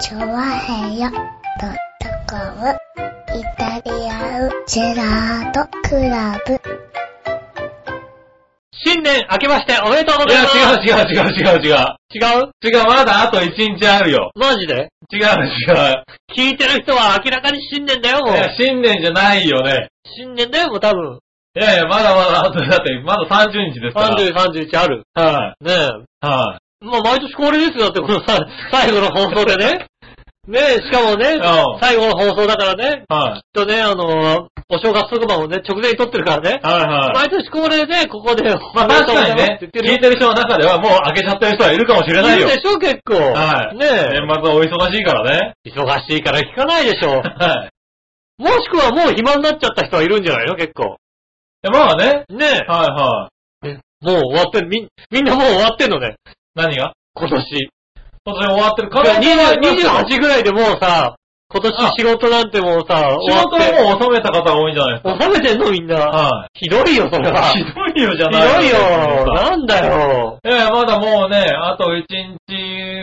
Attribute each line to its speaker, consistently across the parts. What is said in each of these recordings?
Speaker 1: チョワヘヨドットコムイタリアンジェラートクラブ。
Speaker 2: 新年明けましておめでとうご
Speaker 3: い
Speaker 2: ざい
Speaker 3: や、
Speaker 2: ます
Speaker 3: 違う違う違う違う
Speaker 2: 違
Speaker 3: 違う。
Speaker 2: う
Speaker 3: 違う、まだあと一日あるよ。
Speaker 2: マジで
Speaker 3: 違う違う。
Speaker 2: 聞いてる人は明らかに新年だよ、も。
Speaker 3: いうや、新年じゃないよね。
Speaker 2: 新年だよ、もう多分。
Speaker 3: いやいや、まだまだ、あとだって、まだ30日ですから。
Speaker 2: 30、31ある。
Speaker 3: はい、
Speaker 2: ねえ。
Speaker 3: はい、
Speaker 2: まあ、毎年恒例ですよ、だってこのさ、 最後の放送でね。ねえ、しかもね
Speaker 3: うん、
Speaker 2: 最後の放送だからね、
Speaker 3: は
Speaker 2: き
Speaker 3: い、
Speaker 2: っとね、あの、お正月特番をね、直前に撮ってるからね。
Speaker 3: はいはい。
Speaker 2: 毎年恒例で、ここで、
Speaker 3: まあ確かに
Speaker 2: おめで
Speaker 3: ね、
Speaker 2: とうございますって言っ
Speaker 3: 聞い
Speaker 2: てるよ。
Speaker 3: てる人の中ではもう開けちゃってる人はいるかもしれない
Speaker 2: い
Speaker 3: よ
Speaker 2: る。でしょ、結構。
Speaker 3: はい。
Speaker 2: ねえ。
Speaker 3: 年末はお忙しいからね。
Speaker 2: 忙しいから聞かないでし ょ。
Speaker 3: はい。
Speaker 2: もしくはもう暇になっちゃった人はいるんじゃないの結構。
Speaker 3: でまあね。
Speaker 2: ねえ。
Speaker 3: はいはい。
Speaker 2: ねもう終わってる。みん、みんなもう終わってんのね。
Speaker 3: 何が
Speaker 2: 今年。
Speaker 3: 今年終わってるから。
Speaker 2: 28ぐらいでもうさ、今
Speaker 3: あ
Speaker 2: 年仕事なんてもうさ、
Speaker 3: 仕事
Speaker 2: 終わっ
Speaker 3: はもう収めた方が多いんじゃないです
Speaker 2: て。
Speaker 3: か。
Speaker 2: 収めてんのみんな。
Speaker 3: は
Speaker 2: ひどいよ、それは。
Speaker 3: い。
Speaker 2: ひ
Speaker 3: ひ
Speaker 2: ど
Speaker 3: どいよじゃない
Speaker 2: いよ。なんだよ。
Speaker 3: ええ、まだもうね、あと1日、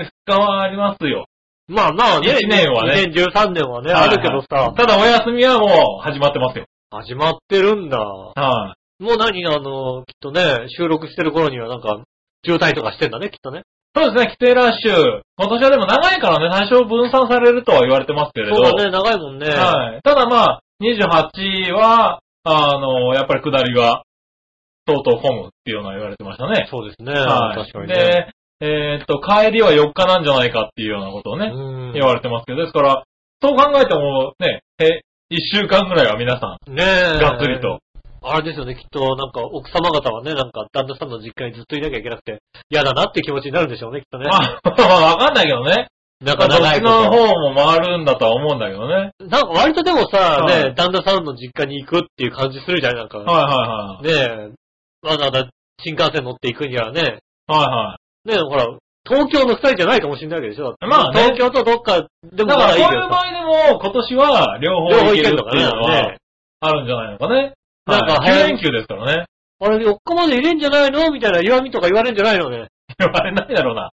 Speaker 3: 2日はありますよ。
Speaker 2: まあまあね。
Speaker 3: 一年はね
Speaker 2: 2013年はね、
Speaker 3: はい
Speaker 2: あるけどさ、
Speaker 3: ただお休みはもう始まってますよ。
Speaker 2: 始まってるんだ。
Speaker 3: はい、
Speaker 2: もう何あの、きっとね、収録してる頃にはなんか、渋滞とかしてんだね、きっとね。
Speaker 3: そうですね、帰省ラッシュ。今年はでも長いからね、多少分散されるとは言われてますけれ
Speaker 2: そ
Speaker 3: ど。
Speaker 2: うだね、長いもんね。
Speaker 3: はい。ただまあ、28は、あの、やっぱり下りが、とうとう混むっていうのは言われてましたね。
Speaker 2: そうですね。
Speaker 3: はい。
Speaker 2: 確かにね。
Speaker 3: で、えーっと、帰りは4日なんじゃないかっていうようなことをね、
Speaker 2: うん
Speaker 3: 言われてますけど、ですから、そう考えてもね、え、1週間ぐらいは皆さ
Speaker 2: ねえ。
Speaker 3: ん、がっつりと。。
Speaker 2: あれですよね、きっと、なんか、奥様方はね、なんか、旦那さんの実家にずっといなきゃいけなくて、嫌だなって気持ちになるんでしょうね、きっ とね。
Speaker 3: まあ、まあわかんないけどね。
Speaker 2: なん
Speaker 3: ま
Speaker 2: か
Speaker 3: あ、どっ
Speaker 2: 長い
Speaker 3: ち
Speaker 2: こ
Speaker 3: の
Speaker 2: と。
Speaker 3: 方も回るんだとは思うんだけどね。
Speaker 2: なんか、割とでもさ、
Speaker 3: はい
Speaker 2: ね、旦那さんの実家に行くっていう感じするじゃん、なんか。
Speaker 3: はいはいはい。
Speaker 2: ねえ、わざわざ新幹線乗って行くにはね、
Speaker 3: はいは
Speaker 2: ねえ、ほら、東京の二人じゃないかもしれないわけでしょ。だって
Speaker 3: まあね
Speaker 2: 東京とどっかでも
Speaker 3: い。だ
Speaker 2: ま
Speaker 3: から
Speaker 2: だいい
Speaker 3: そう
Speaker 2: け
Speaker 3: いう
Speaker 2: ど
Speaker 3: 場
Speaker 2: さ。
Speaker 3: 合でも、今年は両方
Speaker 2: 両
Speaker 3: 行
Speaker 2: 方行
Speaker 3: ける
Speaker 2: け
Speaker 3: っ
Speaker 2: るの
Speaker 3: て
Speaker 2: か
Speaker 3: いうの
Speaker 2: な。
Speaker 3: は
Speaker 2: ね、
Speaker 3: あるんじゃないのかね。
Speaker 2: なんか
Speaker 3: はい
Speaker 2: 早い
Speaker 3: 9連休ですからね。
Speaker 2: あれ、4日まで入れんじゃないのみたいな弱みとか言われんじゃないのね。
Speaker 3: 言われないだろうな。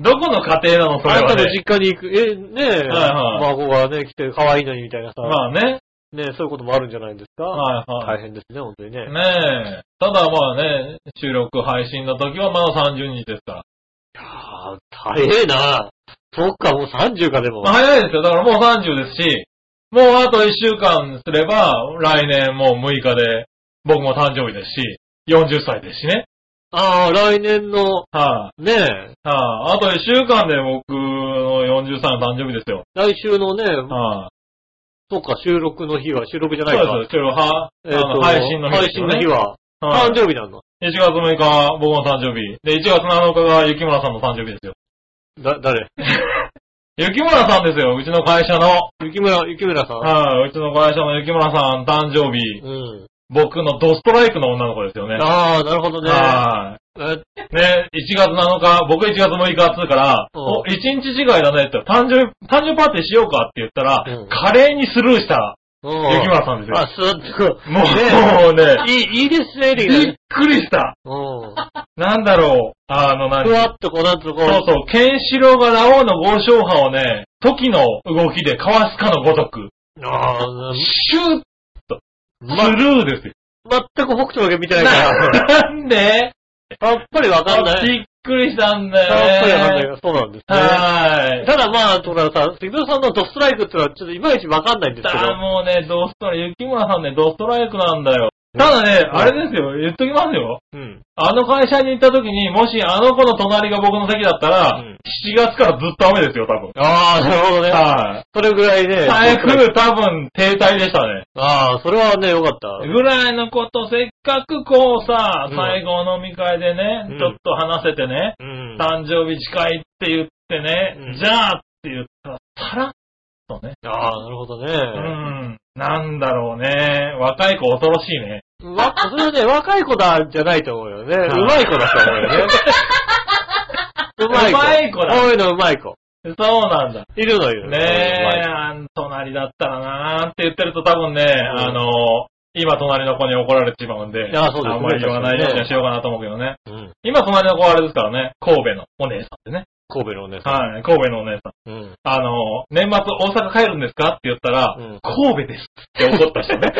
Speaker 3: どこの家庭なの、それ
Speaker 2: あん
Speaker 3: は
Speaker 2: たの
Speaker 3: ね。
Speaker 2: 実家に行く、え、ねえ、
Speaker 3: はいは
Speaker 2: 孫がね、来て可愛いのにみたいなさ、
Speaker 3: まあね。
Speaker 2: ねえ、そういうこともあるんじゃないですか。
Speaker 3: はいは
Speaker 2: 大
Speaker 3: い。
Speaker 2: 変ですね、本当にね。
Speaker 3: ねえ。ただまあね、収録配信の時はまだ30日ですから。
Speaker 2: ああ、大変な。そっか、もう30かでも
Speaker 3: まあ。早いですよ。だからもう30ですし、もうあと1週間すれば、来年もう6日で、僕も誕生日ですし、40歳ですしね。
Speaker 2: ああ、来年の、
Speaker 3: はい、
Speaker 2: ねえ、
Speaker 3: あ。はい、あ。と1週間で僕の40歳の誕生日ですよ。
Speaker 2: 来週のね、
Speaker 3: はい、
Speaker 2: そっか、収録の日は、収録じゃない
Speaker 3: そうで
Speaker 2: か。
Speaker 3: す。けど、は、あ
Speaker 2: えー
Speaker 3: の
Speaker 2: と
Speaker 3: 配信の日
Speaker 2: 配
Speaker 3: です
Speaker 2: 信
Speaker 3: よ
Speaker 2: の
Speaker 3: ね
Speaker 2: 日。は、
Speaker 3: はい
Speaker 2: 誕生日なの。
Speaker 3: 1月6日、僕の誕生日。で、1月7日が雪村さんの誕生日ですよ。
Speaker 2: だ、誰
Speaker 3: 雪村さんですよ、うちの会社の。
Speaker 2: 雪村、雪村さん。
Speaker 3: はい、うちの会社の雪村さん誕生日。
Speaker 2: うん。
Speaker 3: 僕のドストライクの女の子ですよね。
Speaker 2: ああ、なるほどね。
Speaker 3: はい。
Speaker 2: え
Speaker 3: ね、1月7日、僕1月6日っつうから、
Speaker 2: うん
Speaker 3: お、1日違いだねって言ったら、誕生日、誕生日パーティーしようかって言ったら、
Speaker 2: うん
Speaker 3: 華麗にスルーした
Speaker 2: うん
Speaker 3: 雪村さんですよ
Speaker 2: あ、。すっと、
Speaker 3: もう、
Speaker 2: ね
Speaker 3: もうね、
Speaker 2: え、いい、いいですね、
Speaker 3: び
Speaker 2: 的な
Speaker 3: っ
Speaker 2: ね
Speaker 3: くりした。
Speaker 2: うん。
Speaker 3: なんだろう、あの、なん
Speaker 2: ふわっとこう、なんつうのこう、
Speaker 3: そうそう、ケンシロウがラオウの豪商派をね、時の動きでかわすかのごとく、
Speaker 2: ああ、
Speaker 3: シューッ
Speaker 2: ま、
Speaker 3: スルーですよ。
Speaker 2: 全く北斗の拳見てない から、
Speaker 3: なんで
Speaker 2: さっぱりわかんない。
Speaker 3: びっくりしたんだ
Speaker 2: さっぱりわかんない
Speaker 3: よね。
Speaker 2: よ。そうなんですね。
Speaker 3: はーい。
Speaker 2: ただまあ、とださ、杉村さんのドストライクってのはちょっといまいちわかんないんですけ
Speaker 3: あー
Speaker 2: ど。
Speaker 3: もうね、ドストライク、雪村さんね、ドストライクなんだよ。ただね、
Speaker 2: うん
Speaker 3: あれですよ、言っときますよ。
Speaker 2: うん。
Speaker 3: あの会社に行った時に、もしあの子の隣が僕の席だったら、
Speaker 2: うん
Speaker 3: 7月からずっと雨ですよ、多分。
Speaker 2: ああ、なるほどね。
Speaker 3: はい。
Speaker 2: それぐらいね。
Speaker 3: 台
Speaker 2: ドストライク
Speaker 3: 風多分停滞でしたね。
Speaker 2: ああ、それはね、よかった。
Speaker 3: ぐらいのこと、せっかくこうさ
Speaker 2: う、ん
Speaker 3: 最後飲み会でね、
Speaker 2: うん
Speaker 3: ちょっと話せてね、
Speaker 2: うん。
Speaker 3: 誕生日近いって言ってね、
Speaker 2: うん
Speaker 3: じゃあって言ったら、さらっとね。
Speaker 2: ああ、なるほど
Speaker 3: う
Speaker 2: ね。
Speaker 3: ん。なんだろうね。若い子恐ろしいね。
Speaker 2: わ、それはね、若い子だ、じゃないと思うよね。
Speaker 3: ん
Speaker 2: うまい子だと思う よね。うまい子。
Speaker 3: うまい子だ
Speaker 2: こういうのうまい子。
Speaker 3: そうなんだ。
Speaker 2: いるのよ。
Speaker 3: ねえ、あん隣だったらなーって言ってると多分ね、
Speaker 2: ん
Speaker 3: あの今隣の子に怒られちまうんで、
Speaker 2: あそうですね
Speaker 3: んまり言わないようにはしようかなと思うけどね。
Speaker 2: え。うん。
Speaker 3: 今隣の子はあれですからね、神戸のお姉さんでね。
Speaker 2: 神戸のお姉さん。
Speaker 3: はい、神戸のお姉さん。
Speaker 2: うん。
Speaker 3: あの、年末大阪帰るんですかって言ったら、
Speaker 2: うん
Speaker 3: 神戸ですって怒った 人ね。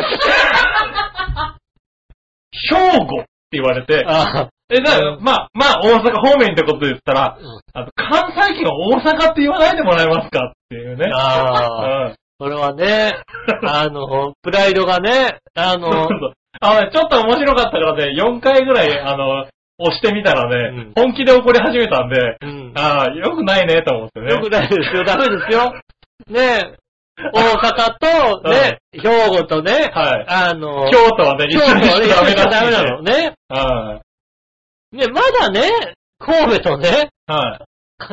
Speaker 3: 兵庫って言われて、
Speaker 2: あ
Speaker 3: え、だから、まあ、まあ、大阪方面ってことで言ったら、
Speaker 2: うん
Speaker 3: あの関西圏は大阪って言わないでもらえますかっていうね。
Speaker 2: あー。
Speaker 3: うん
Speaker 2: これは ね、あの、プライドがね、あ
Speaker 3: そう
Speaker 2: の
Speaker 3: そ、うあのねちょっと面白かったからね、4回ぐらい、あの、押してみたらね、本気で怒り始めたんで、
Speaker 2: うん。
Speaker 3: ああ、よくないね、と思ってね。
Speaker 2: よくないですよ、ダメですよ。ねえ、大阪 と、ね、兵庫とね、
Speaker 3: はい
Speaker 2: あの、
Speaker 3: 京都はね、一
Speaker 2: 京
Speaker 3: 緒
Speaker 2: 都
Speaker 3: にし
Speaker 2: はね、
Speaker 3: ちゃダメだ
Speaker 2: ダメなの。ね。
Speaker 3: はい。
Speaker 2: ね、まだね、神戸とね、
Speaker 3: はい。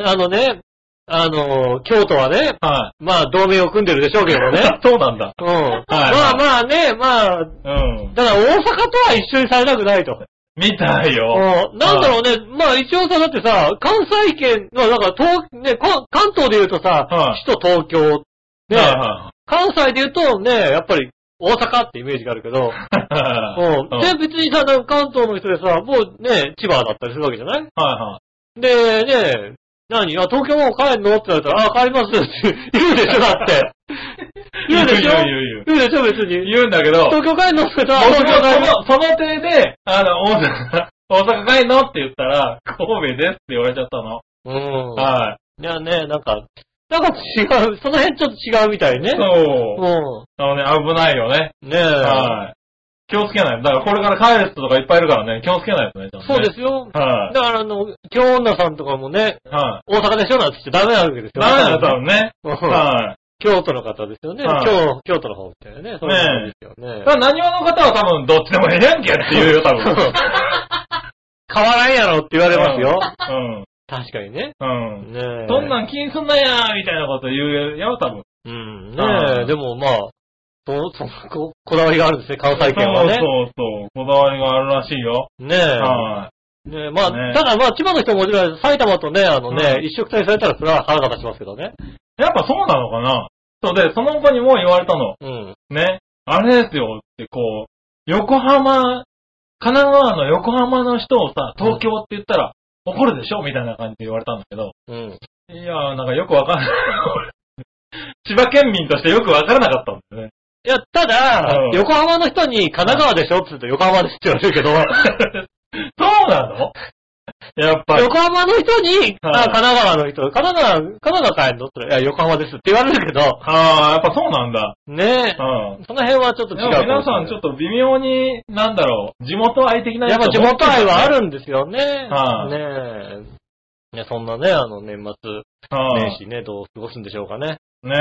Speaker 2: あのね、あの、京都はね、
Speaker 3: は
Speaker 2: まあ、同盟を組んでるでしょうけど
Speaker 3: い。。
Speaker 2: ね
Speaker 3: そうなんだ。
Speaker 2: うん。ま
Speaker 3: はい
Speaker 2: あまあね、まあ、
Speaker 3: うん。
Speaker 2: だから大阪とは一緒にされたくないと。
Speaker 3: みたいよ。
Speaker 2: うんなんだろうね、まあ一応さ、だってさ、関西圏、まあだから東、ね、こ関東で言うとさ、
Speaker 3: はい
Speaker 2: 首都東京、ね、
Speaker 3: は
Speaker 2: 関西で言うとね、やっぱり大阪ってイメージがあるけど、
Speaker 3: い はい。
Speaker 2: うん。で、別にさ、なんか関東の人でさ、もうね、千葉だったりするわけじゃない
Speaker 3: はいはい。
Speaker 2: で、ね、何あ、東京もう帰んのって言われたら、あ、帰りますって言うでしょ、だって。言うでしょ
Speaker 3: 言う言う
Speaker 2: 言うでしょ、別に。
Speaker 3: 言うんだけど、
Speaker 2: 東京帰んのって言ったら、あ
Speaker 3: 僕
Speaker 2: 東京
Speaker 3: も
Speaker 2: 帰
Speaker 3: そ
Speaker 2: んの
Speaker 3: の、その手で、あの、大阪、大阪帰んのって言ったら、神戸ですって言われちゃったの。
Speaker 2: うん。
Speaker 3: はい
Speaker 2: やね、なんか、なんか違う、その辺ちょっと違うみたい
Speaker 3: い。
Speaker 2: ね。
Speaker 3: そう。
Speaker 2: う。
Speaker 3: あのね、危ないよね。
Speaker 2: ん。ねえ。
Speaker 3: はい。気をつけないと。だからこれから帰る人とかいっぱいいるからね、気をつけないとね。ちゃんとね
Speaker 2: そうですよ。
Speaker 3: は
Speaker 2: だからあの、京女さんとかもね、
Speaker 3: い。はい。
Speaker 2: 大阪でしょなんつってダメなわけですよ。
Speaker 3: ダメだよ、多分ね。
Speaker 2: うん
Speaker 3: は
Speaker 2: 京都の方ですよね。
Speaker 3: はい
Speaker 2: 京京都の方みたいなね。そういうことですよ
Speaker 3: い。
Speaker 2: ね
Speaker 3: た。だ、何話の方は多分、どっちでもええやんけって言うよ、多分。
Speaker 2: 変わらんやろって言われますよ。
Speaker 3: よ。
Speaker 2: 確かにね。
Speaker 3: うん。うん。
Speaker 2: ねえ。
Speaker 3: そんなん気にすんなやみたいなこと言うよ、多分。
Speaker 2: うん。
Speaker 3: は
Speaker 2: ねえ。
Speaker 3: い
Speaker 2: でもまあ、そ、そ、こ、こだわりがあるんですね、関西圏はね。
Speaker 3: そうそうそう。こだわりがあるらしいよ。
Speaker 2: ねえ。
Speaker 3: は
Speaker 2: ねえ、まあ、
Speaker 3: ね
Speaker 2: ただまあ、千葉の人ももちろん埼玉とね、あのね、一色体されたらそれは腹が立ちますけどね。
Speaker 3: い。やっぱそうなのかなそうで、その子にも言われたの。
Speaker 2: うん。
Speaker 3: ね。あれですよって、こう、横浜、神奈川の横浜の人をさ、東京って言ったら怒るでしょみたいな感じで言われたんだけど。
Speaker 2: うん。
Speaker 3: いやー、なんかよくわかんない。 千葉県民としてよくわからなかったんだよね。
Speaker 2: いや、ただ、
Speaker 3: うん
Speaker 2: 横浜の人に神奈川でしょって言うと横浜ですって言われるけ ど、
Speaker 3: そうなのやっぱり。
Speaker 2: 横浜の人に、あ
Speaker 3: は
Speaker 2: 神
Speaker 3: い
Speaker 2: 奈川の人、神奈川、神奈川帰るのって言ったらいや、横浜ですって言われるけど、
Speaker 3: ああ、やっぱそうなんだ。
Speaker 2: ね
Speaker 3: うん
Speaker 2: え、。その辺はちょっと違う
Speaker 3: でも皆
Speaker 2: か
Speaker 3: さ
Speaker 2: も
Speaker 3: ん
Speaker 2: し
Speaker 3: ち
Speaker 2: れ
Speaker 3: ょっと微妙に、なんだろう、地元愛的
Speaker 2: な
Speaker 3: な
Speaker 2: いやっぱ地元愛はあるんですよね。
Speaker 3: はい
Speaker 2: ねえ。いや、そんなね、あの、年末
Speaker 3: はい
Speaker 2: 年始ね、どう過ごすんでしょうかね。
Speaker 3: ね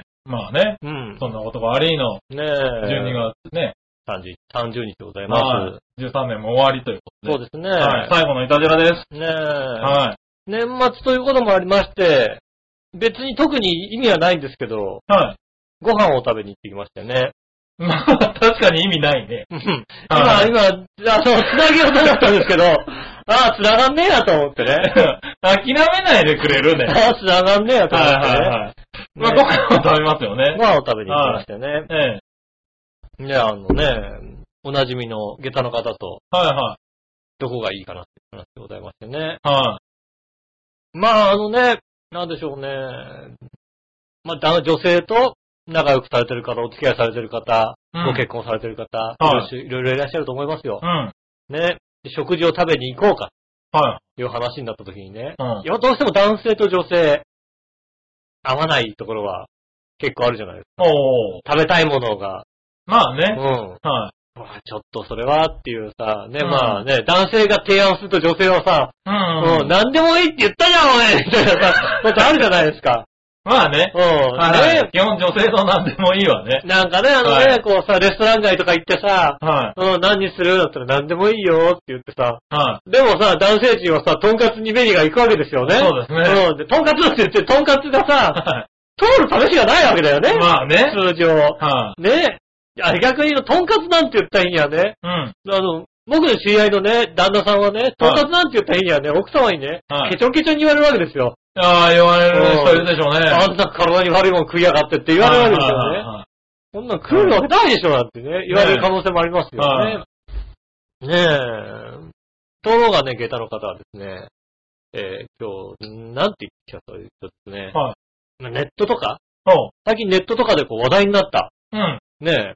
Speaker 3: え。まあね、
Speaker 2: うん。
Speaker 3: そんなことがありの、
Speaker 2: ねえ。
Speaker 3: 12月ね、
Speaker 2: 30、30日でございま
Speaker 3: まあ、13年も終わりということ
Speaker 2: す。
Speaker 3: で。
Speaker 2: そうですね。
Speaker 3: はい、最後のいたじらです。
Speaker 2: ねえ、
Speaker 3: はい。
Speaker 2: 年末ということもありまして、別に特に意味はないんですけど、
Speaker 3: はい。
Speaker 2: ご飯を食べに行ってきましたよね。
Speaker 3: まあ、確かに意味ないね。
Speaker 2: うん今、
Speaker 3: はい
Speaker 2: 今、あの、繋げようと思ったんですけど、ああ、繋がんねえやと思ってね。
Speaker 3: 諦めないでくれるね。はい
Speaker 2: ああ、繋がんねえやと思ってね。
Speaker 3: はいはい。まあ、
Speaker 2: ね
Speaker 3: ご飯を食べますよね
Speaker 2: ご。飯を食べに行きましたよね。
Speaker 3: ええ。
Speaker 2: ね、あのね、おなじみの下駄の方と
Speaker 3: はいはい。
Speaker 2: どこがいいかなっていう話でございましてね。
Speaker 3: はい。
Speaker 2: まあ、あのね、なんでしょうね。まあ、だ女性と仲良くされてる方、お付き合いされてる方、
Speaker 3: うん
Speaker 2: ご結婚されてる方、
Speaker 3: はい
Speaker 2: ろいろいろいろいらっしゃると思いますよ
Speaker 3: う。ん。
Speaker 2: ね。で食事を食べに行こうか、
Speaker 3: はい。
Speaker 2: という話になった時にね。
Speaker 3: うん
Speaker 2: い。や、どうしても男性と女性、合わないところは結構あるじゃないです
Speaker 3: おー。
Speaker 2: か。食べたいものが。
Speaker 3: まあ
Speaker 2: う
Speaker 3: ね。
Speaker 2: ん。
Speaker 3: は
Speaker 2: うわちょっとそれはっていうさ、ね、
Speaker 3: うん
Speaker 2: まあね、男性が提案すると女性はさ、
Speaker 3: い。うん。
Speaker 2: うん、何でもいいって言ったじゃん、お前みたいなさ、ことあるじゃないですか。
Speaker 3: まあね。
Speaker 2: うん。
Speaker 3: はい、
Speaker 2: ね
Speaker 3: 基本女性の何でもいいわね。
Speaker 2: なんかね、あのね、
Speaker 3: はい
Speaker 2: こうさ、レストラン街とか行ってさ、
Speaker 3: は
Speaker 2: うん、何にするだったら何でもいいよって言ってさ、
Speaker 3: い。は
Speaker 2: でもさ、男性陣はさ、とんかつに目にが行くわけですよね。
Speaker 3: そうですね
Speaker 2: うん、で、とんかつって言って、とんかつがさ、
Speaker 3: は
Speaker 2: 通る試しがないわけだよね。
Speaker 3: い。まあね。
Speaker 2: 通常。
Speaker 3: は
Speaker 2: ね。あ逆に言うと、とんかつなんて言った日にはね、
Speaker 3: い。うん。
Speaker 2: あの、僕の知り合いのね、旦那さんはね、とんかつなんて言った日にはね、奥様にね、
Speaker 3: はい
Speaker 2: ケチョンケチョンに言われるわけですよ。
Speaker 3: ああ、言われる人いるでしょうね。
Speaker 2: あんな体に悪いもん食いやがってって言われるわけですよね。こんなん食うわけないでしょなんてね、言われる可能性もありますよね。ねえ。ところがね、下駄の方はですね、えー、今日、なんて言ってきたかというとですね、
Speaker 3: はい
Speaker 2: まあネットとか、
Speaker 3: おう。
Speaker 2: 最近ネットとかでこう話題になった、
Speaker 3: うん。はい
Speaker 2: ねえ、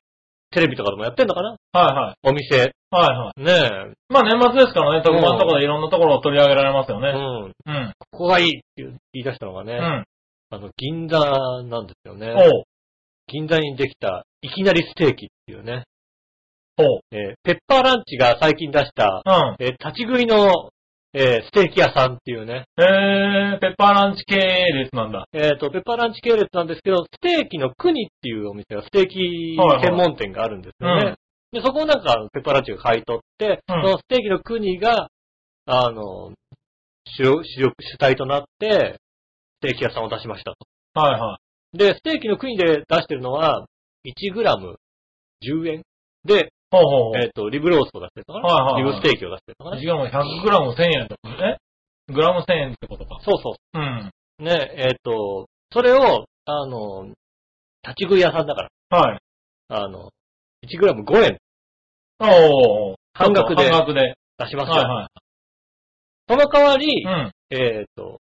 Speaker 2: テレビとかでもやってんのかな
Speaker 3: はい。
Speaker 2: お店。
Speaker 3: はいはい。
Speaker 2: ねえ、
Speaker 3: まあ年末ですからね、特番とかでいろんなところを取り上げられますよ
Speaker 2: う
Speaker 3: ね。
Speaker 2: ん。
Speaker 3: うん。
Speaker 2: ここがいいって言い出したのがね、
Speaker 3: うん。
Speaker 2: あの、銀座なんですよね。
Speaker 3: おう。
Speaker 2: 銀座にできた、いきなりステーキっていうね、
Speaker 3: おう。
Speaker 2: えーペッパーランチが最近出した、
Speaker 3: うん。
Speaker 2: えー立ち食いの、えーステーキ屋さんっていうね、
Speaker 3: えー、ペッパーランチ系列なんだ。
Speaker 2: えっ、と、ペッパーランチ系列なんですけど、ステーキの国っていうお店が、ステーキ専門店があるんですよね。
Speaker 3: はいはい
Speaker 2: で、そこをなんか、ペッパーランチが買い取って、
Speaker 3: うん
Speaker 2: そのステーキの国が、あの、主力、主力主体となって、ステーキ屋さんを出しましたと。
Speaker 3: はいはい。
Speaker 2: で、ステーキの国で出してるのは、1グラム10円で、
Speaker 3: ほうほうほう。
Speaker 2: えっ、と、リブロースを出してるのかな、
Speaker 3: はいはいはい
Speaker 2: リブステーキを出してるのかな
Speaker 3: 1グラム100グラム1000円ってことね。グラム1000円ってことか。
Speaker 2: そうそう
Speaker 3: うん。
Speaker 2: そう。ね、えっ、と、それを、あの、立ち食い屋さんだから、
Speaker 3: はい。
Speaker 2: あの、1グラム5円
Speaker 3: おー。
Speaker 2: 半額で
Speaker 3: 半額で。
Speaker 2: 出しますよ。
Speaker 3: はいは
Speaker 2: その代わ
Speaker 3: い。
Speaker 2: り、
Speaker 3: うん。はい
Speaker 2: えっ、と、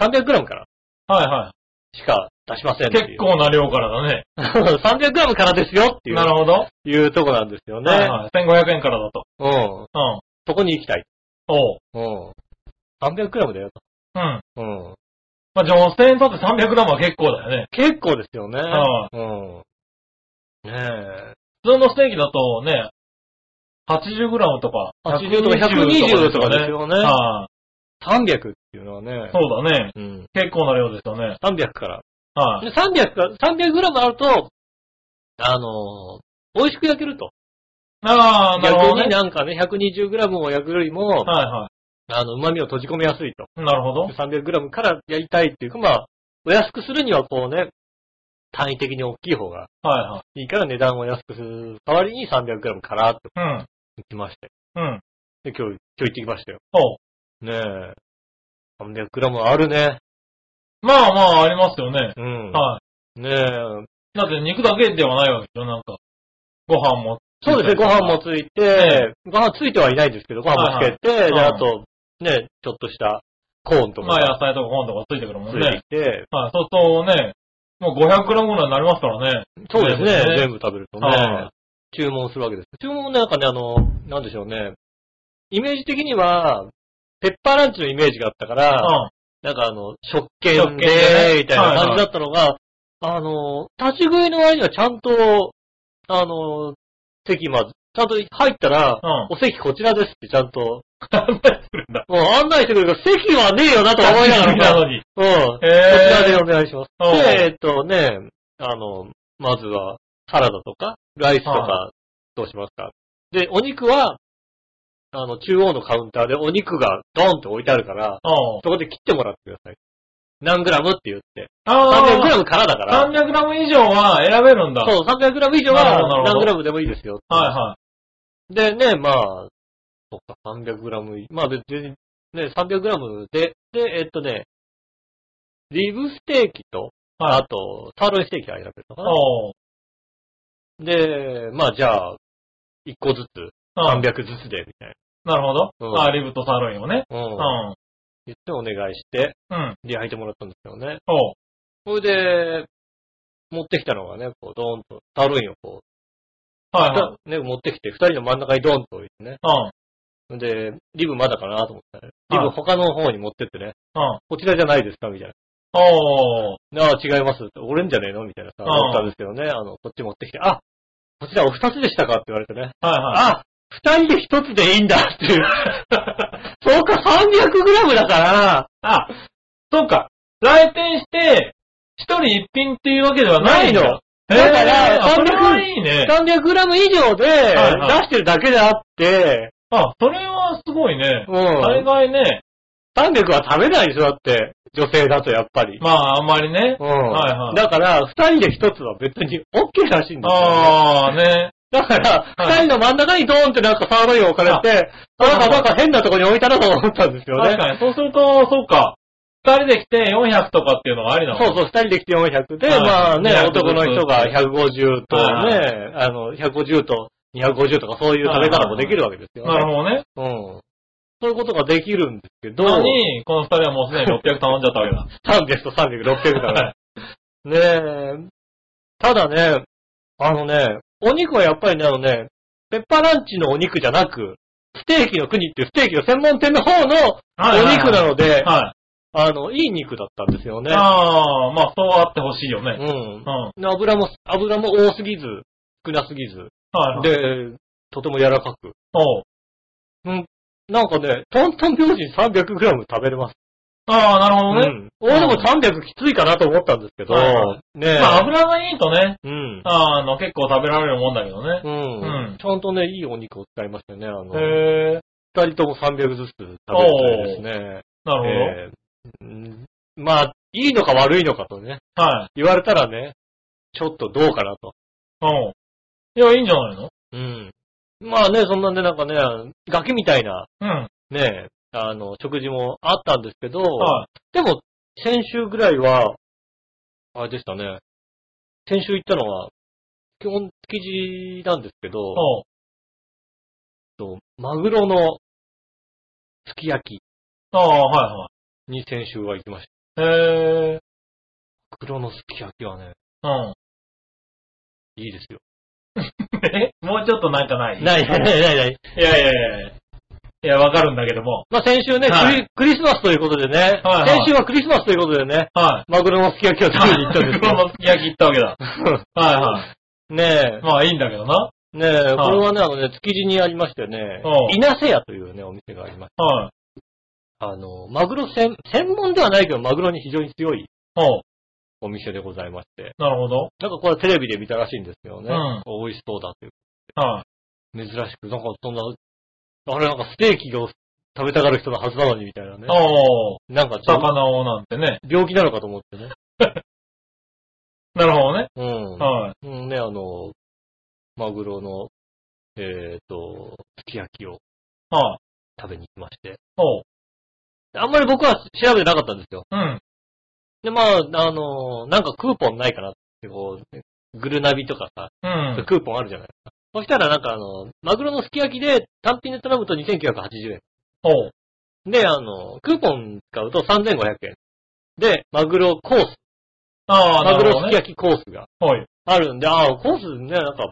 Speaker 2: 300グラムから
Speaker 3: は
Speaker 2: しか出しません
Speaker 3: い。
Speaker 2: ってい
Speaker 3: 結
Speaker 2: う。
Speaker 3: 構な量からだね。
Speaker 2: 300グラムからですよっていう、
Speaker 3: なるほど。
Speaker 2: いうとこなんですよね。
Speaker 3: はいはい。1500円からだと。
Speaker 2: うん。
Speaker 3: うん。
Speaker 2: そこに行きたい。
Speaker 3: おう。
Speaker 2: うん。300グラムだよと。
Speaker 3: うん。
Speaker 2: うん。
Speaker 3: まあ、女性にとって300グラムは結構だよね。
Speaker 2: 結構ですよね。
Speaker 3: は
Speaker 2: うん。ねえ。
Speaker 3: 普通のステーキだとね、80グラムとか、
Speaker 2: 80とか120とかですよね
Speaker 3: はい
Speaker 2: 300っていうのはね。
Speaker 3: そうだね。
Speaker 2: うん。
Speaker 3: 結構な量ですよね。
Speaker 2: 300から。
Speaker 3: はい。
Speaker 2: で300から、300グラムあると、あの、美味しく焼けると。
Speaker 3: ああ、なるほど
Speaker 2: 逆に
Speaker 3: ね。
Speaker 2: なんかね、120グラムを焼くよりも、
Speaker 3: はいは
Speaker 2: あの、旨味を閉じ込めやすいと。
Speaker 3: い。なるほど。
Speaker 2: 300グラムからやりたいっていうか、まあ、お安くするにはこうね、単位的に大きい方が
Speaker 3: はいはい
Speaker 2: いから値段を安くする代わりに300グラムからって。
Speaker 3: うん。
Speaker 2: 行きまして。
Speaker 3: うん。
Speaker 2: で、今日、今日行ってきましたよ。
Speaker 3: おう。
Speaker 2: ねえ。300グラムあるね。
Speaker 3: まあまあ、ありますよね。
Speaker 2: うん。
Speaker 3: は
Speaker 2: ねえ。
Speaker 3: い。だって肉だけではないわけでしょ、なんか。ご飯も。
Speaker 2: そうですね、ご飯も。ついて、ご飯ついてはいないんですけど、ご飯もつけて、
Speaker 3: い
Speaker 2: で、
Speaker 3: はい
Speaker 2: あと、ね、ちょっとしたコーンと
Speaker 3: まあ、
Speaker 2: か
Speaker 3: 野菜とかご飯とかついてくるも
Speaker 2: つ
Speaker 3: ん
Speaker 2: い
Speaker 3: ね。
Speaker 2: てきて、
Speaker 3: はい。そうするとね、もう500グラムぐらいになりますからね。
Speaker 2: そうです
Speaker 3: 全部
Speaker 2: ね。
Speaker 3: ね
Speaker 2: 全部食べるとね
Speaker 3: は、
Speaker 2: 注文するわけです。注文なんかね、あの、なんでしょうね。イメージ的には、ペッパーランチのイメージがあったか
Speaker 3: う
Speaker 2: ら、
Speaker 3: ん。
Speaker 2: なんかあの、食券
Speaker 3: 食券
Speaker 2: で
Speaker 3: でね、
Speaker 2: みたいな感じだったのが、あの、立ち食いの割にはちゃんと、あの、席まず、ちゃんと入ったら、
Speaker 3: うん
Speaker 2: お席こちらですってちゃんと、
Speaker 3: 何回するんだ。
Speaker 2: もう案内してくれるから、席はねえよなと思いながら
Speaker 3: な
Speaker 2: さ、
Speaker 3: のに。
Speaker 2: うん、こ
Speaker 3: へ
Speaker 2: ちらで
Speaker 3: ー
Speaker 2: お願いします。
Speaker 3: うん
Speaker 2: で、えっとね、あの、まずは、サラダとか、ライスとか
Speaker 3: は、
Speaker 2: どうしますか、で、お肉は、あの、中央のカウンターでお肉がドンって置いてあるから、
Speaker 3: おう
Speaker 2: そこで切ってもらってください。何グラムって言って。300グ
Speaker 3: あ
Speaker 2: ラムからだか
Speaker 3: あ、
Speaker 2: ら、
Speaker 3: 300グラム以上は選べるんだ。はい
Speaker 2: そう、300グラム以上
Speaker 3: なるほど
Speaker 2: は
Speaker 3: なるほど
Speaker 2: 何グラムでもいいですよ。
Speaker 3: は
Speaker 2: でね、まあ、そっか、300グラム、まあ別に、ね、300グラムで、で、えっとね、リブステーキと、
Speaker 3: い。は
Speaker 2: あ
Speaker 3: い。
Speaker 2: と、サーロインステーキが選べるのかな
Speaker 3: おう
Speaker 2: で、まあじゃあ、1個ずつ、
Speaker 3: うん
Speaker 2: 300ずつで、みたい
Speaker 3: なるほど。
Speaker 2: うん
Speaker 3: あーリブとサーロインをね。
Speaker 2: な。う。
Speaker 3: うんん。
Speaker 2: 言ってお願いして、
Speaker 3: うん。
Speaker 2: で、焼いてもらったんですけどね。
Speaker 3: おう
Speaker 2: それで、持ってきたのがね、こう、ドーンと、サーロインをこう、
Speaker 3: はいはい。
Speaker 2: ね、持ってきて、二人の真ん中にドーンと置いてね。
Speaker 3: うん。
Speaker 2: で、リブまだかなと思ったら、リ
Speaker 3: は
Speaker 2: ブ
Speaker 3: い
Speaker 2: 他の方に持ってってね、
Speaker 3: うん。
Speaker 2: こちらじゃないですかみたい
Speaker 3: おー。
Speaker 2: な。ああ、違います。俺んじゃねえのみたいなさ、
Speaker 3: うん
Speaker 2: 思ったんですけどね、あの、こっち持ってきて、あ、こちらお二つでしたかって言われてね。
Speaker 3: はいはい。
Speaker 2: あ、二人で一つでいいんだっていう。 そうか、300グラムだから、
Speaker 3: あ、そうか。来店して、一人一品っていうわけではないんだ
Speaker 2: ないの。
Speaker 3: へ
Speaker 2: だから
Speaker 3: ーあそ
Speaker 2: 300
Speaker 3: れはいいね。
Speaker 2: 300グラム以上で出
Speaker 3: いはい
Speaker 2: してるだけであって、
Speaker 3: あ、それはすごいね
Speaker 2: う。
Speaker 3: 大
Speaker 2: ん。
Speaker 3: 概ね。
Speaker 2: 300は食べないでしょ、だって。女性だとやっぱり。
Speaker 3: まあ、あんまりね。
Speaker 2: うん。
Speaker 3: はいはい
Speaker 2: だから、二人で一つは別に OK らしいんですよ、ね。
Speaker 3: あーね。
Speaker 2: だから、
Speaker 3: はい
Speaker 2: 二人の真ん中にドーンってなんかサーロインを置かれて、
Speaker 3: あ
Speaker 2: なんかなんか変なとこに置いたなと思ったんですよ
Speaker 3: 確
Speaker 2: ね。
Speaker 3: かに。そうすると、そうか。二人で来て400とかっていうのがありなのか
Speaker 2: そうそう、二人で来て400で、
Speaker 3: はい
Speaker 2: まあね、
Speaker 3: 200
Speaker 2: 男の人が150と
Speaker 3: は
Speaker 2: ね、あの、150と250とかそういう食べ方もできるわけですよ、ね。
Speaker 3: なるほどね。
Speaker 2: うん。そういうことができるんですけど、
Speaker 3: のに、この二人はもうすでに600頼んじゃったわけ だ。
Speaker 2: 300と300、600だから。ねえ。ただね、あのね、お肉はやっぱりね、あのね、ペッパーランチのお肉じゃなく、ステーキの国っていうステーキの専門店の方の
Speaker 3: はい
Speaker 2: お肉なので、
Speaker 3: は
Speaker 2: あの、いい肉だったんですよ
Speaker 3: い。
Speaker 2: ね。
Speaker 3: ああ、まあそうあってほしいよ
Speaker 2: う
Speaker 3: ね。
Speaker 2: ん
Speaker 3: うん。。は
Speaker 2: で油も、油も多すぎず、少なすぎず、
Speaker 3: い。、
Speaker 2: で、とても柔らかく。
Speaker 3: おう
Speaker 2: うん。なんかね、トントン拍子に 300g 食べれます。
Speaker 3: ああ、なるほどね。
Speaker 2: ん。俺でも300きついかなと思ったんですけど、
Speaker 3: はいは
Speaker 2: ねえ。
Speaker 3: まあ油がいいとね、
Speaker 2: うん。
Speaker 3: あの、結構食べられるもんだけどね。
Speaker 2: う
Speaker 3: うん
Speaker 2: ん。ちゃんとね、いいお肉を使いましたよね。あの、
Speaker 3: へえ、
Speaker 2: 二人とも300ずつ食べるみたいですね。
Speaker 3: な
Speaker 2: え
Speaker 3: る
Speaker 2: ーうんまあ、いいのか悪いのかとね、
Speaker 3: ほど。はい。
Speaker 2: 言われたらね、ちょっとどうかなと。
Speaker 3: うん。いや、いいんじゃないの
Speaker 2: うん。まあね、そんなんでなんかね、ガキみたいな、
Speaker 3: うん。
Speaker 2: ね、あの、食事もあったんですけど、
Speaker 3: はい。
Speaker 2: でも、先週ぐらいは、あれでしたね。先週行ったのは、基本築地なんですけど、
Speaker 3: おう
Speaker 2: と、マグロのすき焼き
Speaker 3: ああ、は
Speaker 2: に先週は行きました。
Speaker 3: いはい。へえ、
Speaker 2: マグロのすき焼きはね、
Speaker 3: うん。
Speaker 2: いいですよ。
Speaker 3: えもうちょっとなんか ない
Speaker 2: ない、ない、ない、ない。
Speaker 3: いやいやいやいや。いや、わかるんだけども。
Speaker 2: まあ先週ね、
Speaker 3: はい
Speaker 2: クリ、クリスマスということでね、
Speaker 3: はいはい
Speaker 2: 先週はクリスマスということでね、
Speaker 3: はい。
Speaker 2: マグロのすき焼きを食べに行ったんですけ
Speaker 3: 黒のすき焼き行ったわけ だ。
Speaker 2: ど。
Speaker 3: はいは
Speaker 2: ね
Speaker 3: い。まあいいんだけどな。
Speaker 2: え、ねえ、これはね、あのね、築地にありましてね
Speaker 3: お、う
Speaker 2: 稲瀬屋というね、お店がありまして、
Speaker 3: はい。
Speaker 2: あの、マグロ専、専門ではないけど、マグロに非常に強い
Speaker 3: おう
Speaker 2: お店でございまして、
Speaker 3: なるほど。
Speaker 2: なんかこれテレビで見たらしいんですけどね、
Speaker 3: うん
Speaker 2: 美味しそうだという
Speaker 3: はい。
Speaker 2: 珍しく、なんかそんな、あれなんかステーキを食べたがる人のはずなのにみたいなね。
Speaker 3: おう
Speaker 2: なんかちょっと
Speaker 3: 魚をなんてね。
Speaker 2: 病気なのかと思ってね。
Speaker 3: なるほどね。
Speaker 2: うん。
Speaker 3: はい。
Speaker 2: うん、ね、あの、マグロの、えっ、と、すき焼きを
Speaker 3: はい。
Speaker 2: 食べに行きまして。
Speaker 3: おう
Speaker 2: あんまり僕は調べてなかったんですよ。
Speaker 3: うん。
Speaker 2: で、まあ、あの、なんかクーポンないかなって、こう、グルナビとかさ、
Speaker 3: うん。
Speaker 2: クーポンあるじゃないですか。そしたらなんかあの、マグロのすき焼きで単品で頼むと2980円。
Speaker 3: おう
Speaker 2: で、あの、クーポン使うと3500円。で、マグロコース、
Speaker 3: ああ、
Speaker 2: マ
Speaker 3: な
Speaker 2: グ
Speaker 3: る
Speaker 2: ロ
Speaker 3: ほど
Speaker 2: すき
Speaker 3: ね。
Speaker 2: 焼きコースが
Speaker 3: はい。
Speaker 2: あるんで、ああ、コースね、なんか、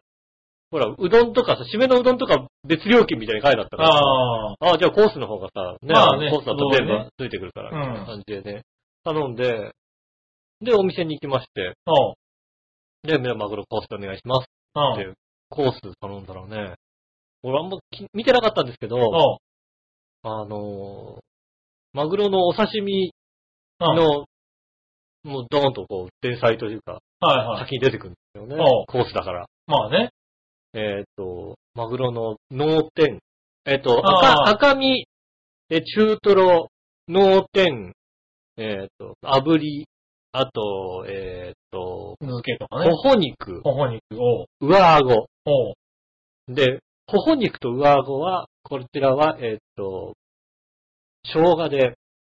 Speaker 2: ほら、うどんとかさ、締めのうどんとか別料金みたいに書いてあったから、
Speaker 3: ああ。
Speaker 2: ああじゃあコースの方がさ、ね、
Speaker 3: まあね
Speaker 2: コースだと全部
Speaker 3: そうだね
Speaker 2: ついてくるから、
Speaker 3: うん
Speaker 2: みたいな感じでね、頼んで、で、お店に行きまして、
Speaker 3: おう
Speaker 2: で、マグロコースでお願いしますっ
Speaker 3: う
Speaker 2: て、
Speaker 3: ん。
Speaker 2: コース頼んだらね、俺あんまき見てなかったんですけど、
Speaker 3: おう
Speaker 2: あのーマグロのお刺身
Speaker 3: うん。
Speaker 2: の、もうドーンとこう、天才というか、
Speaker 3: はいはい。
Speaker 2: 先に出てくるんですよね
Speaker 3: おう。
Speaker 2: コースだから。
Speaker 3: まあね。
Speaker 2: えーっと、マグロの脳天。えーっと、
Speaker 3: あ
Speaker 2: 赤、
Speaker 3: あ
Speaker 2: 赤身、え、中トロ、脳天、えーっと、炙り、あと、えーっと、
Speaker 3: 漬けとかね
Speaker 2: ほ。ほ肉、
Speaker 3: ほほ肉。おう
Speaker 2: 上顎。
Speaker 3: おう
Speaker 2: で、ほほ肉と上顎は、こちらは、えーっと、生姜で、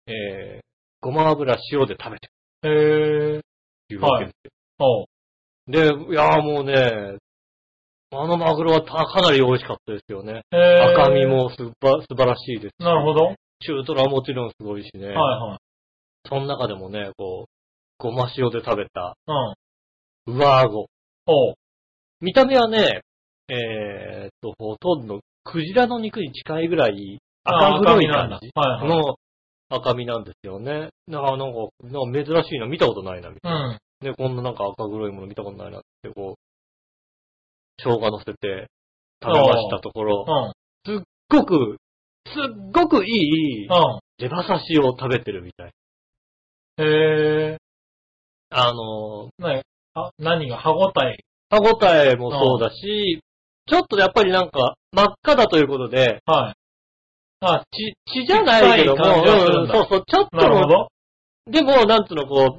Speaker 2: えー、ごま油塩で食べてる
Speaker 3: へえ。
Speaker 2: っていうわけですよ
Speaker 3: おう
Speaker 2: で、いやーもうね、あのマグロはたかなり美味しかったですよね。
Speaker 3: へえ。
Speaker 2: 赤身。もすば素晴らしいです。
Speaker 3: なるほど。はい
Speaker 2: 中トロはもちろんすごいしね。
Speaker 3: はい。
Speaker 2: その中でもね、こう、ごま塩で食べた
Speaker 3: うん。
Speaker 2: 上顎。
Speaker 3: おう
Speaker 2: 見た目はね、えー、っと、ほとんどクジラの肉に近いぐらい赤
Speaker 3: あ
Speaker 2: 黒い
Speaker 3: なん
Speaker 2: 感
Speaker 3: だ
Speaker 2: じ
Speaker 3: はいはい。
Speaker 2: の赤身なんですよね。なんか、なんかなんか珍しいな、見たことないな、みたいな。
Speaker 3: うん。
Speaker 2: ね、こんななんか赤黒いもの見たことないなって、こう、生姜乗せて食べましたところ、
Speaker 3: うん。
Speaker 2: すっごく、すっごくいい
Speaker 3: うん。
Speaker 2: 手羽刺しを食べてるみたい。
Speaker 3: へえ。
Speaker 2: あの、
Speaker 3: なに、あ、何が歯ごたえ。
Speaker 2: 歯ごたえもそうだし、ちょっとやっぱりなんか真っ赤だということで、
Speaker 3: はい。あ、
Speaker 2: 血、血じゃないけども、
Speaker 3: 臭い感じがする
Speaker 2: うんん
Speaker 3: だ
Speaker 2: そうそう、ちょっと
Speaker 3: なるほど。
Speaker 2: の、でも、なんつうの、こう、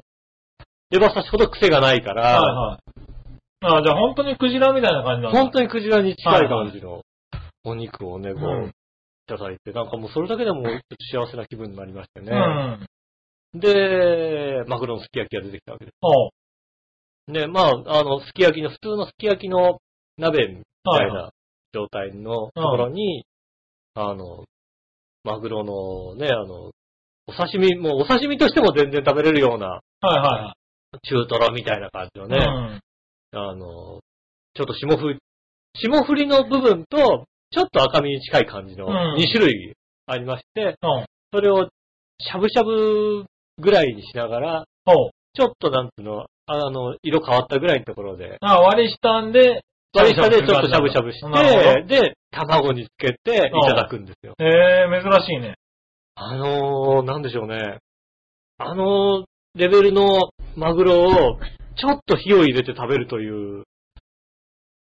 Speaker 2: 手羽刺しほど癖がないか
Speaker 3: はい
Speaker 2: ら、
Speaker 3: はい。あ、じゃあ本当にクジラみたいな感じなんだ。
Speaker 2: 本当にクジラに近い感じのお肉をね、こう、
Speaker 3: うん
Speaker 2: いただいて、なんかもうそれだけでもちょっと幸せな気分になりましてね。
Speaker 3: うん。
Speaker 2: で、マグロのすき焼きが出てきたわけで
Speaker 3: おう
Speaker 2: す。ね、まあ、あの、すき焼きの、普通のすき焼きの鍋みたいな状態のところに、あの、マグロのね、あの、お刺身、もうお刺身としても全然食べれるような、
Speaker 3: はいは
Speaker 2: 中トロみたいな感じの
Speaker 3: い。
Speaker 2: ね、あの、ちょっと霜降り、霜降りの部分と、ちょっと赤身に近い感じの
Speaker 3: うん
Speaker 2: 2種類ありまして、
Speaker 3: うん。うん。
Speaker 2: それをしゃぶしゃぶぐらいにしながら、
Speaker 3: ほう。
Speaker 2: ちょっとなんつうの、あの、色変わったぐらいのところで、
Speaker 3: あ、割りしたんで、
Speaker 2: 割り下でちょっとしゃぶしゃぶ
Speaker 3: なる
Speaker 2: して、で、卵につけていただくんですよ。
Speaker 3: ほどへえ珍しいね。
Speaker 2: あのー、なんでしょうね。あのレベルのマグロを、ちょっと火を入れて食べるという、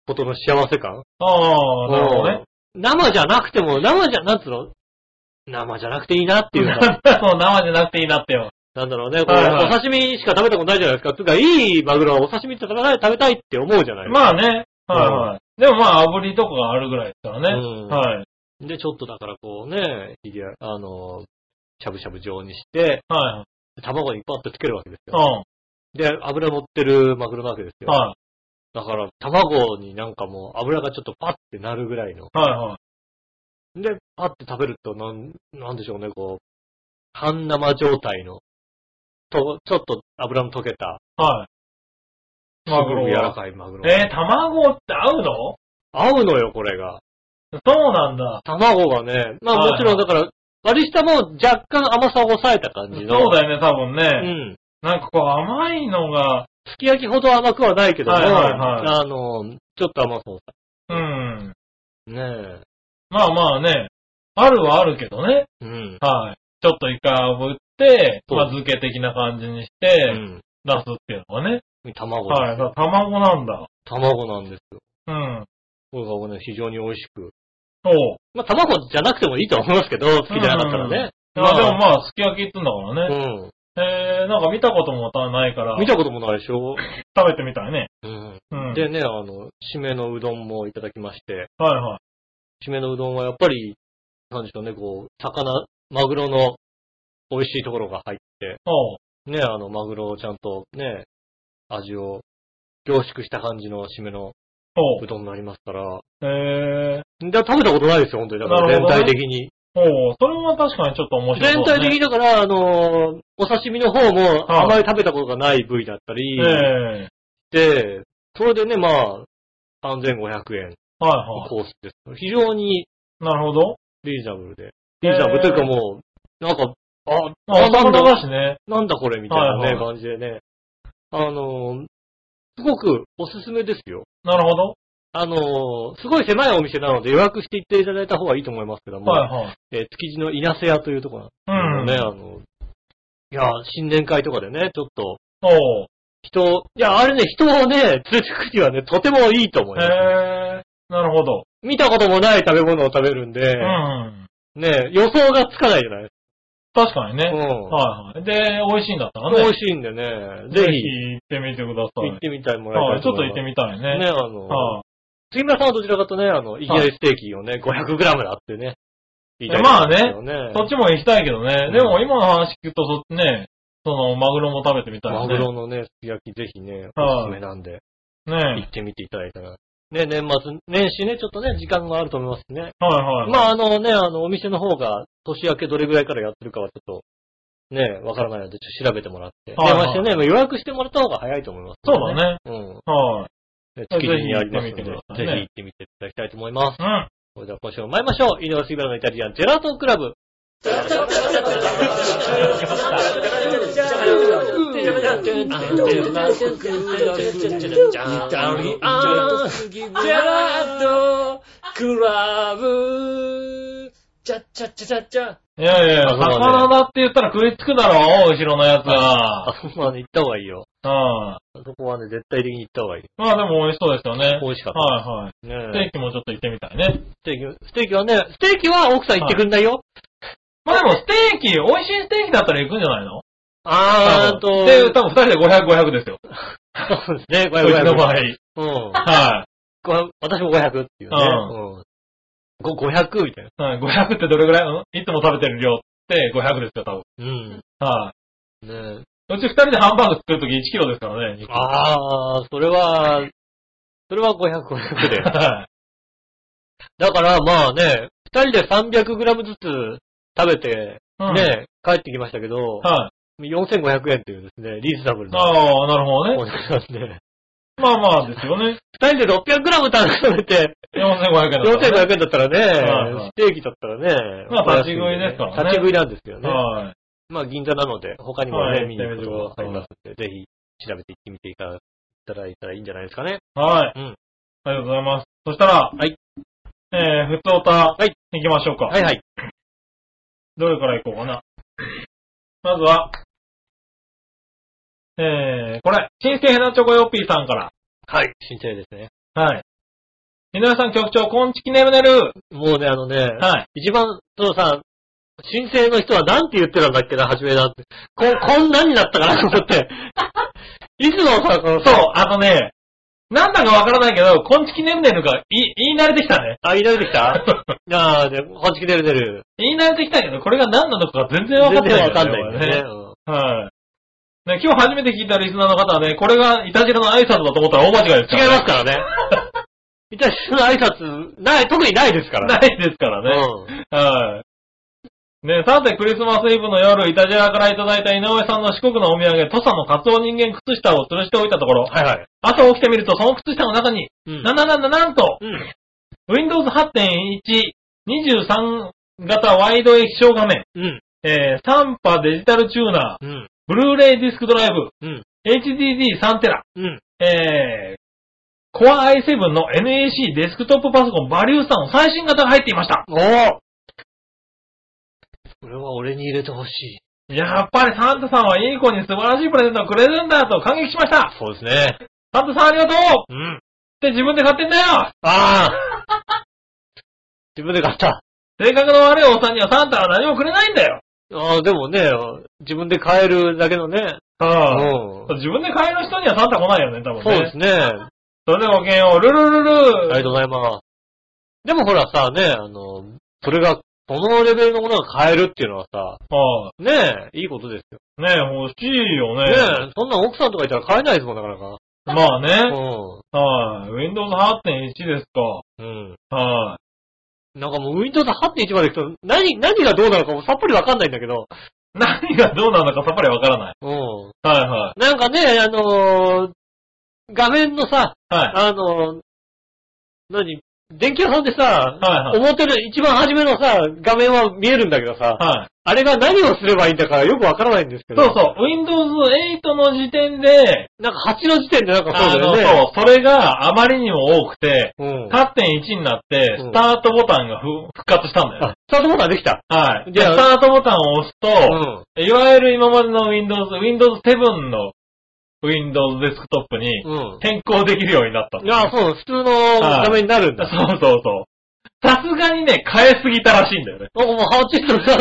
Speaker 2: ことの幸せ感
Speaker 3: ああ、なるほどね。
Speaker 2: うん生じゃなくても、生じゃ、なんつうの生じゃなくていいなっていう
Speaker 3: な
Speaker 2: か、
Speaker 3: んだそう、生じゃなくていいなってよ。
Speaker 2: なんだろうね、こ
Speaker 3: はいは
Speaker 2: う
Speaker 3: い
Speaker 2: お刺身しか食べたことないじゃないですか。つうか、いいマグロはお刺身って食べたい食べたいって思うじゃないですか。
Speaker 3: まあね。はいはい。でもまあ、炙りとかがあるぐらいですからね。
Speaker 2: うん
Speaker 3: はい。
Speaker 2: で、ちょっとだからこうね、ひげあの、しゃぶしゃぶ状にして、
Speaker 3: はい。
Speaker 2: 卵にパッとつけるわけです
Speaker 3: う
Speaker 2: よ。で、油乗ってるマグロなわけです
Speaker 3: ん。
Speaker 2: よ。
Speaker 3: はい。
Speaker 2: だから、卵になんかもう油がちょっとパッてなるぐらいの。
Speaker 3: はいはい。
Speaker 2: で、パッて食べると、なん、なんでしょうね、こう、半生状態の、と、ちょっと油の溶けた、
Speaker 3: はい。マグ
Speaker 2: すご
Speaker 3: ロ
Speaker 2: く柔ら
Speaker 3: は。
Speaker 2: かいマグロ。
Speaker 3: えー、卵って合うの
Speaker 2: 合うのよ、これが。
Speaker 3: そうなんだ。
Speaker 2: 卵がね、ま
Speaker 3: は
Speaker 2: あ
Speaker 3: い
Speaker 2: もちろんだから、割り下も若干甘さを抑えた感
Speaker 3: そ
Speaker 2: じ
Speaker 3: う
Speaker 2: の。
Speaker 3: だよね、多分
Speaker 2: う
Speaker 3: ね。
Speaker 2: ん。
Speaker 3: なんかこう甘いのが、
Speaker 2: すき焼きほど甘くはないけども、
Speaker 3: はいはいは
Speaker 2: あの、ちょっと甘そう
Speaker 3: うん。
Speaker 2: だ。ね
Speaker 3: まあまあね。あるはあるけどね。
Speaker 2: え。うん。
Speaker 3: はい。ちょっと一回炙って、
Speaker 2: そう
Speaker 3: まあ漬け的な感じにし
Speaker 2: う
Speaker 3: て、
Speaker 2: ん。
Speaker 3: 出すっていうのがね。
Speaker 2: 卵、
Speaker 3: はい。だから卵なんだ。
Speaker 2: 卵なんですよ。
Speaker 3: うん。
Speaker 2: これがね、非常に美味しく。
Speaker 3: そう。
Speaker 2: まあ卵じゃなくてもいいとは思いますけど、好きじゃなかったらね。
Speaker 3: まあでもまあ、すき焼きって言うんだからね。
Speaker 2: うん。
Speaker 3: えー、なんか見たこともないから、
Speaker 2: 見
Speaker 3: 食
Speaker 2: たこともないでしょ、
Speaker 3: べてみたいね。
Speaker 2: うん、
Speaker 3: うん。
Speaker 2: でね、あの、締めのうどんもいただきまして、
Speaker 3: はいはい。
Speaker 2: 締めのうどんはやっぱり、なんでしょうね、こう、魚、マグロの美味しいところが入って、
Speaker 3: おう。
Speaker 2: ね、あの、マグロをちゃんとね、味を凝縮した感じの締めの
Speaker 3: おう
Speaker 2: う。どんになりますから、
Speaker 3: えー、
Speaker 2: で食べたことないですよ、本当に。だから
Speaker 3: なる
Speaker 2: 全
Speaker 3: ほどね
Speaker 2: 体的に。
Speaker 3: おう。それは確かにちょっと面白い、
Speaker 2: 全体的にだから、あの、お刺身の方も
Speaker 3: はい
Speaker 2: あまり食べたことがない部位だったり、
Speaker 3: え
Speaker 2: で、それでね、まあ、3500円
Speaker 3: ー、はいは
Speaker 2: コースです。非常に
Speaker 3: い。なるほど。
Speaker 2: リーズナブルで。
Speaker 3: へー
Speaker 2: リーズナブルというかもう、なんか、あ、
Speaker 3: まあ、
Speaker 2: あなん
Speaker 3: お魚だ
Speaker 2: だ、
Speaker 3: しね。
Speaker 2: なんだこれみたいなね、
Speaker 3: はいはい
Speaker 2: 感じでね。あのー、すごくおすすめですよ。
Speaker 3: なるほど。
Speaker 2: あのー、すごい狭いお店なので予約して行っていただいた方がいいと思いますけども、
Speaker 3: はいはい。
Speaker 2: えー築地の稲瀬屋というところなんですけどね、あの、いや、新年会とかでね、ちょっと、
Speaker 3: おう。
Speaker 2: 人を、いや、あれね、人をね、連れてくにはね、とてもいいと思います。
Speaker 3: えー、なるほど。
Speaker 2: 見たこともない食べ物を食べるんで、
Speaker 3: うん。
Speaker 2: ね、予想がつかないじゃないです
Speaker 3: 確かにね。
Speaker 2: か。うん
Speaker 3: はいはい。で、美味しいんだったら
Speaker 2: 美
Speaker 3: ね。
Speaker 2: 味しいんでね、
Speaker 3: ぜ
Speaker 2: ぜ
Speaker 3: ひ
Speaker 2: ひ
Speaker 3: 行ってみてください。
Speaker 2: 行ってみたいもら
Speaker 3: はい
Speaker 2: た
Speaker 3: い。
Speaker 2: い
Speaker 3: ち
Speaker 2: と
Speaker 3: ょっと
Speaker 2: 思い
Speaker 3: 行
Speaker 2: ま
Speaker 3: っ
Speaker 2: す。
Speaker 3: てみたいね。
Speaker 2: ね、あの、
Speaker 3: はい、
Speaker 2: 杉村さんはどちらかとね、あの、いきなりステーキをね、500g だってね、言いたい
Speaker 3: まあね
Speaker 2: ですよね
Speaker 3: そっちも行きたいけどね。
Speaker 2: ん
Speaker 3: でも今の話聞くと、そっちね、その、マグロも食べてみたい
Speaker 2: マ
Speaker 3: よ
Speaker 2: グ
Speaker 3: ね。
Speaker 2: ロのね、すき焼きぜひね、
Speaker 3: はい
Speaker 2: おすすめなんで、行
Speaker 3: ね
Speaker 2: ってみていただいたら。ね、年末、年始ね、ちょっとね、時間があると思いますしね。
Speaker 3: はいはい。
Speaker 2: まあ、あのね、あの、お店の方が、年明けどれぐらいからやってるかはちょっと、ね、わからないので、ちょっと調べてもらって。
Speaker 3: はい
Speaker 2: 電
Speaker 3: はい
Speaker 2: 話してね、もう予約してもらった方が早いと思います、
Speaker 3: そうだ。ね。
Speaker 2: うん。
Speaker 3: はい。
Speaker 2: ね築地にありますので、ぜ
Speaker 3: ぜひ行ってみて
Speaker 2: ひ
Speaker 3: くださいね
Speaker 2: 行ってみていただきたいと思います。
Speaker 3: うん。
Speaker 2: それでは今週も参りましょう。井上杉村のイタリアンジェラートクラ ブ。
Speaker 3: いやいやいや、
Speaker 2: あそうだね
Speaker 3: 魚だって言ったら食いつくだろう、後ろのや
Speaker 2: あ
Speaker 3: つが。
Speaker 2: そこはね、行った方がいいよ。
Speaker 3: うん。
Speaker 2: そこはね、絶対的に行った方がいい。
Speaker 3: まあでも美味しそうですよ ね。
Speaker 2: 美味しかった
Speaker 3: はいはい。ステ
Speaker 2: ね
Speaker 3: ーキもちょっと行ってみたいね。
Speaker 2: ステーキ、ステーキはね、ステーキは奥さん行ってくんないよ。
Speaker 3: まあでもステーキ、美味しいステーキだったら行くんじゃないの
Speaker 2: あーっと、
Speaker 3: で、多分二人で500、500ですよ。
Speaker 2: そうですね、
Speaker 3: うちの場合
Speaker 2: 500。。うん。
Speaker 3: は
Speaker 2: こ私も500っていうね。
Speaker 3: うん
Speaker 2: うん。ご500みたいな。
Speaker 3: い。はい500ってどれぐらいうんいつも食べてる量って500ですよ、多分。
Speaker 2: うん。
Speaker 3: はい。
Speaker 2: ね
Speaker 3: うち二人でハンバーグ作るとき1キロですからね。
Speaker 2: あー、それは、それは500、500で。
Speaker 3: は
Speaker 2: だからまあね、二人で300グラムずつ食べて、
Speaker 3: うん。
Speaker 2: ね、帰ってきましたけど、
Speaker 3: はい。
Speaker 2: 4500円というですね、リーズナブルな
Speaker 3: ああ、なるほど
Speaker 2: お
Speaker 3: ね。
Speaker 2: 値段で、
Speaker 3: まあまあですよね。
Speaker 2: 2人で 600g 食べて、
Speaker 3: 4500円だったらね。
Speaker 2: 4500円だったら
Speaker 3: はいは
Speaker 2: ね
Speaker 3: い、
Speaker 2: ステーキだったらね、
Speaker 3: まあ
Speaker 2: お安いん
Speaker 3: 立ち食いですからね
Speaker 2: 立ち食いなんですよね。
Speaker 3: はい。
Speaker 2: まあ銀座なので、他にも
Speaker 3: は
Speaker 2: ね、
Speaker 3: い
Speaker 2: 見に行くことがありますんで、ぜひ調べて行ってみていただいたらいいんじゃないですかね。
Speaker 3: はい。
Speaker 2: うん
Speaker 3: ありがとうございます。そしたら、
Speaker 2: はい。
Speaker 3: えー、ふつおた、
Speaker 2: はい。
Speaker 3: 行きましょうか。
Speaker 2: はいはい。
Speaker 3: どれから行こうかな。まずは、えー、これ、新生ヘナチョコヨッピーさんから。
Speaker 2: はい。新鮮ですね。
Speaker 3: はい。皆さん局長、こんちきねるねる。
Speaker 2: もうね、あのね、
Speaker 3: はい。
Speaker 2: 一番、そのさ、申請の人はなんて言ってたんだっけな、初めだって。 こ、こんなになったかなと思 って。いつもさ、この
Speaker 3: そう
Speaker 2: さ、、
Speaker 3: あとね、なんだかわからないけど、こんちきねるねるが言い、言い慣れてきたね。
Speaker 2: あ、いられてき たああ、で、こっち来てる出る。
Speaker 3: 言い慣れてきたけど、これが何なのか全然わか
Speaker 2: 全
Speaker 3: って
Speaker 2: 然わ
Speaker 3: ないよね、
Speaker 2: かんないんだよ
Speaker 3: こ
Speaker 2: ね。うん
Speaker 3: れねはい。ね、今日初めて聞いたリスナーの方はね、これがイタジラの挨拶だと思ったら大間違いです
Speaker 2: 違いますからね。いたし、その挨拶、ない、特にないですから
Speaker 3: な
Speaker 2: ね。
Speaker 3: いですからね。はい。ねさて、クリスマスイブの夜、イタジェラからいただいた井上さんの四国のお土産、土佐のカツオ人間靴下を吊るしておいたところ、
Speaker 2: はいはい。
Speaker 3: 朝起きてみると、その靴下の中に、
Speaker 2: うん。
Speaker 3: なんなんなんなんなんと、
Speaker 2: うん。
Speaker 3: Windows 8.1、23型ワイド液晶画面、
Speaker 2: うん。
Speaker 3: えー、3波デジタルチューナー、
Speaker 2: うん。
Speaker 3: ブルーレイディスクドライブ、
Speaker 2: うん。
Speaker 3: HDD3 テラ、
Speaker 2: うん。
Speaker 3: えー、Core i7 の NAC デスクトップパソコンバリュースタの最新型が入っていました。
Speaker 2: おおこれは俺に入れてほしい。
Speaker 3: やっぱりサンタさんはいい子に素晴らしいプレゼントをくれるんだと感激しました。
Speaker 2: そうですね。
Speaker 3: サンタさんありがとうっ
Speaker 2: うん。
Speaker 3: て自分で買ってんだよ
Speaker 2: ああ 自分で買った。
Speaker 3: 性格の悪いおっさんにはサンタは何もくれないんだよ。
Speaker 2: ああ、でもね、自分で買えるだけのね。
Speaker 3: は
Speaker 2: うん
Speaker 3: 自分で買える人にはサンタ来ないよね、多分ね。
Speaker 2: そうですね。あ
Speaker 3: それではごきげんよう、ルルルル
Speaker 2: りがとうございます。でもほらさ、ね、あの、それが、このレベルのものが買えるっていうのはさ、
Speaker 3: は
Speaker 2: ねえ、いいことですよ。
Speaker 3: い。ねえ、欲しいよ
Speaker 2: ね
Speaker 3: ね。
Speaker 2: え、そんな奥さんとかいたら買えないですもん、なかなか。
Speaker 3: まあね。
Speaker 2: う
Speaker 3: はい。Windows 8.1ですか。
Speaker 2: ん。うん。
Speaker 3: はい。
Speaker 2: なんかもう Windows 8.1まで行くと、何、何がどうなのかもさっぱりわかんないんだけど。
Speaker 3: 何がどうなのかさっぱりわからない。
Speaker 2: うん。
Speaker 3: はいは
Speaker 2: なんかね、あのー画面のさ、
Speaker 3: い。はい。
Speaker 2: あのー何、電気屋さんでさ、
Speaker 3: はいはい
Speaker 2: 表の一番初めのさ、画面は見えるんだけどさ、
Speaker 3: はい。
Speaker 2: あれが何をすればいいんだかよくわからないんですけ
Speaker 3: そ
Speaker 2: ど、
Speaker 3: うそう。Windows 8の時点で、
Speaker 2: なんか8の時点でなんか
Speaker 3: あ
Speaker 2: そう
Speaker 3: の、
Speaker 2: だよね。
Speaker 3: そう、それがあまりにも多くて、
Speaker 2: うん。
Speaker 3: 8.1になって、
Speaker 2: うん
Speaker 3: スタートボタンがふ復活したんだよね
Speaker 2: あ。、スタートボタンできた。
Speaker 3: はい。で、
Speaker 2: じゃあ
Speaker 3: スタートボタンを押す
Speaker 2: う
Speaker 3: と、
Speaker 2: ん。
Speaker 3: いわゆる今までの Windows、Windows 7の Windows デスクトップに
Speaker 2: うん。
Speaker 3: 変更できるようになったん
Speaker 2: い
Speaker 3: だ
Speaker 2: や、
Speaker 3: よ。
Speaker 2: そう、普通の画面になるんだ。
Speaker 3: そうそうそう。さすがにね、変えすぎたらしいんだよね。
Speaker 2: なんかもう8のさ、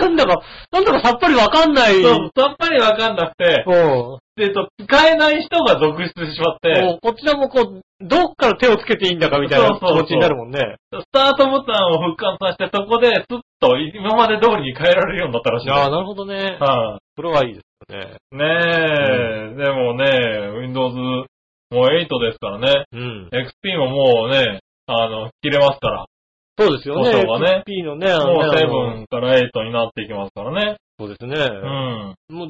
Speaker 2: なんだか、なんだかさっぱりわかんない。
Speaker 3: そう、さっぱりわかんなくて、
Speaker 2: うん。
Speaker 3: で、えっと使えない人が続出してしまって、
Speaker 2: もうこちらもこう、どっから手をつけていいんだかみたいな
Speaker 3: そう
Speaker 2: 気
Speaker 3: そうそう
Speaker 2: 持ちになるもんね。
Speaker 3: スタートボタンを復活させて、そこで、スッと今まで通りに変えられるようになったらしいんだよ。
Speaker 2: ああ、なるほどね。
Speaker 3: はい
Speaker 2: それはいいですよね。
Speaker 3: ねえ、でもね、Windows もう8ですからね。
Speaker 2: うん。
Speaker 3: XP ももうね、あの、切れますから。
Speaker 2: そうですよね。
Speaker 3: 故障がね
Speaker 2: P のね、あ
Speaker 3: もう
Speaker 2: のね
Speaker 3: 7から8になっていきますからね。
Speaker 2: そうです
Speaker 3: う
Speaker 2: ね。
Speaker 3: ん。
Speaker 2: もうあもう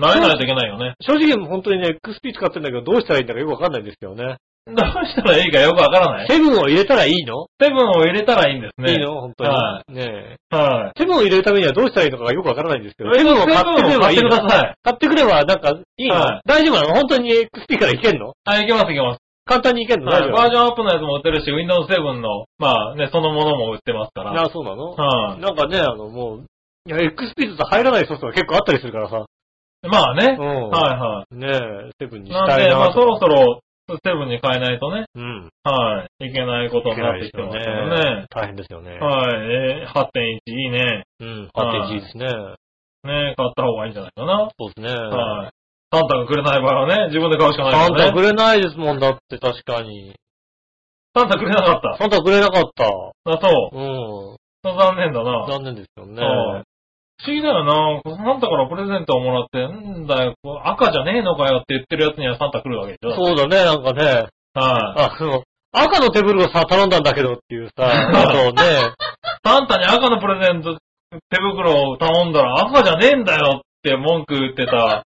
Speaker 3: 慣れないといけないよね。
Speaker 2: 正直本当にね、XP 使ってんだけど、どうしたらいいんだかよくわかんないんですけどね。
Speaker 3: どうしたらいいかよくわからない。
Speaker 2: セブンを入れたらいいの
Speaker 3: 7を入れたらいいんですね。
Speaker 2: いいの本当
Speaker 3: は
Speaker 2: に。ねえ。
Speaker 3: はい。
Speaker 2: セブンを入れるためにはどうしたらいいのかがよくわからないんですけど、セブン
Speaker 3: Windows
Speaker 2: を
Speaker 3: 7
Speaker 2: 買ってくれ
Speaker 3: を
Speaker 2: ば
Speaker 3: 買
Speaker 2: いい
Speaker 3: ってく
Speaker 2: の
Speaker 3: ださい。
Speaker 2: 買ってくればなんかいいの
Speaker 3: はい
Speaker 2: 大丈夫なの本当に XP からいけんの
Speaker 3: はい、いけますいけます。
Speaker 2: 簡単にいけんの
Speaker 3: は
Speaker 2: 大丈
Speaker 3: い、バー
Speaker 2: 夫
Speaker 3: ジョンアップのやつも売ってるし、Windows 7の、まあね、そのものも売ってますから。
Speaker 2: なあ、そうなの
Speaker 3: はい、
Speaker 2: なんかね、あの、もう、いや、XP だと入らないソフトが結構あったりするからさ。
Speaker 3: まあね。
Speaker 2: う
Speaker 3: はい
Speaker 2: ん。
Speaker 3: は
Speaker 2: ねえ、セブン
Speaker 3: い。
Speaker 2: にし
Speaker 3: なん
Speaker 2: た
Speaker 3: で、
Speaker 2: い
Speaker 3: ま
Speaker 2: な
Speaker 3: あそろ
Speaker 2: と。
Speaker 3: そろ7に変えないとね。
Speaker 2: うん。
Speaker 3: はい。いけないことになってきてますよね。
Speaker 2: 大変ですよね。
Speaker 3: はい。えー8.1いいね。
Speaker 2: うん。8.1ですね。
Speaker 3: ね買った方がいいんじゃないかな。
Speaker 2: そうですね。
Speaker 3: はい。サンタがくれない場合はね、自分で買うしかない
Speaker 2: サン
Speaker 3: から
Speaker 2: タ
Speaker 3: ね
Speaker 2: く。れないですもんだって確かに。
Speaker 3: サンタくれなかった。
Speaker 2: サンタくれなかった。
Speaker 3: だそう。
Speaker 2: うん。
Speaker 3: 残念だな。
Speaker 2: 残念ですよね。
Speaker 3: はい不思議だよな。サンタからプレゼントをもらって、んだよ、こう赤じゃねえのかよって言ってるやつにはサンタ来るわけでしょ。
Speaker 2: そうだね、なんかね。
Speaker 3: はい。
Speaker 2: あの、赤 のテーブルをさ、頼んだんだけどっていうさ、あとね、
Speaker 3: サンタに赤のプレゼント手袋を頼んだら赤じゃねえんだよって文句言ってた、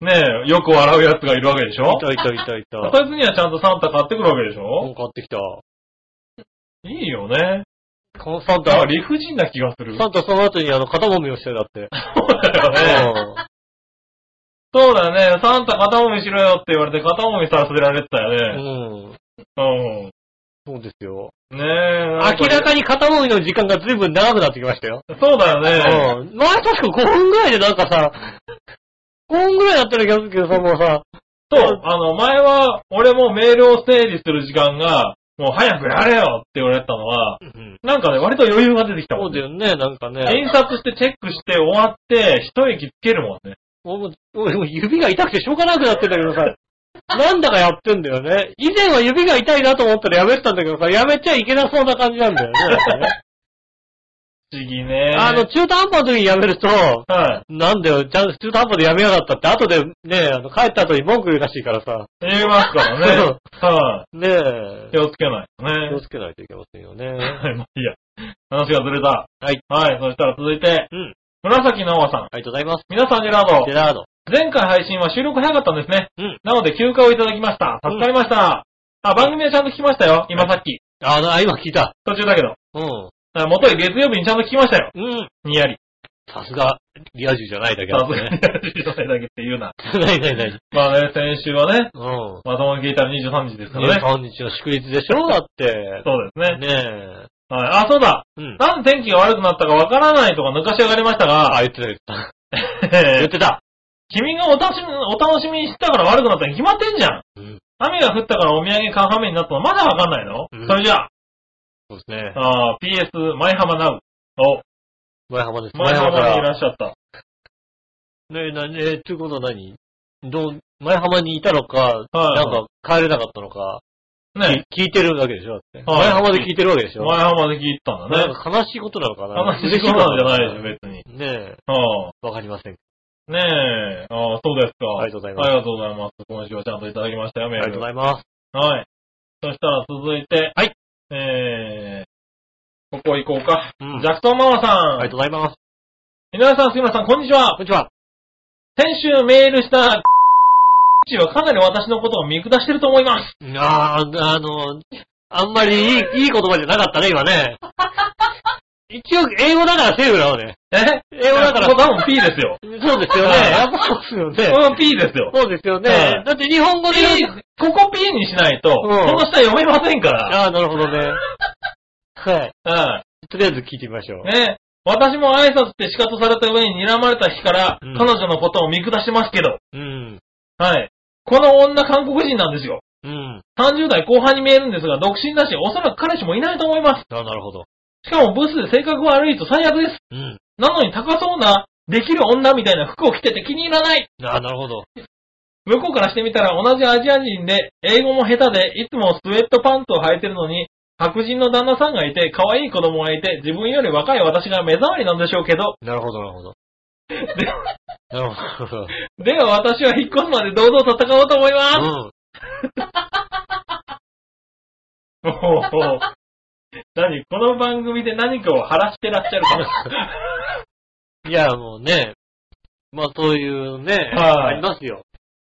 Speaker 3: ねえ、よく笑うやつがいるわけでしょ
Speaker 2: いたいたいたいた。
Speaker 3: そいつにはちゃんとサンタ買ってくるわけでし
Speaker 2: うん
Speaker 3: ょ
Speaker 2: 買ってきた。
Speaker 3: いいよね。
Speaker 2: このサン
Speaker 3: なん
Speaker 2: タ
Speaker 3: か、理不尽な気がす る。
Speaker 2: サンタその後にあの、肩揉みをしてだって。
Speaker 3: そうだよね。そうだね。サンタ肩揉みしろよって言われて肩揉みさせられて
Speaker 2: う
Speaker 3: たよね。
Speaker 2: ん。うん。
Speaker 3: うん。
Speaker 2: そうですよ。
Speaker 3: ねえ。
Speaker 2: 明らか
Speaker 3: に。
Speaker 2: に肩揉みの時間が随分長くなってきましたよ。
Speaker 3: そうだよね。
Speaker 2: うん。まあ確か5分ぐらいでなんかさ、5分ぐらいだったら気がするけどさ、もうさ、
Speaker 3: そう、あの、前は、俺もメールを整理する時間が、もう早くやれよって言われてたのは、なんかね、割と余裕が出てきた
Speaker 2: そ
Speaker 3: も
Speaker 2: うんだ
Speaker 3: ね。
Speaker 2: よね、なんかね。
Speaker 3: 印刷してチェックして終わって、一息つけるもんね。
Speaker 2: 俺も俺も指が痛くてしょうがなくなってんだけど さ、なんだかやってんだよね。以前は指が痛いなと思ったらやめてたんだけどさ、やめちゃいけなそうな感じなんだよねなんか ね。
Speaker 3: 不思議ね。
Speaker 2: あの、、中途半端の時にやめると、
Speaker 3: はい。
Speaker 2: なんだよ、ちゃんと中途半端でやめやがったって、後でね、あの帰った後に文句言うらしいからさ、
Speaker 3: 言いますからね。は
Speaker 2: ねえ
Speaker 3: い。、気をつけないと
Speaker 2: 気を
Speaker 3: ね。
Speaker 2: つけないといけませんよ ね。
Speaker 3: はい、ま あいいや。話がずれた。
Speaker 2: はい。
Speaker 3: はい、そしたら続いて、
Speaker 2: うん。
Speaker 3: 紫のおさん。
Speaker 2: ありがとうございます。
Speaker 3: 皆さん、ジェラード
Speaker 2: ジェ。ラード。
Speaker 3: 前回配信は収録早かったんですね。
Speaker 2: うん。
Speaker 3: なので休暇をいただきました。助かりました。あ、番組はちゃんと聞きましたよ。今さっき。
Speaker 2: あの、あ今聞いた。
Speaker 3: 途中だけど。
Speaker 2: うん。
Speaker 3: あ元へ月曜日にちゃんと聞きましたよ。
Speaker 2: うん。
Speaker 3: にやり。
Speaker 2: さすが、リア充じゃないだけ
Speaker 3: さ
Speaker 2: だ
Speaker 3: すがに
Speaker 2: ね。
Speaker 3: やりだけって言うな。
Speaker 2: ないないない。
Speaker 3: まあね、先週はね、
Speaker 2: うん。
Speaker 3: まともに聞いたら23時ですからね。
Speaker 2: 23日の祝日でしょだって。
Speaker 3: そうですね。
Speaker 2: ねえ。
Speaker 3: はい。あ、そうだ。
Speaker 2: うん。
Speaker 3: なんで天気が悪くなったかわからないとか抜かし上がりました
Speaker 2: あ、
Speaker 3: が、
Speaker 2: 言ってた言ってた。 言っ
Speaker 3: えー
Speaker 2: てた。
Speaker 3: 君がお楽しみお楽しみにしてたから悪くなったに決まってんじゃん。
Speaker 2: うん。
Speaker 3: 雨が降ったからお土産缶はめになったのまだわかんないの、
Speaker 2: うん
Speaker 3: それじゃあ、
Speaker 2: そうですね。
Speaker 3: あー PS、舞浜ナウ。お、
Speaker 2: 前浜です。
Speaker 3: 舞浜にいらっしゃった。
Speaker 2: ねえ、なねえ、ということは何どう、前浜にいたのか、
Speaker 3: はい
Speaker 2: なんか帰れなかったのか、
Speaker 3: ね。
Speaker 2: き聞いてるわけでしょだって。
Speaker 3: はい
Speaker 2: 前浜で聞いてるわけでしょ
Speaker 3: 前浜で聞いたんだ
Speaker 2: なん
Speaker 3: ね。
Speaker 2: か悲しいことなのかな
Speaker 3: 悲しいことなんじゃないでしょ、別に。
Speaker 2: ねえ、
Speaker 3: あ
Speaker 2: わかりません。
Speaker 3: あ、ねえ、ああ、そうですか。
Speaker 2: ありがとうございます
Speaker 3: ありがとうございます。今週はちゃんといただきましたよ、
Speaker 2: あ
Speaker 3: メ
Speaker 2: り
Speaker 3: ー
Speaker 2: がとう
Speaker 3: ル。
Speaker 2: ございます。
Speaker 3: はい。そしたら続いて、はい。えー、ここ行こうか。
Speaker 2: うん
Speaker 3: ジャクソンママさん。
Speaker 2: ありがとうございます。
Speaker 3: 皆さん、杉村さん、こんにちは
Speaker 2: こ。んにちは。
Speaker 3: 先週メールした、ちはかなり私のことを見下してると思います。
Speaker 2: あー、あの、あんまり いい、いい言葉じゃなかったね、今ね。一応、英語だからセーフなのね。
Speaker 3: え
Speaker 2: 英語だから
Speaker 3: ここ多分 P ですよ。
Speaker 2: そうですよね。
Speaker 3: はい
Speaker 2: やっぱそうですよね。
Speaker 3: この P ですよ。
Speaker 2: そうですよ
Speaker 3: は
Speaker 2: ね
Speaker 3: い。
Speaker 2: だって日本語で言
Speaker 3: P
Speaker 2: う、
Speaker 3: ここ P にしないと、
Speaker 2: うん
Speaker 3: この下読めませんから。
Speaker 2: ああ、なるほどね。はい。
Speaker 3: は
Speaker 2: とりあえず聞いてみましょう
Speaker 3: い。。ね。私も挨拶って仕方された上に睨まれた日から、
Speaker 2: うん
Speaker 3: 彼女のことを見下してますけど、
Speaker 2: うん。
Speaker 3: はい。この女韓国人なんですよ。
Speaker 2: うん。
Speaker 3: 30代後半に見えるんですが、独身だし、おそらく彼氏もいないと思います。
Speaker 2: あなるほど。
Speaker 3: しかもブスで性格悪いと最悪です。
Speaker 2: うん。
Speaker 3: なのに高そうな、できる女みたいな服を着てて気に入らない。
Speaker 2: ああ、なるほど。
Speaker 3: 向こうからしてみたら同じアジア人で、英語も下手で、いつもスウェットパンツを履いてるのに、白人の旦那さんがいて、可愛い子供がいて、自分より若い私が目障りなんでしょうけど、
Speaker 2: なるほど、なるほど。なるほど。
Speaker 3: では私は引っ越すまで堂々戦おうと思います。
Speaker 2: うん。
Speaker 3: おおお何この番組で何かを晴らしてらっしゃるか
Speaker 2: いや、もうね、まあそういうね、あ
Speaker 3: はい
Speaker 2: りますよ。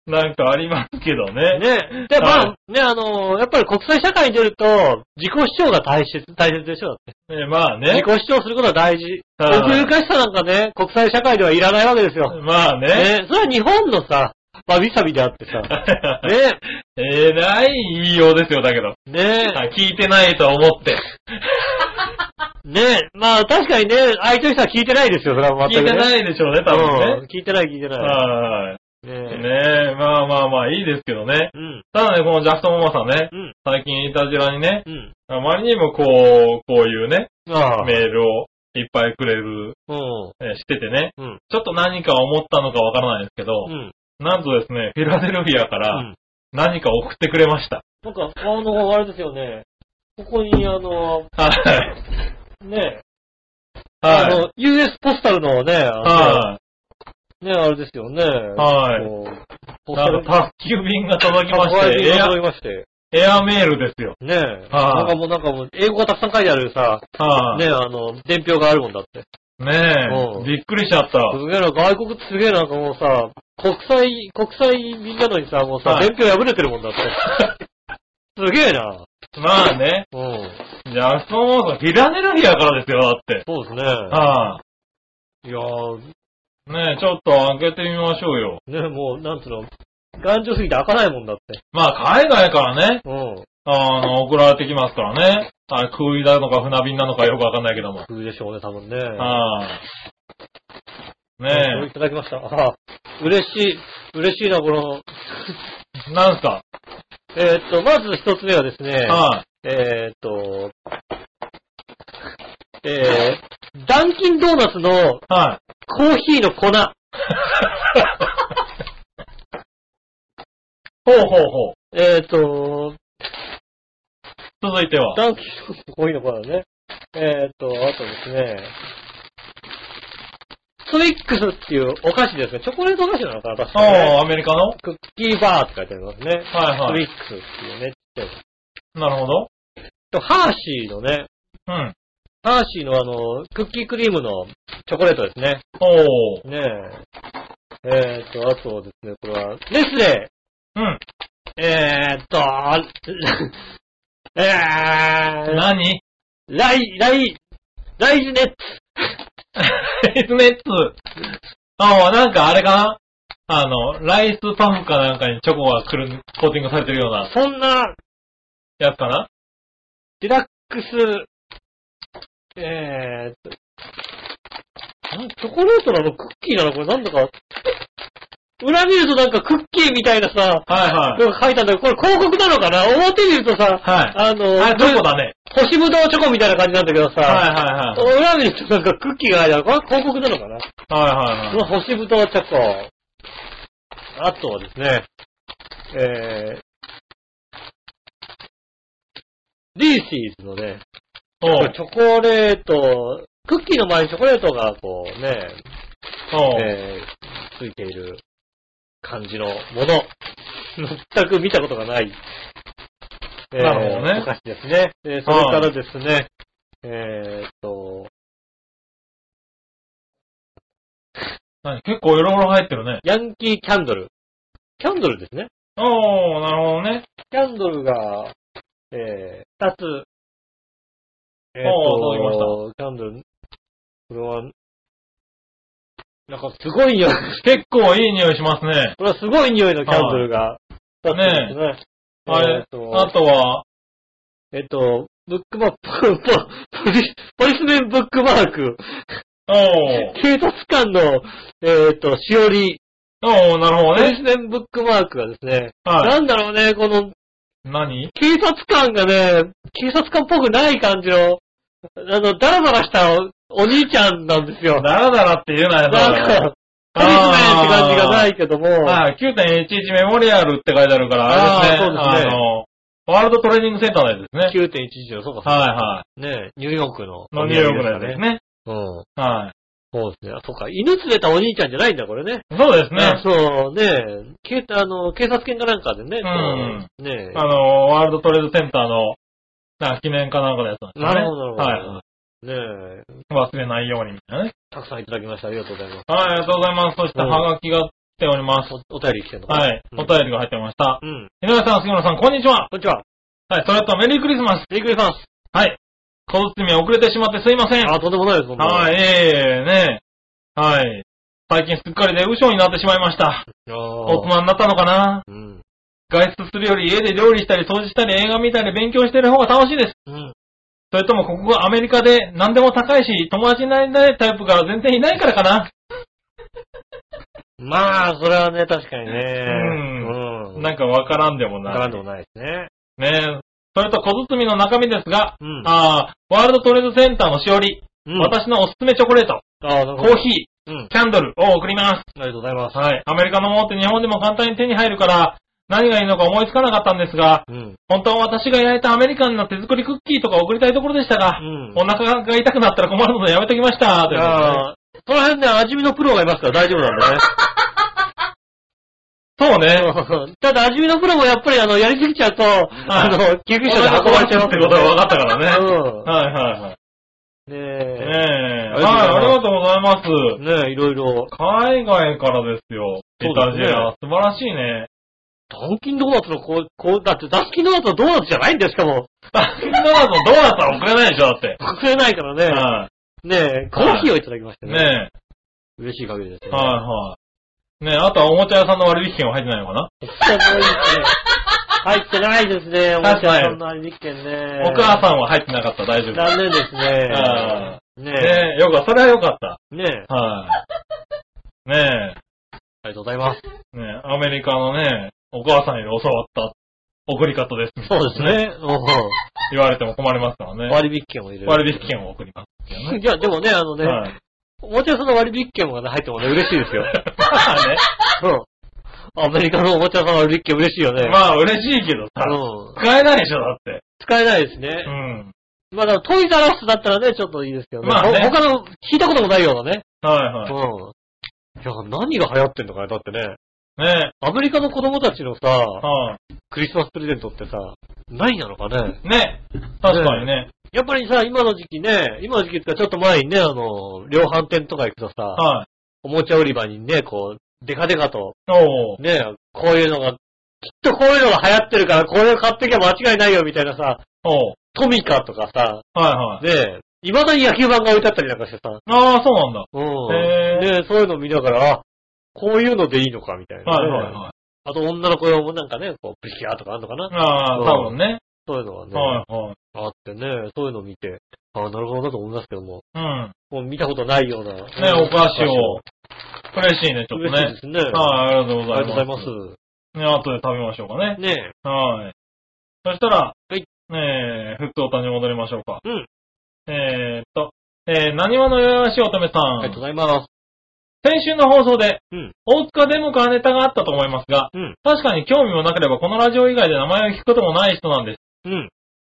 Speaker 3: ななんかありますけどね。
Speaker 2: ね。で、ま
Speaker 3: は
Speaker 2: あね、あの、やっぱり国際社会に出ると、自己主張が大切、大切でしょ。だって
Speaker 3: えまあ
Speaker 2: 自
Speaker 3: ね。
Speaker 2: 己主張することは大事。
Speaker 3: はい
Speaker 2: 奥ゆかしさなんかね、国際社会ではいらないわけですよ。
Speaker 3: まあね。
Speaker 2: ね、それは日本のさ、わびさびであってさ。 ね、
Speaker 3: えらい言いようですよ、だけど。
Speaker 2: ね、
Speaker 3: あ聞いてないと思って。
Speaker 2: ね、まあ確かにね、相手の人は聞いてないですよ、それは
Speaker 3: 聞
Speaker 2: 全
Speaker 3: い
Speaker 2: く、ね。、
Speaker 3: てないいでしょうね、多分ね。
Speaker 2: 聞いてない、聞いてない。
Speaker 3: はい。
Speaker 2: ね
Speaker 3: ねえ、まあまあまあ、いいですけどね。
Speaker 2: うん、
Speaker 3: ただね、このジャクソンママさんね、
Speaker 2: うん、
Speaker 3: 最近イタジラにね、
Speaker 2: うん。
Speaker 3: あまりにもこう、こういうね、
Speaker 2: ああ、
Speaker 3: メールをいっぱいくれる、
Speaker 2: うん、
Speaker 3: えーしててね、
Speaker 2: うん、
Speaker 3: ちょっと何か思ったのかわからないですけど
Speaker 2: う、ん。
Speaker 3: なんとですね、フィラデルフィアか
Speaker 2: う
Speaker 3: ら
Speaker 2: ん
Speaker 3: 何か送ってくれました。
Speaker 2: なんか、あの、あれですよね。ここに、あの、
Speaker 3: はい。
Speaker 2: ね、あ
Speaker 3: は
Speaker 2: の、US ポスタルのね、あの
Speaker 3: い。は
Speaker 2: ね、あれですよね。
Speaker 3: い。はい。
Speaker 2: い。ポスタ
Speaker 3: な
Speaker 2: ル
Speaker 3: んか、宅急便が届きま
Speaker 2: 宅
Speaker 3: して、
Speaker 2: 配
Speaker 3: エ
Speaker 2: 便が
Speaker 3: ア
Speaker 2: 届きまして。
Speaker 3: エアメールですよ。
Speaker 2: ねえ。な
Speaker 3: は
Speaker 2: いんかもうなんかもう、英語がたくさん書いてあるさ、
Speaker 3: はい。
Speaker 2: ねえ、あの、伝票があるもんだって。う
Speaker 3: ね
Speaker 2: ん
Speaker 3: え。びっくりしちゃった。
Speaker 2: すげえな、外国ってすげえなんかもうさ、国際、国際便なのにさ、もうさ、
Speaker 3: はい
Speaker 2: 伝票破れてるもん だって。すげえな。
Speaker 3: まあね。
Speaker 2: うん。
Speaker 3: ジャクソン・モーソン、フィラネルフィアからですよ、だって。
Speaker 2: そうですね。
Speaker 3: はい
Speaker 2: やー、
Speaker 3: い。ねえ、ちょっと開けてみましょうよ。
Speaker 2: ね、もう、なんつうの、頑丈すぎて開かないもんだって。
Speaker 3: まあ、海外からね、
Speaker 2: うん。
Speaker 3: あの、送られてきますからね。あ、空輸なのか船便なのかよくわかんないけども。
Speaker 2: するでしょうね、多分ね。
Speaker 3: はい。
Speaker 2: うんい
Speaker 3: ね
Speaker 2: ただきました。あ嬉しい、嬉しいな、この、
Speaker 3: え、なんすか
Speaker 2: えーっと、まず一つ目はですね、
Speaker 3: はい。
Speaker 2: えーっと、えー、ダンキンドーナツの
Speaker 3: はい。
Speaker 2: コーヒーの粉。
Speaker 3: ほうほうほう。
Speaker 2: えーっと、
Speaker 3: 続いては。
Speaker 2: ダンキンドーナツのコーヒーの粉だね。えーっと、あとですね、スイックスっていうお菓子ですね。チョコレートお菓子なのかな、確か
Speaker 3: あ
Speaker 2: ね。
Speaker 3: あ、アメリカのは
Speaker 2: クッキーバーって書いてありますね。
Speaker 3: いは
Speaker 2: スイッ
Speaker 3: い。
Speaker 2: クスっていうね、ちっちゃい
Speaker 3: なるほど。
Speaker 2: とハーシーのね、
Speaker 3: うん。
Speaker 2: ハーシーのあの、クッキークリームのチョコレートですね。
Speaker 3: おー。
Speaker 2: ねえ。えー、と、あとですね、これは、ネスレ
Speaker 3: うん。
Speaker 2: えー、と、 えー、
Speaker 3: 何
Speaker 2: ライ、ライ、ライズネッツ。
Speaker 3: ライスネッツ。ああ、なんかあれかなあの、ライスパフかなんかにチョコがくる、コーティングされてるような
Speaker 2: そんな、
Speaker 3: やつかな
Speaker 2: リラックス、えー、と、んチョコレートなのクッキーなのこれなんだか、裏見るとなんかクッキーみ たいなさ、
Speaker 3: はいはい。
Speaker 2: のが書いたんだけど、これ広告なのかな表見るとさ、
Speaker 3: はい。
Speaker 2: あの、
Speaker 3: あ、チョコだね。
Speaker 2: 星ぶどうチョコみたいな感じなんだけどさ、
Speaker 3: はいはいはい。
Speaker 2: 裏見るとなんかクッキーがあるじゃん。これ広告なのかな、
Speaker 3: はいはい
Speaker 2: そ
Speaker 3: はい。
Speaker 2: の星ぶどうチョコ。あとはですね、えー、リーシーズのね、
Speaker 3: お
Speaker 2: こ
Speaker 3: う
Speaker 2: れチョコレート、クッキーの前にチョコレートがこうね、
Speaker 3: おう
Speaker 2: えー、ついている感じのもの。 全く見たことがない。えー
Speaker 3: なるほどね
Speaker 2: お菓子ですね。えーそれからですね、えーっと、
Speaker 3: 何結構いろいろ入ってるね。
Speaker 2: ヤンキーキャンドル。キャンドルですね。
Speaker 3: おー、なるほどね。
Speaker 2: キャンドルが、えー、二つ。え
Speaker 3: 届きま
Speaker 2: ー、キャンドル、これは、なんかすごいよ。
Speaker 3: 結構いい匂いしますね。
Speaker 2: これはすごい匂いのキャンドルが二つですね。
Speaker 3: あ
Speaker 2: えー
Speaker 3: れ
Speaker 2: っ、と
Speaker 3: あとは、
Speaker 2: えっと、ブックマーク、ポ ポリス、ポリスメンブックマーク、
Speaker 3: おー、
Speaker 2: 警察官の、えっと、しおり、
Speaker 3: おー、なるほ
Speaker 2: ポ
Speaker 3: ど
Speaker 2: リ
Speaker 3: ね。
Speaker 2: スメンブックマークがですね、
Speaker 3: はい。
Speaker 2: なんだろうね、この、
Speaker 3: 何
Speaker 2: 警察官がね、警察官っぽくない感じの、あの、ダラダラしたおお兄ちゃんなんですよ。
Speaker 3: ダラダラって言う
Speaker 2: な
Speaker 3: なよ、
Speaker 2: ん
Speaker 3: ダラダラ
Speaker 2: か、ポリスメンって感じがないけども、
Speaker 3: はい、9.11メモリアルって書いてあるから、あれですね。
Speaker 2: あーそうですね
Speaker 3: あの、ワールドトレーニングセンターのやつですね。
Speaker 2: 9.11の、そうか、
Speaker 3: はいは
Speaker 2: ね、ニューヨークの。
Speaker 3: い。のニューヨークのやつです。ね。
Speaker 2: うん。
Speaker 3: はい。
Speaker 2: そうですね。あそうか、犬連れたお兄ちゃんじゃないんだ、これね。
Speaker 3: そうです
Speaker 2: ね
Speaker 3: ね、。
Speaker 2: そう、ね警あの、警察犬かなんかでね、
Speaker 3: ん
Speaker 2: こうね
Speaker 3: あの、ワールドトレードセンターの、なんか記念かなんかのやつなんですね。
Speaker 2: なるほど、な
Speaker 3: は
Speaker 2: る
Speaker 3: い
Speaker 2: ほ
Speaker 3: は
Speaker 2: ど。ねえ
Speaker 3: い。忘れないようにみたいなね。
Speaker 2: たくさんいただきました。ありがとうございます。
Speaker 3: はい、ありがとうございます。そして、
Speaker 2: うん
Speaker 3: ハガキが来ております。
Speaker 2: おお便り来てるのかな
Speaker 3: はい。
Speaker 2: うん
Speaker 3: お便りが入ってました。
Speaker 2: うん。
Speaker 3: 井上さん、杉村さん、こんにちは。
Speaker 2: こんにちは。
Speaker 3: はい、それとメリークリスマス。
Speaker 2: ビッグリファンス。
Speaker 3: はい。小包み遅れてしまってすいません。
Speaker 2: あ、とんでもないです、そんなの
Speaker 3: は。い、ええねえ。はい。最近すっかりでウショになってしまいました。大
Speaker 2: あー
Speaker 3: 人になったのかな
Speaker 2: うん。
Speaker 3: 外出するより家で料理したり掃除したり映画見たり勉強してる方が楽しいです。
Speaker 2: うん。
Speaker 3: それともここがアメリカで何でも高いし、友達になりたいタイプが全然いないからかな。
Speaker 2: まあ、それはね、確かにね。
Speaker 3: うん
Speaker 2: うん。
Speaker 3: なんかわからんでも
Speaker 2: な
Speaker 3: ない。
Speaker 2: んでもないですね。
Speaker 3: ねえ。それと小包みの中身ですが、
Speaker 2: うん
Speaker 3: ああ、ワールドトレードセンターのしおり、
Speaker 2: うん。
Speaker 3: 私のおすすめチョコレート、
Speaker 2: あー、なるほ
Speaker 3: コ
Speaker 2: ど。
Speaker 3: ーヒー、
Speaker 2: うん。
Speaker 3: キャンドルを送ります。
Speaker 2: ありがとうございます。
Speaker 3: はい。アメリカのものって日本でも簡単に手に入るから、何がいいのか思いつかなかったんですが、
Speaker 2: うん。
Speaker 3: 本当は私が焼いたアメリカンな手作りクッキーとか送りたいところでしたが、
Speaker 2: うん
Speaker 3: お腹が痛くなったら困るのでやめときました。というこ
Speaker 2: ああ、その辺ね、味見のプロがいますから大丈夫なんでね。
Speaker 3: と でねそうね。
Speaker 2: うんただ、味見のプロもやっぱり、あの、やりすぎちゃうと、あの、救急車
Speaker 3: お
Speaker 2: で
Speaker 3: 腹
Speaker 2: 運ばれ
Speaker 3: 壊
Speaker 2: ちゃい
Speaker 3: す
Speaker 2: ま
Speaker 3: っ
Speaker 2: す
Speaker 3: て
Speaker 2: よ
Speaker 3: ことが分かったからね。
Speaker 2: うん。
Speaker 3: はいはいはい。
Speaker 2: ね
Speaker 3: ね
Speaker 2: え。
Speaker 3: え。はい、
Speaker 2: あ
Speaker 3: あ
Speaker 2: り
Speaker 3: り
Speaker 2: が
Speaker 3: がとうございます。
Speaker 2: ねえ、いろいろ。
Speaker 3: 海外からですよ。
Speaker 2: そ
Speaker 3: イ
Speaker 2: う
Speaker 3: タ
Speaker 2: です
Speaker 3: ジ
Speaker 2: ね
Speaker 3: ェラ。素晴らしいね。
Speaker 2: ダンキンドーナツのこう、こう、だってダンキンドーナツはドーナツじゃないんですかも
Speaker 3: ダンキンドーナツのドーナツは送れないでしょ、だって。
Speaker 2: う。隠れないからね。
Speaker 3: は
Speaker 2: ねえ、コーヒーをいただきました
Speaker 3: い。
Speaker 2: ね。
Speaker 3: ね
Speaker 2: 嬉しい限りです
Speaker 3: え。
Speaker 2: ね。
Speaker 3: はいはい。ねえ、あとはおもちゃ屋さんの割引券は入ってないのかな、
Speaker 2: い。入ってないですね。おもちゃ屋さんの割引券ね。
Speaker 3: お母さんは入ってなかった、大丈夫。
Speaker 2: 残念ですねね
Speaker 3: あ。ねえ、よかった、それはよかっ
Speaker 2: え。ねえ。
Speaker 3: た。はい。ね
Speaker 2: ありがとうございます。
Speaker 3: え、ねえ、アメリカのね、お母さんより教わった送り方です。
Speaker 2: そうです。ね。う
Speaker 3: 言われても困りますからね
Speaker 2: ん。割引券を入れる。
Speaker 3: 割引券を送ります。
Speaker 2: 引いや、でもね、あのね、
Speaker 3: はい。
Speaker 2: おもちゃ屋さんの割引券がね入ってもね、嬉しいですよ。
Speaker 3: まあね。
Speaker 2: うん。 アメリカのおもちゃ屋さんの割引券嬉しいよね。
Speaker 3: まあ嬉しいけどさ、
Speaker 2: うん。
Speaker 3: 使えないでしょ、だって。
Speaker 2: 使えないですね。
Speaker 3: うん。
Speaker 2: まあ、だからトイザラスだったらね、ちょっといいですけどね。
Speaker 3: まあね
Speaker 2: ほ他の、聞いたこともないようなね。
Speaker 3: はいうは
Speaker 2: ん。いや、何が流行ってんのかね、だってね。
Speaker 3: い。ね
Speaker 2: アメリカの子供たちのさ、
Speaker 3: え。は
Speaker 2: クリスマスプレゼントってさ、何なのかね。
Speaker 3: い。ねえ。確かにね。
Speaker 2: やっぱりさ、今の時期ね、今の時期っていうかちょっと前にね、あの、量販店とか行くとさ、
Speaker 3: はい。
Speaker 2: おもちゃ売り場にね、こう、デカデカと、
Speaker 3: おー。
Speaker 2: ね、こういうのが、きっとこういうのが流行ってるから、これを買ってきゃ間違いないよ、みたいなさ、
Speaker 3: おー。
Speaker 2: トミカとかさ、
Speaker 3: はいはい。
Speaker 2: ね、未だに野球盤が置いてあったりなんかしてさ、
Speaker 3: ああ、そうなんだ。
Speaker 2: うん。
Speaker 3: へー
Speaker 2: ね、そういうの見ながら、あ、こういうのでいいのか、みたいな、
Speaker 3: はいはいはい。
Speaker 2: あと女の子用もなんかね、こう、プリキュアとかあるのかな
Speaker 3: ああ、多分ね。
Speaker 2: そういうのはね、
Speaker 3: はいはい。
Speaker 2: あってね、そういうのを見て、あなるほどなと思いますけども、
Speaker 3: うん。
Speaker 2: もう見たことないような。ね
Speaker 3: ねお菓子を。嬉しいね、ちょっと
Speaker 2: 嬉しいで
Speaker 3: ね。
Speaker 2: すね。
Speaker 3: はい、ありがとうご
Speaker 2: ありが
Speaker 3: ざ
Speaker 2: とうござ
Speaker 3: い
Speaker 2: いま
Speaker 3: ますす。。ね、後で食べましょうかね。
Speaker 2: ねえ。
Speaker 3: はい。そしたら、
Speaker 2: はい。
Speaker 3: ねえ、ふつおたに戻りましょうか。
Speaker 2: うん。
Speaker 3: えーっと、えー、なにわのよよしおとめさ。
Speaker 2: ありがとうんございます。
Speaker 3: 先週の放送で、
Speaker 2: うん
Speaker 3: 大塚デモカーネタがあったと思いますが、
Speaker 2: うん。
Speaker 3: 確かに興味もなければこのラジオ以外で名前を聞くこともない人なんです。
Speaker 2: うん。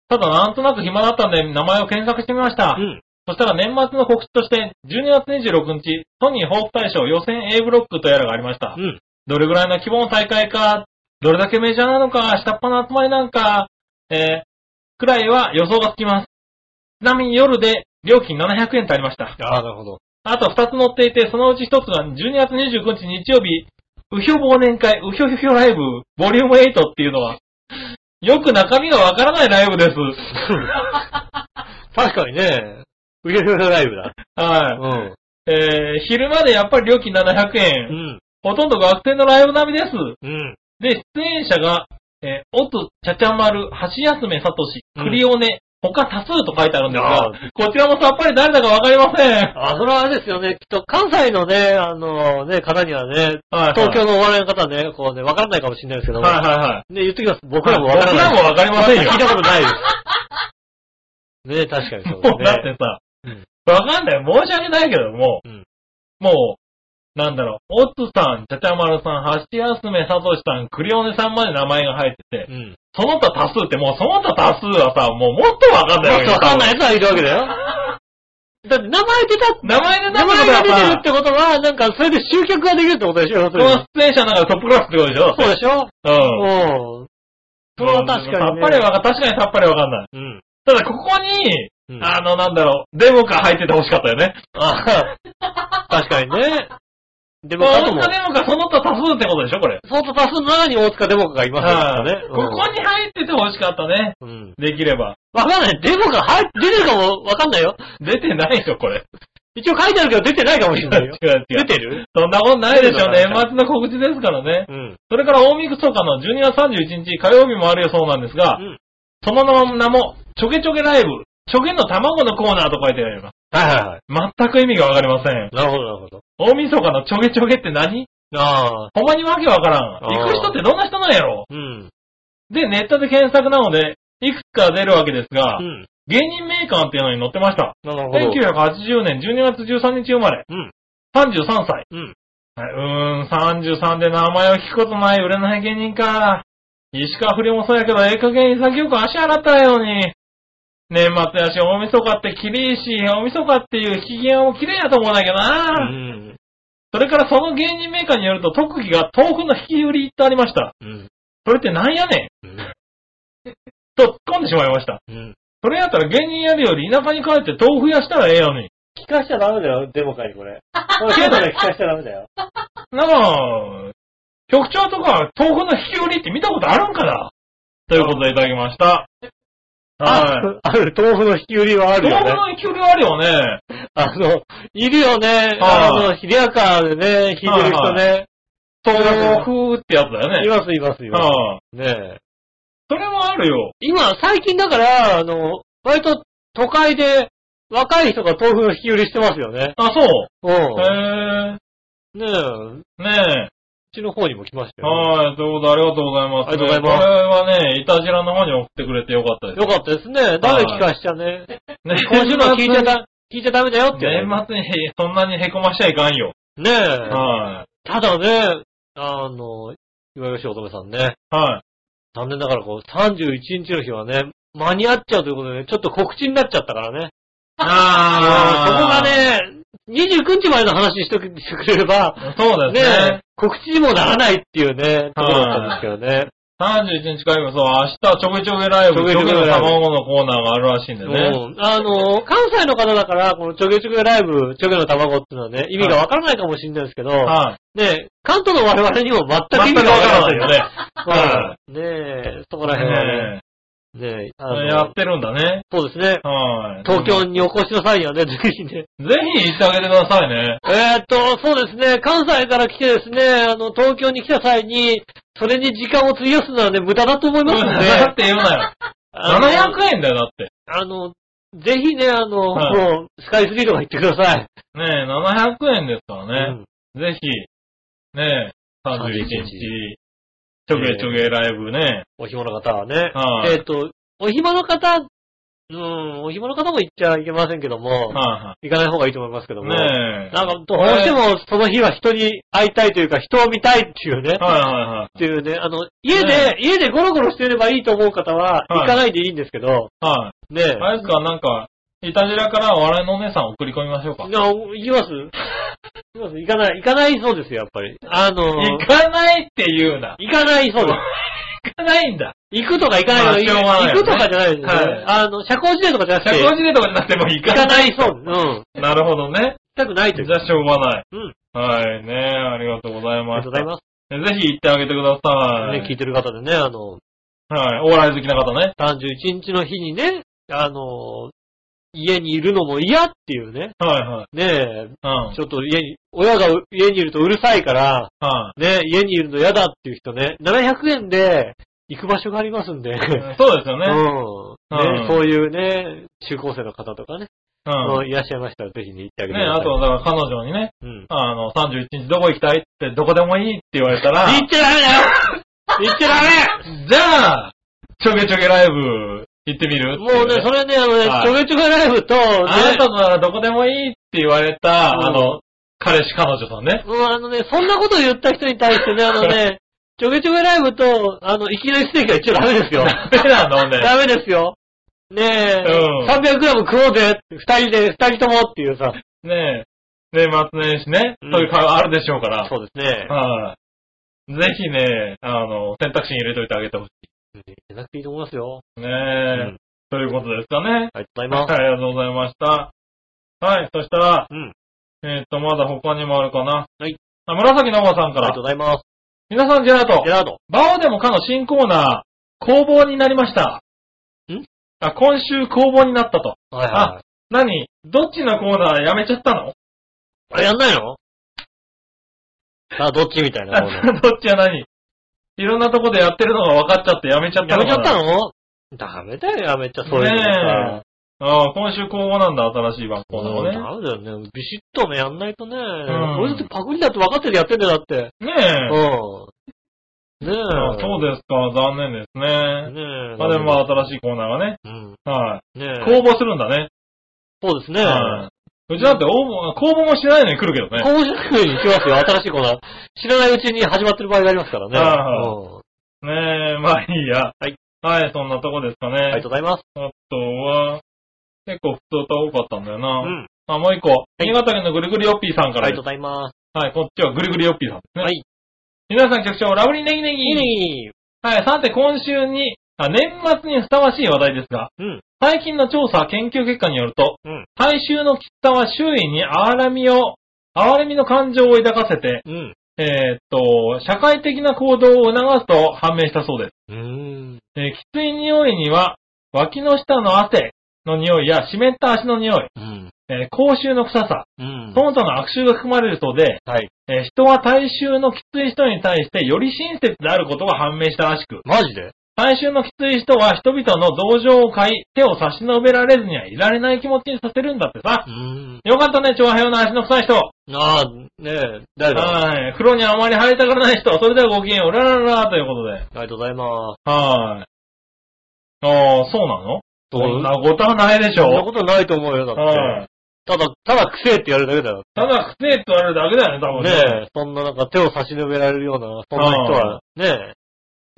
Speaker 3: ただなんとなく暇だったんで名前を検索してみました。
Speaker 2: うん。
Speaker 3: そしたら年末の告知として、12月26日、ソニーホープ大賞予選 A ブロックとやらがありました。
Speaker 2: うん。
Speaker 3: どれぐらいの規模の大会か、どれだけメジャーなのか、下っ端の集まりなんか、えー、くらいは予想がつきます。ちなみに夜で料金700円とありました。
Speaker 2: ああ、なるほど。
Speaker 3: あと2つ載っていて、そのうち1つが12月29日日曜日、うひょ忘年会、うひょひょひょライブ、ボリューム8っていうのは、よく中身がわからないライブです。
Speaker 2: 確かにね、ウヨウヨライブだ。う
Speaker 3: はい。
Speaker 2: ん。
Speaker 3: えー、昼までやっぱり料金700円。
Speaker 2: うん。
Speaker 3: ほとんど学生のライブ並みです。
Speaker 2: うん。
Speaker 3: で、出演者が、えー、おつ、ちゃちゃまる、橋休めさとし、
Speaker 2: うん
Speaker 3: クリオネ、他多数と書いてあるんです
Speaker 2: あ
Speaker 3: が、こちらもさっぱり誰だかわかりません。はい
Speaker 2: あ、それはあれですよね。きっと関西のね、あのね、方にはね、
Speaker 3: はい
Speaker 2: 東京のお笑いの方はね、こうね、わからないかもしれないですけども。
Speaker 3: はいはいはい。
Speaker 2: ね、言ってきます。僕らもわからない。
Speaker 3: 僕らもわかりませんよ
Speaker 2: 聞いたことないです。ね、確かにそう
Speaker 3: もう
Speaker 2: です
Speaker 3: だっ
Speaker 2: ね
Speaker 3: て。さ
Speaker 2: うん、
Speaker 3: わかんない。申し訳ないけども
Speaker 2: うん、
Speaker 3: もう、なんだろう、おつさん、ちゃちゃまるさん、橋休めさとしさん、クリオネさんまで名前が入ってて、
Speaker 2: うん。
Speaker 3: その他多数ってもうその他多数はさ、もうもっとわかんない。
Speaker 2: もっとわかんないい奴はいるわけだよ。だって名前出た、
Speaker 3: 名前で名
Speaker 2: 名前
Speaker 3: 前
Speaker 2: が
Speaker 3: が
Speaker 2: 出
Speaker 3: 出
Speaker 2: て
Speaker 3: て
Speaker 2: る
Speaker 3: る
Speaker 2: っ
Speaker 3: って
Speaker 2: ことは、なんかそれで集客ができるってことでしょ、要す
Speaker 3: こ
Speaker 2: るに
Speaker 3: の出演者の中でトップクラスってことでしょ
Speaker 2: そうでしょ
Speaker 3: う
Speaker 2: う
Speaker 3: ん。
Speaker 2: ん。それは確かにね。
Speaker 3: さっぱりわかん確かにさっぱりわかんない。
Speaker 2: うん。
Speaker 3: ただここに、
Speaker 2: うん
Speaker 3: あの、なんだろう、デモカ入ってて欲しかったよね。
Speaker 2: あ確かにね。でも、あ
Speaker 3: 大
Speaker 2: とも
Speaker 3: 塚、デモカその他多数ってことでしょ、これ。
Speaker 2: 相当多数の中に大塚デモカがいますからね。
Speaker 3: ここに入ってて欲しかったね。
Speaker 2: うん。うん。
Speaker 3: できれば。
Speaker 2: わかんない。デモカ入っ出てるかもわかんないよ。
Speaker 3: 出てないよ、これ。
Speaker 2: 一応書いてあるけど出てないかもし
Speaker 3: 違
Speaker 2: れ
Speaker 3: う
Speaker 2: ないよ。
Speaker 3: 違う
Speaker 2: 出
Speaker 3: 違う。
Speaker 2: てる
Speaker 3: そんなことないでしょ、
Speaker 2: 出て
Speaker 3: 年
Speaker 2: るのかな
Speaker 3: 末の告知ですからね。
Speaker 2: うん。
Speaker 3: それから、大見区とかの12月31日火曜日もあるよそうなんですが、
Speaker 2: うん
Speaker 3: その名も、ちょけちょけライブ、ちょけの卵のコーナーと書いてあります。
Speaker 2: はいはいはい。
Speaker 3: 全く意味がわかりません。
Speaker 2: なるほど、なるほど。
Speaker 3: 大晦日のちょげちょげって何
Speaker 2: ああ。
Speaker 3: ほんまにわけわから
Speaker 2: あ
Speaker 3: ん。
Speaker 2: ー
Speaker 3: 行く人ってどんな人なんやろ
Speaker 2: うん。
Speaker 3: で、ネットで検索なので、いくつか出るわけですが、
Speaker 2: うん。
Speaker 3: 芸人名鑑っていうのに載ってました。
Speaker 2: なるほど。
Speaker 3: 1980年12月13日生まれ、
Speaker 2: うん。
Speaker 3: 33歳。
Speaker 2: うん。
Speaker 3: はいうーん、33で名前を聞くことない売れない芸人か。石川不良もそうやけど、ええ加減潔く足洗ったらように。年末やし、大晦日ってきりいし、大晦日っていう機嫌も綺麗やと思うんだけど
Speaker 2: う
Speaker 3: な。
Speaker 2: ん。
Speaker 3: それからその芸人メーカーによると特技が豆腐の引き売りとありました。
Speaker 2: うん。
Speaker 3: それってなんやねん
Speaker 2: うん
Speaker 3: と突っ込んでしまいました。
Speaker 2: うん。
Speaker 3: それやったら芸人やるより田舎に帰って豆腐屋したらええよに。
Speaker 2: 聞かしちゃダメだよ、デモ会にこれ。これ、デモで聞かしちゃダメだよ。
Speaker 3: なあ、局長とか豆腐の引き売りって見たことあるんかなということでいただきました。はい。
Speaker 2: あある、豆腐の引き売りはある
Speaker 3: 豆
Speaker 2: よ
Speaker 3: 腐
Speaker 2: ね。
Speaker 3: の引き売りはあるよね。
Speaker 2: あの、いるよね。あの、ヒレアカーでね、引いてる人ね。
Speaker 3: 豆
Speaker 2: 豆腐。
Speaker 3: 腐ってやつだよ
Speaker 2: い
Speaker 3: ね。
Speaker 2: ます、います、います。
Speaker 3: ああ
Speaker 2: ねえ
Speaker 3: それもあるよ。
Speaker 2: 今、最近だから、あの、割と都会で若い人が豆腐の引き売りしてますよね。
Speaker 3: あ、そう。
Speaker 2: うん。
Speaker 3: へ
Speaker 2: ねえ、う
Speaker 3: え。ね
Speaker 2: ちの方にも来ました
Speaker 3: え。
Speaker 2: よ、
Speaker 3: はい。ということでありがとうございます。
Speaker 2: ありがとうございます
Speaker 3: これはね、いたじらの方に送ってくれてよかったです。
Speaker 2: よかったですね。ダメ聞かしちゃね。
Speaker 3: ね
Speaker 2: 今週の聞いちゃだ、聞いちゃダメだよって。
Speaker 3: 年末にへそんなにへこましちゃいかんよ。
Speaker 2: ねえ。
Speaker 3: は
Speaker 2: ただね、あの、岩吉乙女さんね、
Speaker 3: い。はい。
Speaker 2: 残念ながらこう、31日の日はね、間に合っちゃうということでね、ちょっと告知になっちゃったからね。
Speaker 3: あ
Speaker 2: そこが、ね、29日までの話にしとくしてくれれば、
Speaker 3: そう
Speaker 2: ね
Speaker 3: ですね。
Speaker 2: 告知にもならないっていうね、ところだったんですけどね。
Speaker 3: 31日火曜日、そう、明日ちょびちょびライブ、
Speaker 2: ち
Speaker 3: ち
Speaker 2: ょ
Speaker 3: ょ
Speaker 2: び
Speaker 3: び
Speaker 2: ち
Speaker 3: ち
Speaker 2: ょ
Speaker 3: ょ
Speaker 2: び
Speaker 3: び
Speaker 2: ライブ
Speaker 3: の卵のコーナーがあるらしいんでね。
Speaker 2: うんあの、関西の方だから、このちょげちょげライブ、ちょげの卵っていうのはね、意味がわからないかもしれないですけど、
Speaker 3: はい。
Speaker 2: ね、関東の我々にも全く意
Speaker 3: 全く
Speaker 2: 味がわ
Speaker 3: わ
Speaker 2: からな
Speaker 3: からないい
Speaker 2: よ
Speaker 3: よ
Speaker 2: ね
Speaker 3: ね。。
Speaker 2: は。
Speaker 3: はい
Speaker 2: ねえ、そこら辺はね、
Speaker 3: ね
Speaker 2: ねえ、あ
Speaker 3: え
Speaker 2: の
Speaker 3: やってるんだね。
Speaker 2: そうですね。
Speaker 3: はい。
Speaker 2: 東京にお越しの際にはね、ぜひね。
Speaker 3: ぜひ行ってあげてくださいね。
Speaker 2: えーっと、そうですね、関西から来てですね、あの、東京に来た際に、それに時間を費やすのはね、無駄だと思いますので、
Speaker 3: だって言うなよ。
Speaker 2: あの
Speaker 3: 700円だよ、だって。
Speaker 2: あの、ぜひね、あの、
Speaker 3: はい
Speaker 2: もう、スカイツリーとか行ってください。
Speaker 3: ねえ、700円ですからね。ぜひ、ねえ、31
Speaker 2: 31
Speaker 3: 日、ちょげちょげライブね。
Speaker 2: お暇の方はね。
Speaker 3: はい
Speaker 2: えーっと、お暇の方、うん、お暇の方も行っちゃいけませんけども、
Speaker 3: は
Speaker 2: 行かない方がいいと思いますけ
Speaker 3: い
Speaker 2: ども。
Speaker 3: はい。ねえ。
Speaker 2: なんか、どうしてもその日は人に会いたいというか、人を見たいっていうね。
Speaker 3: はいはいはい
Speaker 2: っていうね、あの、家で、
Speaker 3: ね
Speaker 2: 家でゴロゴロしてればいいと思う方は、
Speaker 3: はい
Speaker 2: 行かないでいいんですけど、。
Speaker 3: はい。
Speaker 2: ねえ。
Speaker 3: あれですか、なんか、いたじらから笑いのお姉さん送り込みましょうか。
Speaker 2: な行きます行きます行かない、行かないそうですよ、やっぱり。あの、
Speaker 3: 行かないって言うな。
Speaker 2: 行かないそうです。
Speaker 3: 行かないんだ。
Speaker 2: 行くとか行かないの、
Speaker 3: まあしょうがないよね
Speaker 2: 行くとかじゃないですね。
Speaker 3: はい
Speaker 2: あの、社交辞令とかじゃなく
Speaker 3: 社
Speaker 2: て、
Speaker 3: 交辞令とかじゃなくても行
Speaker 2: 行
Speaker 3: か
Speaker 2: か
Speaker 3: な。
Speaker 2: ないいそうです。うん。行き
Speaker 3: なるほどね。
Speaker 2: たくないと
Speaker 3: じ
Speaker 2: いう。
Speaker 3: ゃあしょうがない。
Speaker 2: うん。
Speaker 3: はい、ねありがとうござい
Speaker 2: あり
Speaker 3: ま
Speaker 2: が
Speaker 3: し
Speaker 2: とう
Speaker 3: た。
Speaker 2: ございます。
Speaker 3: ぜひ行ってあげてください。
Speaker 2: ね、聞いてる方でね、あの、
Speaker 3: はい、お笑い好きな方ね。
Speaker 2: 31日の日にね、あの、家にいるのも嫌っていうね。
Speaker 3: はいはい。
Speaker 2: ねえ、
Speaker 3: うん。
Speaker 2: ちょっと家に、親がう家にいるとうるさいから、
Speaker 3: は
Speaker 2: ね、家にいるの嫌だっていう人ね、700円で行く場所がありますんで、
Speaker 3: い。そうですよ
Speaker 2: う
Speaker 3: ね。
Speaker 2: ん
Speaker 3: うん。
Speaker 2: ね
Speaker 3: うん
Speaker 2: そういうね、中高生の方とかね、うんいらっしゃいましたらぜひね、行ってあげてく
Speaker 3: ね
Speaker 2: ださい。
Speaker 3: あと、だから彼女にね、
Speaker 2: うん。
Speaker 3: あの、31日どこ行きたいってどこでもいいって 言われたら、
Speaker 2: 行っちゃダメだ よ行っちゃダ
Speaker 3: じゃあ、ちょげちょげライブ行ってみる
Speaker 2: メもうね、それね、あのね、
Speaker 3: はい
Speaker 2: ちょげちょげライブと、ね、
Speaker 3: あなたならどこでもいいって言われた、
Speaker 2: うん
Speaker 3: あの、彼氏彼女さんね。
Speaker 2: もうあのね、そんなこと言った人に対してね、あのね、ちょげちょげライブと、あの、いきなりステーキは一応ダメです よ。
Speaker 3: ダメなのね。
Speaker 2: ダメですよ。ねえ、
Speaker 3: うん
Speaker 2: 300g 食おうぜ、二人で、二人ともっていうさ。
Speaker 3: ねえ。年末年始ね、
Speaker 2: うん
Speaker 3: そういう会話あるでしょうから。
Speaker 2: そうですね。
Speaker 3: はい。ぜひね、あの、選択肢に入れといてあげてほし
Speaker 2: じゃなくていいと思いますよ。
Speaker 3: い。ねえ、
Speaker 2: うん
Speaker 3: ということですかね。
Speaker 2: ありがとうござい
Speaker 3: はい、
Speaker 2: ます。
Speaker 3: ありがとうございました。はい、そしたら、
Speaker 2: うん。
Speaker 3: えっ、と、まだ他にもあるかな。
Speaker 2: はい
Speaker 3: あ。紫のおばさ
Speaker 2: あ
Speaker 3: んか
Speaker 2: りがとうご
Speaker 3: ら、
Speaker 2: ざいます。
Speaker 3: 皆さんジェラート
Speaker 2: ジェ、ラード。
Speaker 3: バオでもかの新コーナー、工房になりました。
Speaker 2: ん
Speaker 3: あ、今週工房になったと。
Speaker 2: はい
Speaker 3: は何どっちのコーナーやめちゃったの
Speaker 2: あれやんないのさあ、どっちみたいなもの。
Speaker 3: どっちは何いろんなとこでやってるのが分かっちゃってやめちゃった
Speaker 2: や
Speaker 3: の
Speaker 2: めちゃった
Speaker 3: の
Speaker 2: のダメだよ、やめちゃ、そういうの
Speaker 3: ね
Speaker 2: さ
Speaker 3: え。ああ、今週工房なんだ、新しい番コーナー
Speaker 2: もう
Speaker 3: を
Speaker 2: ダメだよね。ビシッとね、やんないとね。
Speaker 3: ん
Speaker 2: 俺だってパクリだって分かっててやってんだよ、だって。
Speaker 3: ね。
Speaker 2: う
Speaker 3: ねえ。
Speaker 2: ん。ねえ。
Speaker 3: あそうですか、残念ですね。
Speaker 2: ねえ。
Speaker 3: まあでもまあ新しいコーナーがね。
Speaker 2: うん。
Speaker 3: はい。
Speaker 2: ね
Speaker 3: 公
Speaker 2: え。
Speaker 3: 募するんだね。
Speaker 2: そうですね。
Speaker 3: はいうちだって応募、公募もしてないのに来るけどね。
Speaker 2: 公募職に行きますよ、新しいコーナー。知らないうちに始まってる場合がありますからね。
Speaker 3: は
Speaker 2: う
Speaker 3: い
Speaker 2: ん
Speaker 3: ねえ、まあいいや。
Speaker 2: はい。
Speaker 3: はい、そんなとこですかね。
Speaker 2: ありがとうございます。
Speaker 3: あとは、結構普通と多かったんだよな。
Speaker 2: うん。
Speaker 3: あ、もう一個。新潟県のぐりぐりよっぴーさんか
Speaker 2: あ
Speaker 3: ら
Speaker 2: りがとう
Speaker 3: です。
Speaker 2: ございます。
Speaker 3: はい、こっちはぐりぐりよっぴーさんですね。
Speaker 2: はい。
Speaker 3: 皆さん局長、ラブリーネギネギ。
Speaker 2: いいね。
Speaker 3: はい、さて今週に、あ、年末にふさわしい話題ですが、
Speaker 2: うん。
Speaker 3: 最近の調査、研究結果によると、
Speaker 2: うん。
Speaker 3: 大衆の喫茶は周囲に憐れみを、憐れみの感情を抱かせて、
Speaker 2: うん。
Speaker 3: えーっと、社会的な行動を促すと判明したそうです。
Speaker 2: うーん。
Speaker 3: えーきつい匂いには、脇の下の汗の匂いや湿った足の匂い、
Speaker 2: うん。
Speaker 3: えー口臭の臭さ、
Speaker 2: うん
Speaker 3: そ。の他の悪臭が含まれるそうで、
Speaker 2: はい。
Speaker 3: えー人は大衆のきつい人に対してより親切であることが判明したらしく、
Speaker 2: マジで
Speaker 3: 大衆のきつい人は人々の同情を買い、手を差し伸べられずにはいられない気持ちにさせるんだってさ
Speaker 2: う。ん。
Speaker 3: よかったね、長平の足の臭い人。
Speaker 2: ああ、ねえ、誰だ
Speaker 3: はい。風呂にあまり入りたがらない人。それではごきげんよう、ららららということで。
Speaker 2: ありがとうございます。
Speaker 3: はい。ああ、そうなの
Speaker 2: そ
Speaker 3: そん
Speaker 2: んな
Speaker 3: なことはないでしょ。
Speaker 2: ことないと思うよ、だ
Speaker 3: は
Speaker 2: っ
Speaker 3: い
Speaker 2: て。。ただ、ただ癖って言われるだけだよ。
Speaker 3: ただ、くせえって言われるだけだよね、多分
Speaker 2: ねえ、そんななんか手を差し伸べられるような、そんな人は、ねえ、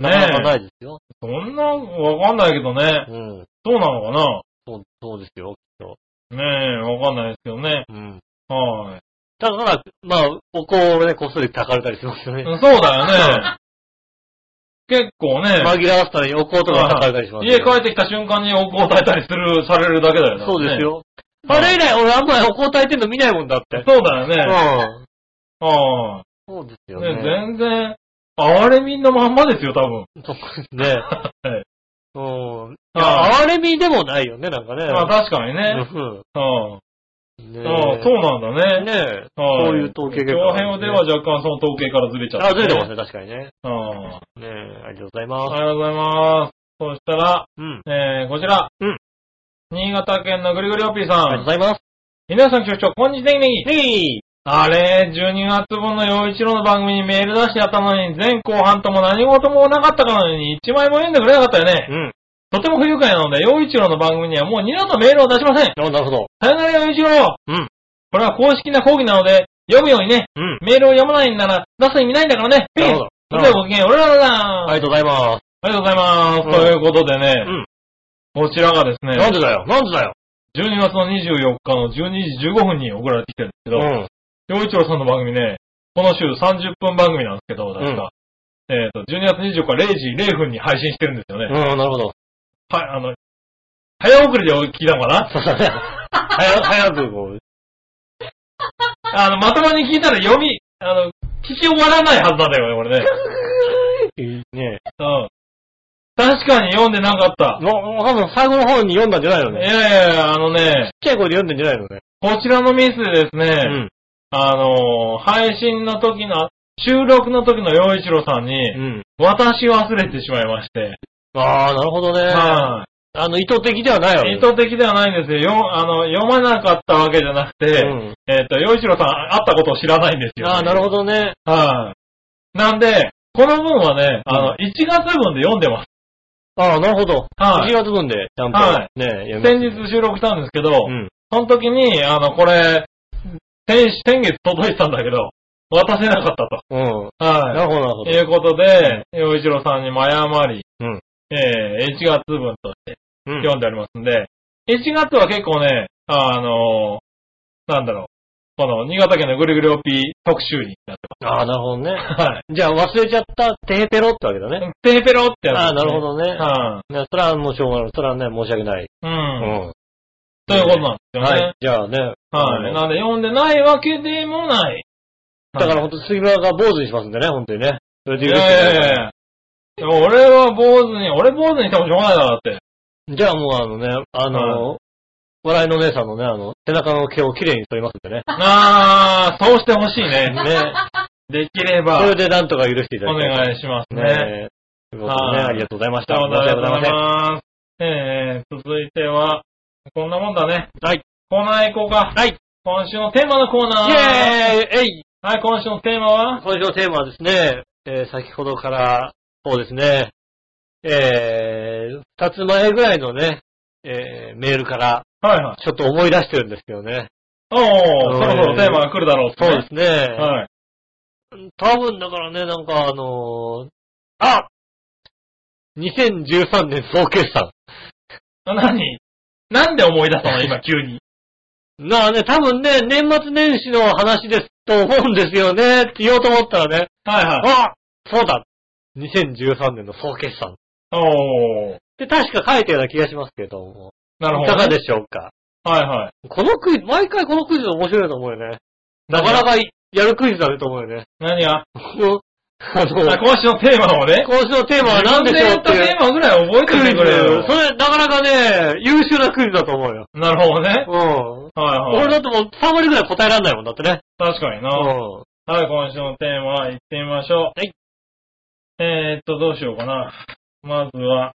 Speaker 2: なかなか
Speaker 3: ね
Speaker 2: な
Speaker 3: え。
Speaker 2: いですよ。
Speaker 3: そんな、わかんないけどね
Speaker 2: う。ん。
Speaker 3: そうなのか
Speaker 2: そう、そうですよ、きっと。
Speaker 3: なねえ、わかんないですけどね。
Speaker 2: うん。
Speaker 3: はい。
Speaker 2: ただ、ただ、まあ、お香をね、こっそり炊かれたりしますよね。
Speaker 3: そう だよね。結構ね。
Speaker 2: 紛らわすためにお香とか炊かれたりしますよ
Speaker 3: 家
Speaker 2: ね。
Speaker 3: 帰ってきた瞬間にお香を炊いたりする、されるだけだよね。
Speaker 2: そうですよ。
Speaker 3: はい
Speaker 2: あれ以来、俺あんまりお香炊いてんの見ないもんだって。
Speaker 3: そうだよね。
Speaker 2: うん。
Speaker 3: あ
Speaker 2: そうです
Speaker 3: あ、
Speaker 2: よ
Speaker 3: ね
Speaker 2: ね。
Speaker 3: 全然、哀れみのまんまですよ、多分。
Speaker 2: そうですね。
Speaker 3: はい
Speaker 2: うん。い
Speaker 3: は
Speaker 2: や、哀れみでもないよね、なんかね。
Speaker 3: まあ確かにね。
Speaker 2: うん
Speaker 3: うん。
Speaker 2: ね
Speaker 3: うんそうなんだね。
Speaker 2: ねえ。
Speaker 3: はい
Speaker 2: そういう統計結果
Speaker 3: 長編では若干その統計からずれちゃった、
Speaker 2: あ、出てますね、確かにね。
Speaker 3: うん。あ
Speaker 2: ねえ、ありがとうございます。
Speaker 3: りがとうございます。そしたら、
Speaker 2: うん。
Speaker 3: えー、こちら。
Speaker 2: うん
Speaker 3: 新潟県のぐりぐりおっぴーさ
Speaker 2: ありがとうご
Speaker 3: ん。
Speaker 2: ざいます。
Speaker 3: 皆さん局長、こんにちはねぎねぎ。
Speaker 2: はい。
Speaker 3: あれ、12月分の陽一郎の番組にメール出してやったのに、前後半とも何事もなかったかのに、一枚も読んでくれなかったよね。
Speaker 2: うん。
Speaker 3: とても不愉快なので、陽一郎の番組にはもう二度とメールを出しません。
Speaker 2: あなるほど。
Speaker 3: さよなら陽一郎
Speaker 2: うん。
Speaker 3: これは公式な講義なので、読むようにね、
Speaker 2: うん。
Speaker 3: メールを読まないんなら出す意味ないんだからね。
Speaker 2: なるほど。
Speaker 3: それではごきげんよう、おららら
Speaker 2: ありがとうございま
Speaker 3: ありがとうございます。
Speaker 2: うん
Speaker 3: ということでね、
Speaker 2: うん
Speaker 3: こちらがです
Speaker 2: す。なん
Speaker 3: ね、
Speaker 2: でだよ、なんでだよ。
Speaker 3: 12月の24日の12時15分に送られてきてるんですけど、
Speaker 2: ん。
Speaker 3: 洋一郎さんの番組ね、この週30分番組なんですけど、確か。えっ、と、12月24日0時0分に配信してるんですよね。
Speaker 2: うん、なるほど。
Speaker 3: はい、あの、早送りで聞いたのかな
Speaker 2: そうだね。早、早くこう。
Speaker 3: あの、まともに聞いたら読み、あの、聞き終わらないはずなんだよね、これ ね。
Speaker 2: ね
Speaker 3: うん。確かに読んでなかった
Speaker 2: え。。もう、多分最後の方に読んだんじゃないの
Speaker 3: い
Speaker 2: ね。ちっ
Speaker 3: やいやいや、あのね、
Speaker 2: ちゃい声で読んでんじゃないのね。
Speaker 3: こちらのミスでですね、
Speaker 2: うん。
Speaker 3: あの、配信の時の、収録の時の洋一郎さんに、
Speaker 2: うん。
Speaker 3: 私忘れてしまいまして、
Speaker 2: ああ、なるほどね。
Speaker 3: はい、
Speaker 2: あの、意図的ではないわけ
Speaker 3: 意図的ではないんですよ。よあの読まなかったわけじゃなくて、
Speaker 2: うん
Speaker 3: えっ、と、洋一郎さん、会ったことを知らないんですよ、
Speaker 2: ああ、なるほどね。
Speaker 3: ど。はい。なんで、この分はね、あの、
Speaker 2: うん
Speaker 3: 1月分で読んでます。
Speaker 2: ああ、なるほど。
Speaker 3: は
Speaker 2: 1
Speaker 3: い
Speaker 2: 月分で、ちゃんと、
Speaker 3: は
Speaker 2: ね、読みます
Speaker 3: 先日収録したんですけど、
Speaker 2: うん。
Speaker 3: その時に、あの、これ、先先月届いてたんだけど、渡せなかった
Speaker 2: うん。
Speaker 3: と。は
Speaker 2: なるほど、なるほ
Speaker 3: い。
Speaker 2: ど。
Speaker 3: いうことで、洋一郎さんに前余り、
Speaker 2: うん
Speaker 3: えー1月分として
Speaker 2: うん
Speaker 3: 読んでありますんで、1月は結構ね、あのなんだろう、この新潟県のぐるぐるおっぴー特集になって
Speaker 2: ああ、なるほどね。
Speaker 3: ます。はい。
Speaker 2: じゃあ忘れちゃった、テヘペロってわけだね。
Speaker 3: テーペロってやつ、
Speaker 2: ああ、なるほ。どね。
Speaker 3: は
Speaker 2: ねそれはもうしょうがない。それはね、申し訳ない。
Speaker 3: い。う。
Speaker 2: うんん。
Speaker 3: ということなんですよね。
Speaker 2: はい。じゃあね。
Speaker 3: はい。
Speaker 2: あの
Speaker 3: なんで読んでないわけでもない。
Speaker 2: だから
Speaker 3: はい、
Speaker 2: 本当杉村が坊主にしますんでね、本当にね。それで
Speaker 3: い
Speaker 2: 許
Speaker 3: や
Speaker 2: し
Speaker 3: い
Speaker 2: て
Speaker 3: やいやい
Speaker 2: ね
Speaker 3: やでも俺は坊主に、俺坊主にしてもしょうがないだろ、だ って。
Speaker 2: じゃあもうあのね、あの、笑いのお姉さんのね、あの、背中の毛をきれいに取りますん でね。
Speaker 3: あー、そうしてほしいね。
Speaker 2: ね。
Speaker 3: できれば
Speaker 2: そ、れでなんとか許していただ
Speaker 3: お
Speaker 2: きたい。
Speaker 3: 願いしますね
Speaker 2: ね。ということでね、
Speaker 3: はい
Speaker 2: ありがとうございました。
Speaker 3: ありがとうござい
Speaker 2: ん。
Speaker 3: ます。えー、続いては、こんなもんだね。
Speaker 2: はい。
Speaker 3: コーナー行こうか。
Speaker 2: はい。
Speaker 3: 今週のテーマのコーナー。
Speaker 2: イェーイえい
Speaker 3: はい、今週のテーマは、
Speaker 2: 今週のテーマはですね、えー先ほどから、そうですね、えー、二つ前ぐらいのね、えー、メールから、
Speaker 3: はいはい。
Speaker 2: ちょっと思い出してるんですけどね。
Speaker 3: おー、
Speaker 2: うん
Speaker 3: そろそろテーマが来るだろう
Speaker 2: そうです
Speaker 3: す
Speaker 2: ね。
Speaker 3: はい。
Speaker 2: 多分だからね、なんかあのーあ !2013 年総決算。
Speaker 3: な、何なんで思い出 したの今、急に。
Speaker 2: なあね、多分ね、年末年始の話ですと思うんですよね、って言おうと思ったらね、
Speaker 3: はいはい。
Speaker 2: あそうだ !2013 年の総決算。
Speaker 3: おー。
Speaker 2: で、確か書いたような気がしますけども。
Speaker 3: なるほ
Speaker 2: い
Speaker 3: ど。
Speaker 2: かがでしょうか
Speaker 3: はいはい。
Speaker 2: このクイズ、毎回このクイズ面白いと思うよね。なかなかやるクイズだねと思うよね。
Speaker 3: 何があ
Speaker 2: こうあの、
Speaker 3: 今週のテーマをね。
Speaker 2: 今週のテーマは何でしょうっていう
Speaker 3: 自分でやったテーマぐらい覚え
Speaker 2: クイ
Speaker 3: ててくれよ
Speaker 2: ズ。。それ、なかなかね、優秀なクイズだと思うよ。
Speaker 3: なるほどね。
Speaker 2: うん。
Speaker 3: はい
Speaker 2: 俺だっ
Speaker 3: はい。
Speaker 2: てもう3割ぐらい答えられないもんだってね。
Speaker 3: 確かに
Speaker 2: う
Speaker 3: な。はい、今週のテーマ、行ってみましょう。
Speaker 2: はい。
Speaker 3: えー、っと、どうしようかな。まずは、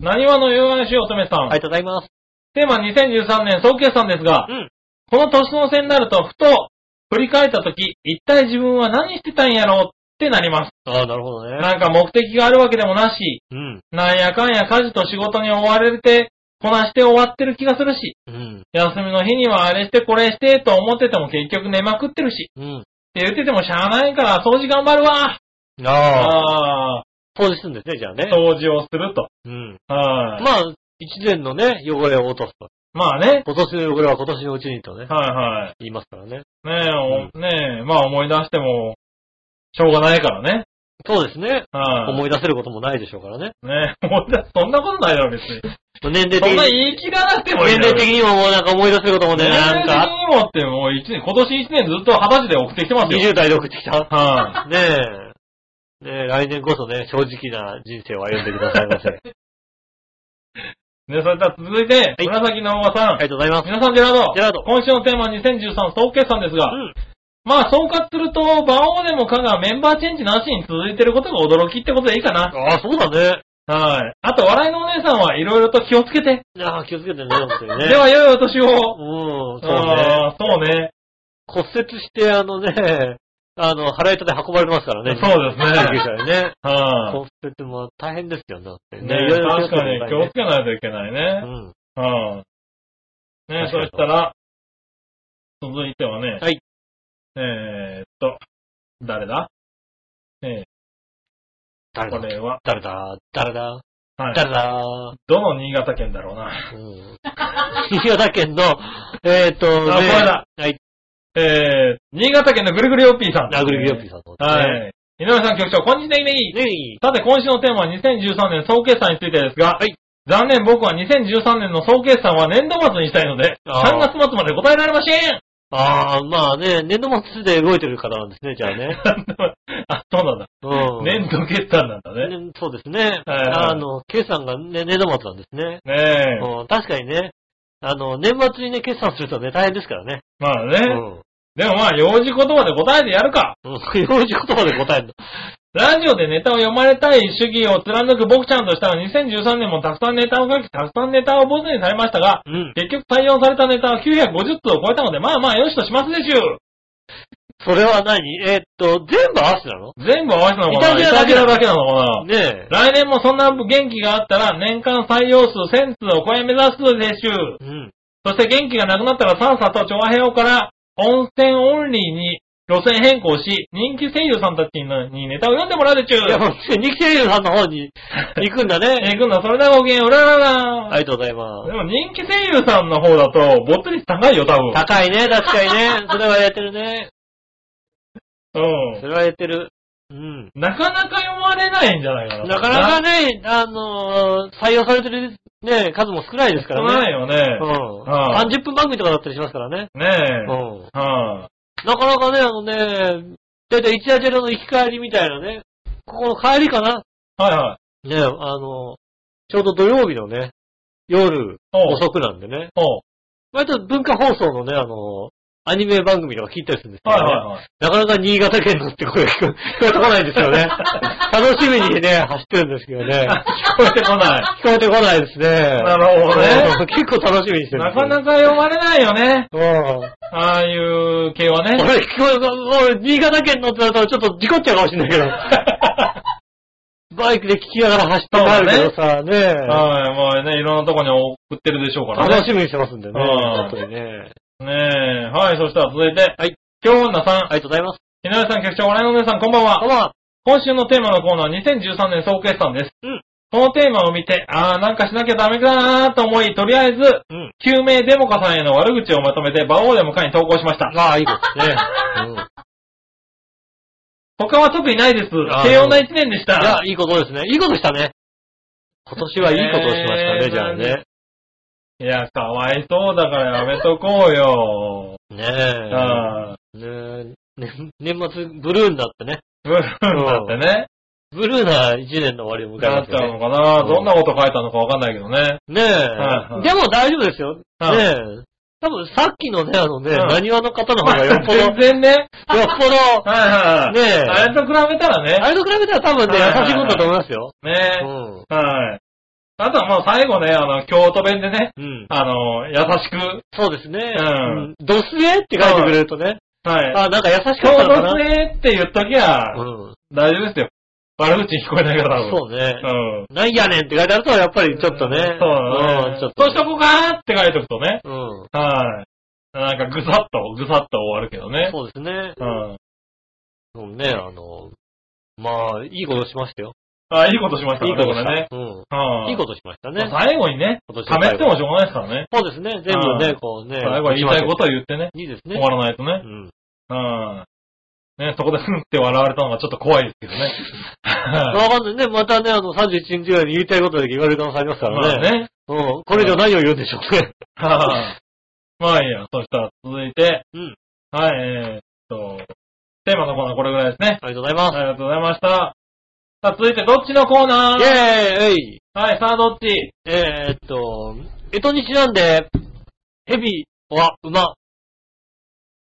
Speaker 3: 何話の弱々しい乙女さん。
Speaker 2: ん。はい、ただいます。
Speaker 3: テーマ2013年総決算ですが、
Speaker 2: うん
Speaker 3: この年の瀬になると、ふと振り返った時、一体自分は何してたんやろうってなります。
Speaker 2: ああ、なるほどね。
Speaker 3: なんか目的があるわけでもなし、
Speaker 2: うん。
Speaker 3: なんやかんや家事と仕事に追われて、こなして終わってる気がするし、
Speaker 2: うん。
Speaker 3: 休みの日にはあれしてこれしてと思ってても結局寝まくってるし、
Speaker 2: うん。
Speaker 3: って言っててもしゃあないから掃除頑張るわ
Speaker 2: ああ。
Speaker 3: ああ、
Speaker 2: 当日んですね、じゃあね。
Speaker 3: 掃除をすると。
Speaker 2: うん。
Speaker 3: はい。
Speaker 2: まあ、一年のね、汚れを落とすと。
Speaker 3: まあね。
Speaker 2: 今年の汚れは今年のうちにとね、
Speaker 3: は
Speaker 2: 言いますからね。
Speaker 3: いはい。ねえ、おねえ、まあ思い出しても、しょうがないからね。
Speaker 2: そうですね。
Speaker 3: はい。
Speaker 2: 思い出せることもないでしょうからね。
Speaker 3: ねえ、 思い出す。そんなことないだろ、別に。
Speaker 2: 年齢的
Speaker 3: そんな
Speaker 2: に。
Speaker 3: 言い切らなくてもいい
Speaker 2: 年
Speaker 3: だろ
Speaker 2: 齢的にももうなんか思い出せることもね、
Speaker 3: 年
Speaker 2: なん
Speaker 3: 齢的
Speaker 2: か、
Speaker 3: にもって、もう一年、今年一年ずっと二十歳で送ってきてますよ。
Speaker 2: 20代で送ってきた。
Speaker 3: は
Speaker 2: ねえ。ねえ、来年こそね、正直な人生を歩んでくださいま せ。あ
Speaker 3: い。ね、それでは続いて、
Speaker 2: い
Speaker 3: 紫のおばさ
Speaker 2: りが
Speaker 3: ん。
Speaker 2: とうございます。
Speaker 3: 皆さん、ジェラード。
Speaker 2: ジェラード
Speaker 3: 今週のテーマ2013総決算ですが、
Speaker 2: うん。
Speaker 3: まあ、総括すると、馬王でもかがメンバーチェンジなしに続いてることが驚きってことでいいかな。
Speaker 2: ああ、そうだね。
Speaker 3: はい。あと、笑いのお姉さんはいろいろと気をつけて。
Speaker 2: ああ、気をつけてね、本当にね。
Speaker 3: では、良いお年を。
Speaker 2: うん、そうね。
Speaker 3: あーそうね。
Speaker 2: 骨折して、あのね、あの、腹痛で運ばれますからね。
Speaker 3: そう ですね
Speaker 2: 救急車でね。
Speaker 3: は
Speaker 2: 骨折も大変ですよ、だって
Speaker 3: い。ね確かに気をつ
Speaker 2: ね
Speaker 3: けないといけない
Speaker 2: いろいろ気をつけてくださいね。う
Speaker 3: ね。
Speaker 2: ん。
Speaker 3: はい。ね
Speaker 2: 確か
Speaker 3: そ
Speaker 2: に
Speaker 3: したら、続いてはね。
Speaker 2: はい。
Speaker 3: えーっと、誰だえー、
Speaker 2: 誰
Speaker 3: こ
Speaker 2: だ
Speaker 3: れは、
Speaker 2: 誰だ誰だ
Speaker 3: はい。
Speaker 2: 誰だ
Speaker 3: どの新潟県だろうな。
Speaker 2: うん。新潟県の、えっと、ね
Speaker 3: これだ
Speaker 2: はい。
Speaker 3: えー、新潟県のぐるぐるよっぴーさん。
Speaker 2: ラグビーヨッピーさんの。
Speaker 3: はい。井上さん局長、こんにちは。
Speaker 2: ね
Speaker 3: さて、今週のテーマは2013年総決算についてですが、
Speaker 2: はい
Speaker 3: 残念僕は2013年の総決算は年度末にしたいので、
Speaker 2: あー
Speaker 3: 3月末まで答えられません
Speaker 2: ああ、まあね、年度末で動いてる方なんですね、じゃあね。
Speaker 3: あ、そうなんだ。
Speaker 2: うん。
Speaker 3: 年度決算なんだね。
Speaker 2: ねそうですね。
Speaker 3: はいはい
Speaker 2: あの、決算がね、年度末なんですね。
Speaker 3: ねえ。
Speaker 2: うん、確かにね。あの、年末にね、決算するとね、大変ですからね。
Speaker 3: まあ
Speaker 2: う
Speaker 3: ね。
Speaker 2: ん。
Speaker 3: でもまあ、用事言葉で答えてやるか。
Speaker 2: うん。用事言葉で答えるの。
Speaker 3: ラジオでネタを読まれたい主義を貫く僕ちゃんとしたら2013年もたくさんネタを書き、たくさんネタをボツにされましたが、
Speaker 2: うん。
Speaker 3: 結局採用されたネタは950通を超えたので、まあまあよしとしますでしゅ
Speaker 2: それは何えーっと、全部合わせなの
Speaker 3: 全部合わせたのかな
Speaker 2: イタジラだ
Speaker 3: イタジラだけなのかな
Speaker 2: ねえ。
Speaker 3: 来年もそんな元気があったら、年間採用数1000通を超え目指すでしゅ
Speaker 2: うん。
Speaker 3: そして元気がなくなったら、サンサと調和平和から温泉オンリーに路線変更し、人気声優さんたちににネタを読んでもらうでちゅ
Speaker 2: いや、もう、ニキテリルさんの方に行くんだ
Speaker 3: え
Speaker 2: ね。
Speaker 3: ー、くんだ、それではごきげんよう、うららら。
Speaker 2: ありがとうございます
Speaker 3: で。も人気声優さんの方だと、ボツ率高いよ、多分。
Speaker 2: 高いね、確かにね。それはやってるね。
Speaker 3: う
Speaker 2: それはやってる。うん。
Speaker 3: ん。なかなか読まれないんじゃないかな。
Speaker 2: なかなかね、あのー採用されてるね、数も少ないですか
Speaker 3: 読ま
Speaker 2: ら
Speaker 3: な
Speaker 2: ね。
Speaker 3: いよね。
Speaker 2: うん。30分番組とかだったりしますからね。
Speaker 3: ね
Speaker 2: う
Speaker 3: え。
Speaker 2: ん。
Speaker 3: は
Speaker 2: なかなかね、あのね、だいたい一夜寺の行き帰りみたいなね、ここの帰りかな。
Speaker 3: い。はいはい。
Speaker 2: ね、あの、ちょうど土曜日のね、夜
Speaker 3: おう
Speaker 2: 遅くなんでね。
Speaker 3: おう
Speaker 2: 割と文化放送のね、あの、アニメ番組とか聞いたりするんですけど、
Speaker 3: はい
Speaker 2: ね
Speaker 3: はい はい。
Speaker 2: なかなか新潟県のって声が聞こえてこないんです よね。楽しみにね、走ってるんですけどね。
Speaker 3: 聞こえてこない。
Speaker 2: 聞こえてこないですね。
Speaker 3: なるほどね。
Speaker 2: うん結構楽しみにしてる
Speaker 3: なかな
Speaker 2: か。
Speaker 3: か読まれないよね。
Speaker 2: うん。
Speaker 3: ああいう系はね。
Speaker 2: 俺、聞こえ、俺、新潟県のってなったらちょっと事故っちゃうかもしれないけど。バイクで聞きながら走って帰るけどさ、ね
Speaker 3: はい、まあね、いろんなとこに送ってるでしょうからね。
Speaker 2: 楽しみにしてますんでね。
Speaker 3: うん
Speaker 2: 本当にね。
Speaker 3: ねえ。はい、そしたら続いて。
Speaker 2: はい。
Speaker 3: 京女さん。
Speaker 2: ありがとうございます。
Speaker 3: 井上さん、局長、笑いのお姉さん、こんばんは
Speaker 2: こん。ばんは。
Speaker 3: 今週のテーマのコーナーは2013年総決算です。
Speaker 2: うん
Speaker 3: このテーマを見て、あーなんかしなきゃダメだなーと思い、とりあえず、
Speaker 2: うん。
Speaker 3: 救命デモカさんへの悪口をまとめて、馬王デモカに投稿しました。
Speaker 2: ああ、いいですね。 うん。
Speaker 3: 他は特にないです。
Speaker 2: あー
Speaker 3: 平穏な一年でし
Speaker 2: いや
Speaker 3: た。、
Speaker 2: いいことですね。いいことしたね。今年はいいことをしましたね、
Speaker 3: えー
Speaker 2: じゃあね。
Speaker 3: いや、かわいそうだからやめとこうよ。
Speaker 2: ね
Speaker 3: う
Speaker 2: え。
Speaker 3: ん。
Speaker 2: ねえ、ね 年末ブルーになってね。
Speaker 3: ブルーになってね。
Speaker 2: ブルーな一年の終わりを迎え
Speaker 3: な
Speaker 2: ま
Speaker 3: っ
Speaker 2: す
Speaker 3: ちゃうの
Speaker 2: よ
Speaker 3: かな、
Speaker 2: うん
Speaker 3: どんなこと書いたのかわかんないけどね。
Speaker 2: ね。ね
Speaker 3: はいは
Speaker 2: え。
Speaker 3: い
Speaker 2: でも大丈夫ですよ。ね
Speaker 3: はい
Speaker 2: え。多分さっきのね、あのね、
Speaker 3: うん
Speaker 2: 何話の方の方がよっぽど、よっ
Speaker 3: 全然ね。
Speaker 2: ぽど、
Speaker 3: はいはいはい。
Speaker 2: ねえ
Speaker 3: あれと比べたらね。
Speaker 2: あれと比べたら多分ね、
Speaker 3: はいはいはい
Speaker 2: 優しいもんだと思いますよ。う
Speaker 3: ね
Speaker 2: ん。
Speaker 3: え。はい。あとはもう最後ね、あの、京都弁でね、
Speaker 2: うん。
Speaker 3: あの、優しく、
Speaker 2: そうですね。
Speaker 3: うん
Speaker 2: うん。ドスエって書いてくれるとね。
Speaker 3: はい。
Speaker 2: あ、なんか優しかっ
Speaker 3: 京
Speaker 2: たのかな。
Speaker 3: 都弁って言っときゃ、
Speaker 2: うん。
Speaker 3: 大丈夫ですよ。悪口聞こえないから多分。
Speaker 2: そうね。
Speaker 3: う。
Speaker 2: なんやねんって書いてあると、やっぱりちょっとね。
Speaker 3: そうだね。
Speaker 2: んちょっ
Speaker 3: そ
Speaker 2: と。
Speaker 3: うしとこうかーって書いとくとね。
Speaker 2: うん。
Speaker 3: はい。なんかぐさっと、ぐさっと終わるけどね。
Speaker 2: そうですね。
Speaker 3: うん。
Speaker 2: そうね、あの、まあ、いいことしましたよ。
Speaker 3: あ、いいことしました
Speaker 2: いいことし
Speaker 3: ね
Speaker 2: た。。う
Speaker 3: うん。
Speaker 2: ん。いいことしましたね。
Speaker 3: まあ最後にね、
Speaker 2: 今
Speaker 3: 溜
Speaker 2: 年の最後
Speaker 3: めてもしょうがないですからね。
Speaker 2: そうですね。全部ね、こうね。
Speaker 3: 最後に言いたいことを言ってね、
Speaker 2: いいですね
Speaker 3: 終。わらないと
Speaker 2: う
Speaker 3: ね。
Speaker 2: ん。
Speaker 3: うん。ね、そこでふんって笑われたのがちょっと怖いですけどね。 は
Speaker 2: わかんないね。またね、あの、31日ぐらいに言いたいことだけ言われる可能性ありますか
Speaker 3: いまあ
Speaker 2: らね。
Speaker 3: ね。
Speaker 2: うん。これ以上何を言うんでしょうね。
Speaker 3: はいまあいいや。そしたら続いて、
Speaker 2: うん。
Speaker 3: はい、えーっと、テーマのコーナーこれぐらいですね。
Speaker 2: ありがとうございます。
Speaker 3: ありがとうございました。さあ、続いてどっちのコーナー
Speaker 2: イェーイえい
Speaker 3: はい、さあどっち
Speaker 2: えーっと、えとにちなんで、蛇は馬、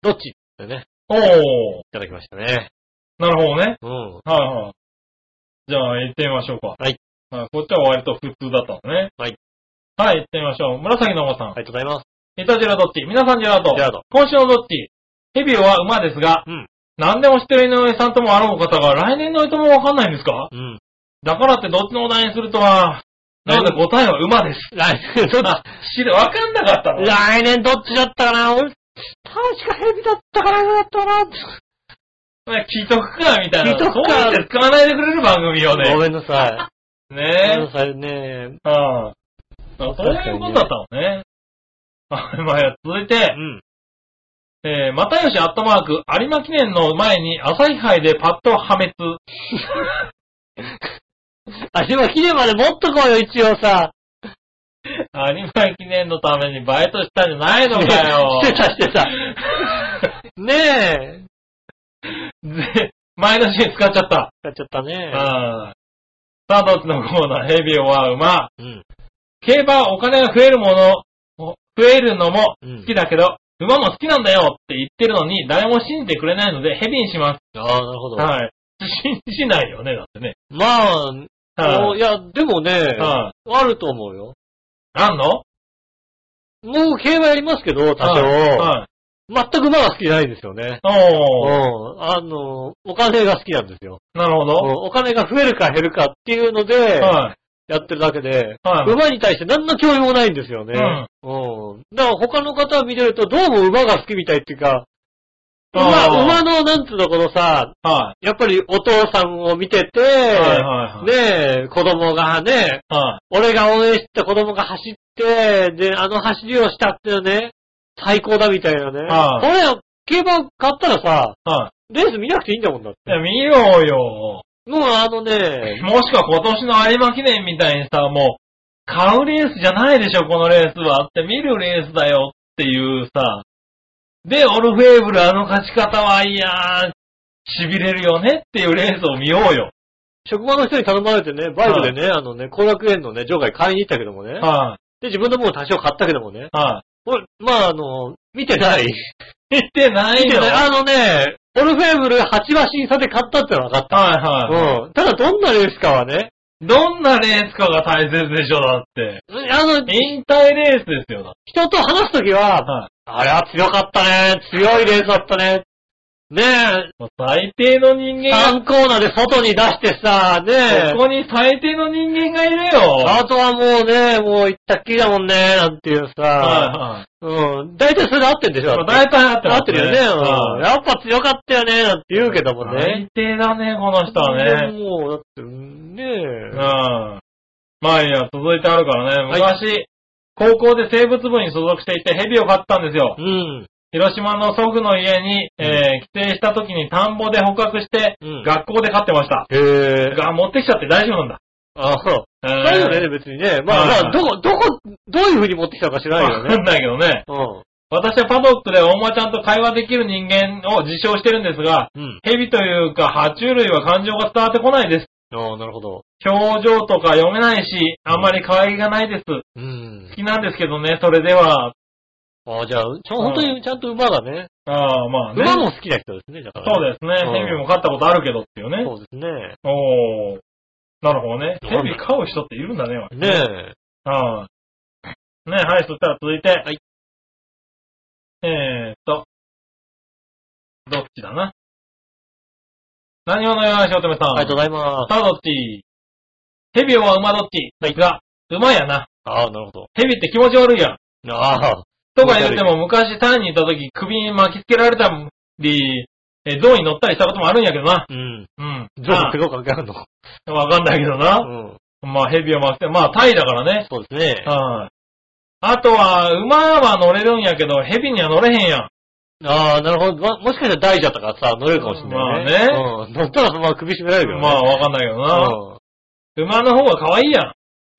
Speaker 2: どっちってね、
Speaker 3: おー、
Speaker 2: いただきましたね。
Speaker 3: なるほどね。
Speaker 2: うん。
Speaker 3: はいはい。じゃあ、行ってみましょうか。
Speaker 2: はい。
Speaker 3: まあ、こっちは割と普通だったのね。
Speaker 2: はい。
Speaker 3: はい、行ってみましょう。紫のおばさん。
Speaker 2: ありがとうございます。
Speaker 3: いたじらどっち皆さんジェラート。
Speaker 2: ジェラート
Speaker 3: 今週のどっちヘビは馬ですが、
Speaker 2: うん
Speaker 3: 何でも知ってる井上さんともあろう方が来年の人もわかんないんですか
Speaker 2: うん。
Speaker 3: だからってどっちのお題にするとは、なので答えは馬です。
Speaker 2: 来年、どっ
Speaker 3: あ
Speaker 2: ち、
Speaker 3: 知ら、わかんなかったの
Speaker 2: 来年どっちだったかな俺、確か蛇だったからだったかな
Speaker 3: まあ聞いとくか、みたいな。
Speaker 2: 聞いとくか
Speaker 3: そうやって使わないでくれる番組を
Speaker 2: ご
Speaker 3: ね。
Speaker 2: めんなさい。ごめん
Speaker 3: ね
Speaker 2: なさいね。
Speaker 3: え。ああ。そういうことだったのね。はい、まあいいや、続いて、
Speaker 2: うん。
Speaker 3: えー、またよしアットマーク、有馬記念の前に朝日杯でパッと破滅。
Speaker 2: あ、でも切れまで持っとこうよ、一応さ。。
Speaker 3: 有馬記念のためにバイトしたんじゃないのかよ
Speaker 2: してた、してた。ねえ。
Speaker 3: ぜ前のシーン使っちゃった。
Speaker 2: やっちゃったね。
Speaker 3: ああさあ、どっちのコーナー、ヘビは馬。
Speaker 2: うん。
Speaker 3: 競馬お金が増えるもの、お増えるのも
Speaker 2: うん
Speaker 3: 好きだけど、馬も好きなんだよって言ってるのに、誰も信じてくれないので、ヘビにしま
Speaker 2: ああ、なるほ
Speaker 3: す。
Speaker 2: ど。
Speaker 3: はい。信じないよね、だってね。
Speaker 2: まあ、お
Speaker 3: はいい。
Speaker 2: や、でもね、
Speaker 3: は
Speaker 2: あると思うよ。
Speaker 3: あんの
Speaker 2: もう競馬やりますけど、多少。
Speaker 3: はい。
Speaker 2: 全く馬が好きじゃないんですよね。
Speaker 3: はい
Speaker 2: うん
Speaker 3: おー。。
Speaker 2: あの、お金が好きなんですよ。
Speaker 3: なるほ
Speaker 2: うん
Speaker 3: ど。
Speaker 2: お金が増えるか減るかっていうので、
Speaker 3: はい。
Speaker 2: やってるだけで、
Speaker 3: はい
Speaker 2: 馬に対して何の興味もないんですよね。うん。だから他の方見てると、どうも馬が好きみたいっていうか、馬、
Speaker 3: あー
Speaker 2: 馬の、なんつうの、このさ、
Speaker 3: は
Speaker 2: やっぱりお父さんを見てて、
Speaker 3: い。はいはいはい。
Speaker 2: ねえ、子供がね、
Speaker 3: はい。
Speaker 2: 俺が応援してた子供が走って、で、あの走りをしたっていうね、最高だみたいなね。
Speaker 3: は
Speaker 2: これ、競馬買ったらさ、
Speaker 3: は
Speaker 2: レース見なくていいんだもんだっ
Speaker 3: い。いや、
Speaker 2: て。
Speaker 3: 見ようよ。
Speaker 2: もうあのね、
Speaker 3: もしくは今年の有馬記念みたいにさ、もう、買うレースじゃないでしょ、このレースはって、見るレースだよっていうさ、で、オルフェーブルあの勝ち方はいやー、痺れるよねっていうレースを見ようよ。
Speaker 2: 職場の人に頼まれてね、バイクでね、あのね、後楽園のね、場外買いに行ったけどもね。
Speaker 3: は
Speaker 2: で、自分の分を多少買ったけどもね
Speaker 3: い。。は
Speaker 2: 俺、まああの、見てない。
Speaker 3: い。見てない
Speaker 2: 見て
Speaker 3: よ。
Speaker 2: ない。
Speaker 3: は
Speaker 2: あのね、オルフェーブル8馬身差で買ったってのは分かっ
Speaker 3: い
Speaker 2: た。
Speaker 3: は
Speaker 2: うん。ただどんなレースかはね、
Speaker 3: い。どんなレースかが大切でしょ、だって。
Speaker 2: あの、
Speaker 3: 引退レースですよ、だっ
Speaker 2: 人と話すときは
Speaker 3: て。、はい。
Speaker 2: あれは強かったね。強いレースだったね。ね
Speaker 3: もう最低の人
Speaker 2: え、
Speaker 3: 間が
Speaker 2: 3コーナーで外に出してさ、ねえ
Speaker 3: こ、こに最低の人間がいるよ。
Speaker 2: あとはもうね、もう行ったっきりだもんね、なんていう
Speaker 3: はい
Speaker 2: さ、
Speaker 3: はい。
Speaker 2: うん、大体それで合ってんでしょ
Speaker 3: まあ大体合って
Speaker 2: 合
Speaker 3: ます
Speaker 2: ってるよね、うん。
Speaker 3: は
Speaker 2: やっぱ強かったよね、なんて言うけども
Speaker 3: い
Speaker 2: ね。
Speaker 3: 最低だね、この人はね。
Speaker 2: もう、だって、ね
Speaker 3: う
Speaker 2: え
Speaker 3: ん。。まあいいや、続いてあるからね。
Speaker 2: はい
Speaker 3: 昔、高校で生物部に所属していてヘビを飼ったんですよ
Speaker 2: う。ん。
Speaker 3: 広島の祖父の家に、えー帰省した時に田んぼで捕獲して、
Speaker 2: うん
Speaker 3: 学校で飼ってました。
Speaker 2: へえ。
Speaker 3: が、持ってきちゃって大丈夫なんだ。
Speaker 2: ああ、
Speaker 3: えー
Speaker 2: ないよね、別にね。まあ
Speaker 3: はい
Speaker 2: まあ、どこ、どこ、どういう風に持ってきたか知らないよ
Speaker 3: わかん
Speaker 2: ね。
Speaker 3: ないけどね。
Speaker 2: うん。
Speaker 3: 私はパドックでお馬ちゃんと会話できる人間を自称してるんですが、
Speaker 2: うん。
Speaker 3: 蛇というか爬虫類は感情が伝わってこないです。
Speaker 2: ああ、なるほど。
Speaker 3: 表情とか読めないし、あんまり可愛げがないです。好
Speaker 2: うん。
Speaker 3: きなんですけどね、それでは。
Speaker 2: ああ、じゃあ、ちょ本当にちゃんと馬がね、
Speaker 3: ああ、まあね。
Speaker 2: 馬も好きな人ですね、だから。
Speaker 3: そうです
Speaker 2: う
Speaker 3: ね
Speaker 2: ん。
Speaker 3: 蛇も飼ったことあるけどっていうね。
Speaker 2: そうですね。
Speaker 3: おー。なるほどね。
Speaker 2: わかんない
Speaker 3: 蛇飼う人っているんだね、割と
Speaker 2: ねえ。。
Speaker 3: ああ。ねはい、そしたら続いて。はいえーっと。どっちだな。何をのようなしおとめさん。
Speaker 2: ありがとうございます。
Speaker 3: さあ、どっち蛇は馬どっちはい。が、馬やな。
Speaker 2: ああ、なるほど。
Speaker 3: 蛇って気持ち悪いやん。
Speaker 2: ああ、
Speaker 3: とか言うても、昔タンにいた時、首に巻きつけられたり、え、象に乗ったりしたこともあるんやけどな。
Speaker 2: うん。
Speaker 3: うん。
Speaker 2: ゾウってどう関係あるの
Speaker 3: あわかんないけどな。
Speaker 2: うん。
Speaker 3: まあ、蛇は巻きつけ、まあ、タイだからね。
Speaker 2: そうですね。
Speaker 3: はい。あとは、馬は乗れるんやけど、蛇には乗れへんやん。
Speaker 2: ああ、なるほど。まもしかしたら大蛇とかさ、乗れるかもしれないね。まあね。うん。乗ったらまあ首絞められるけどね。
Speaker 3: まあ、わかんないけどな。馬の方が可愛いやん。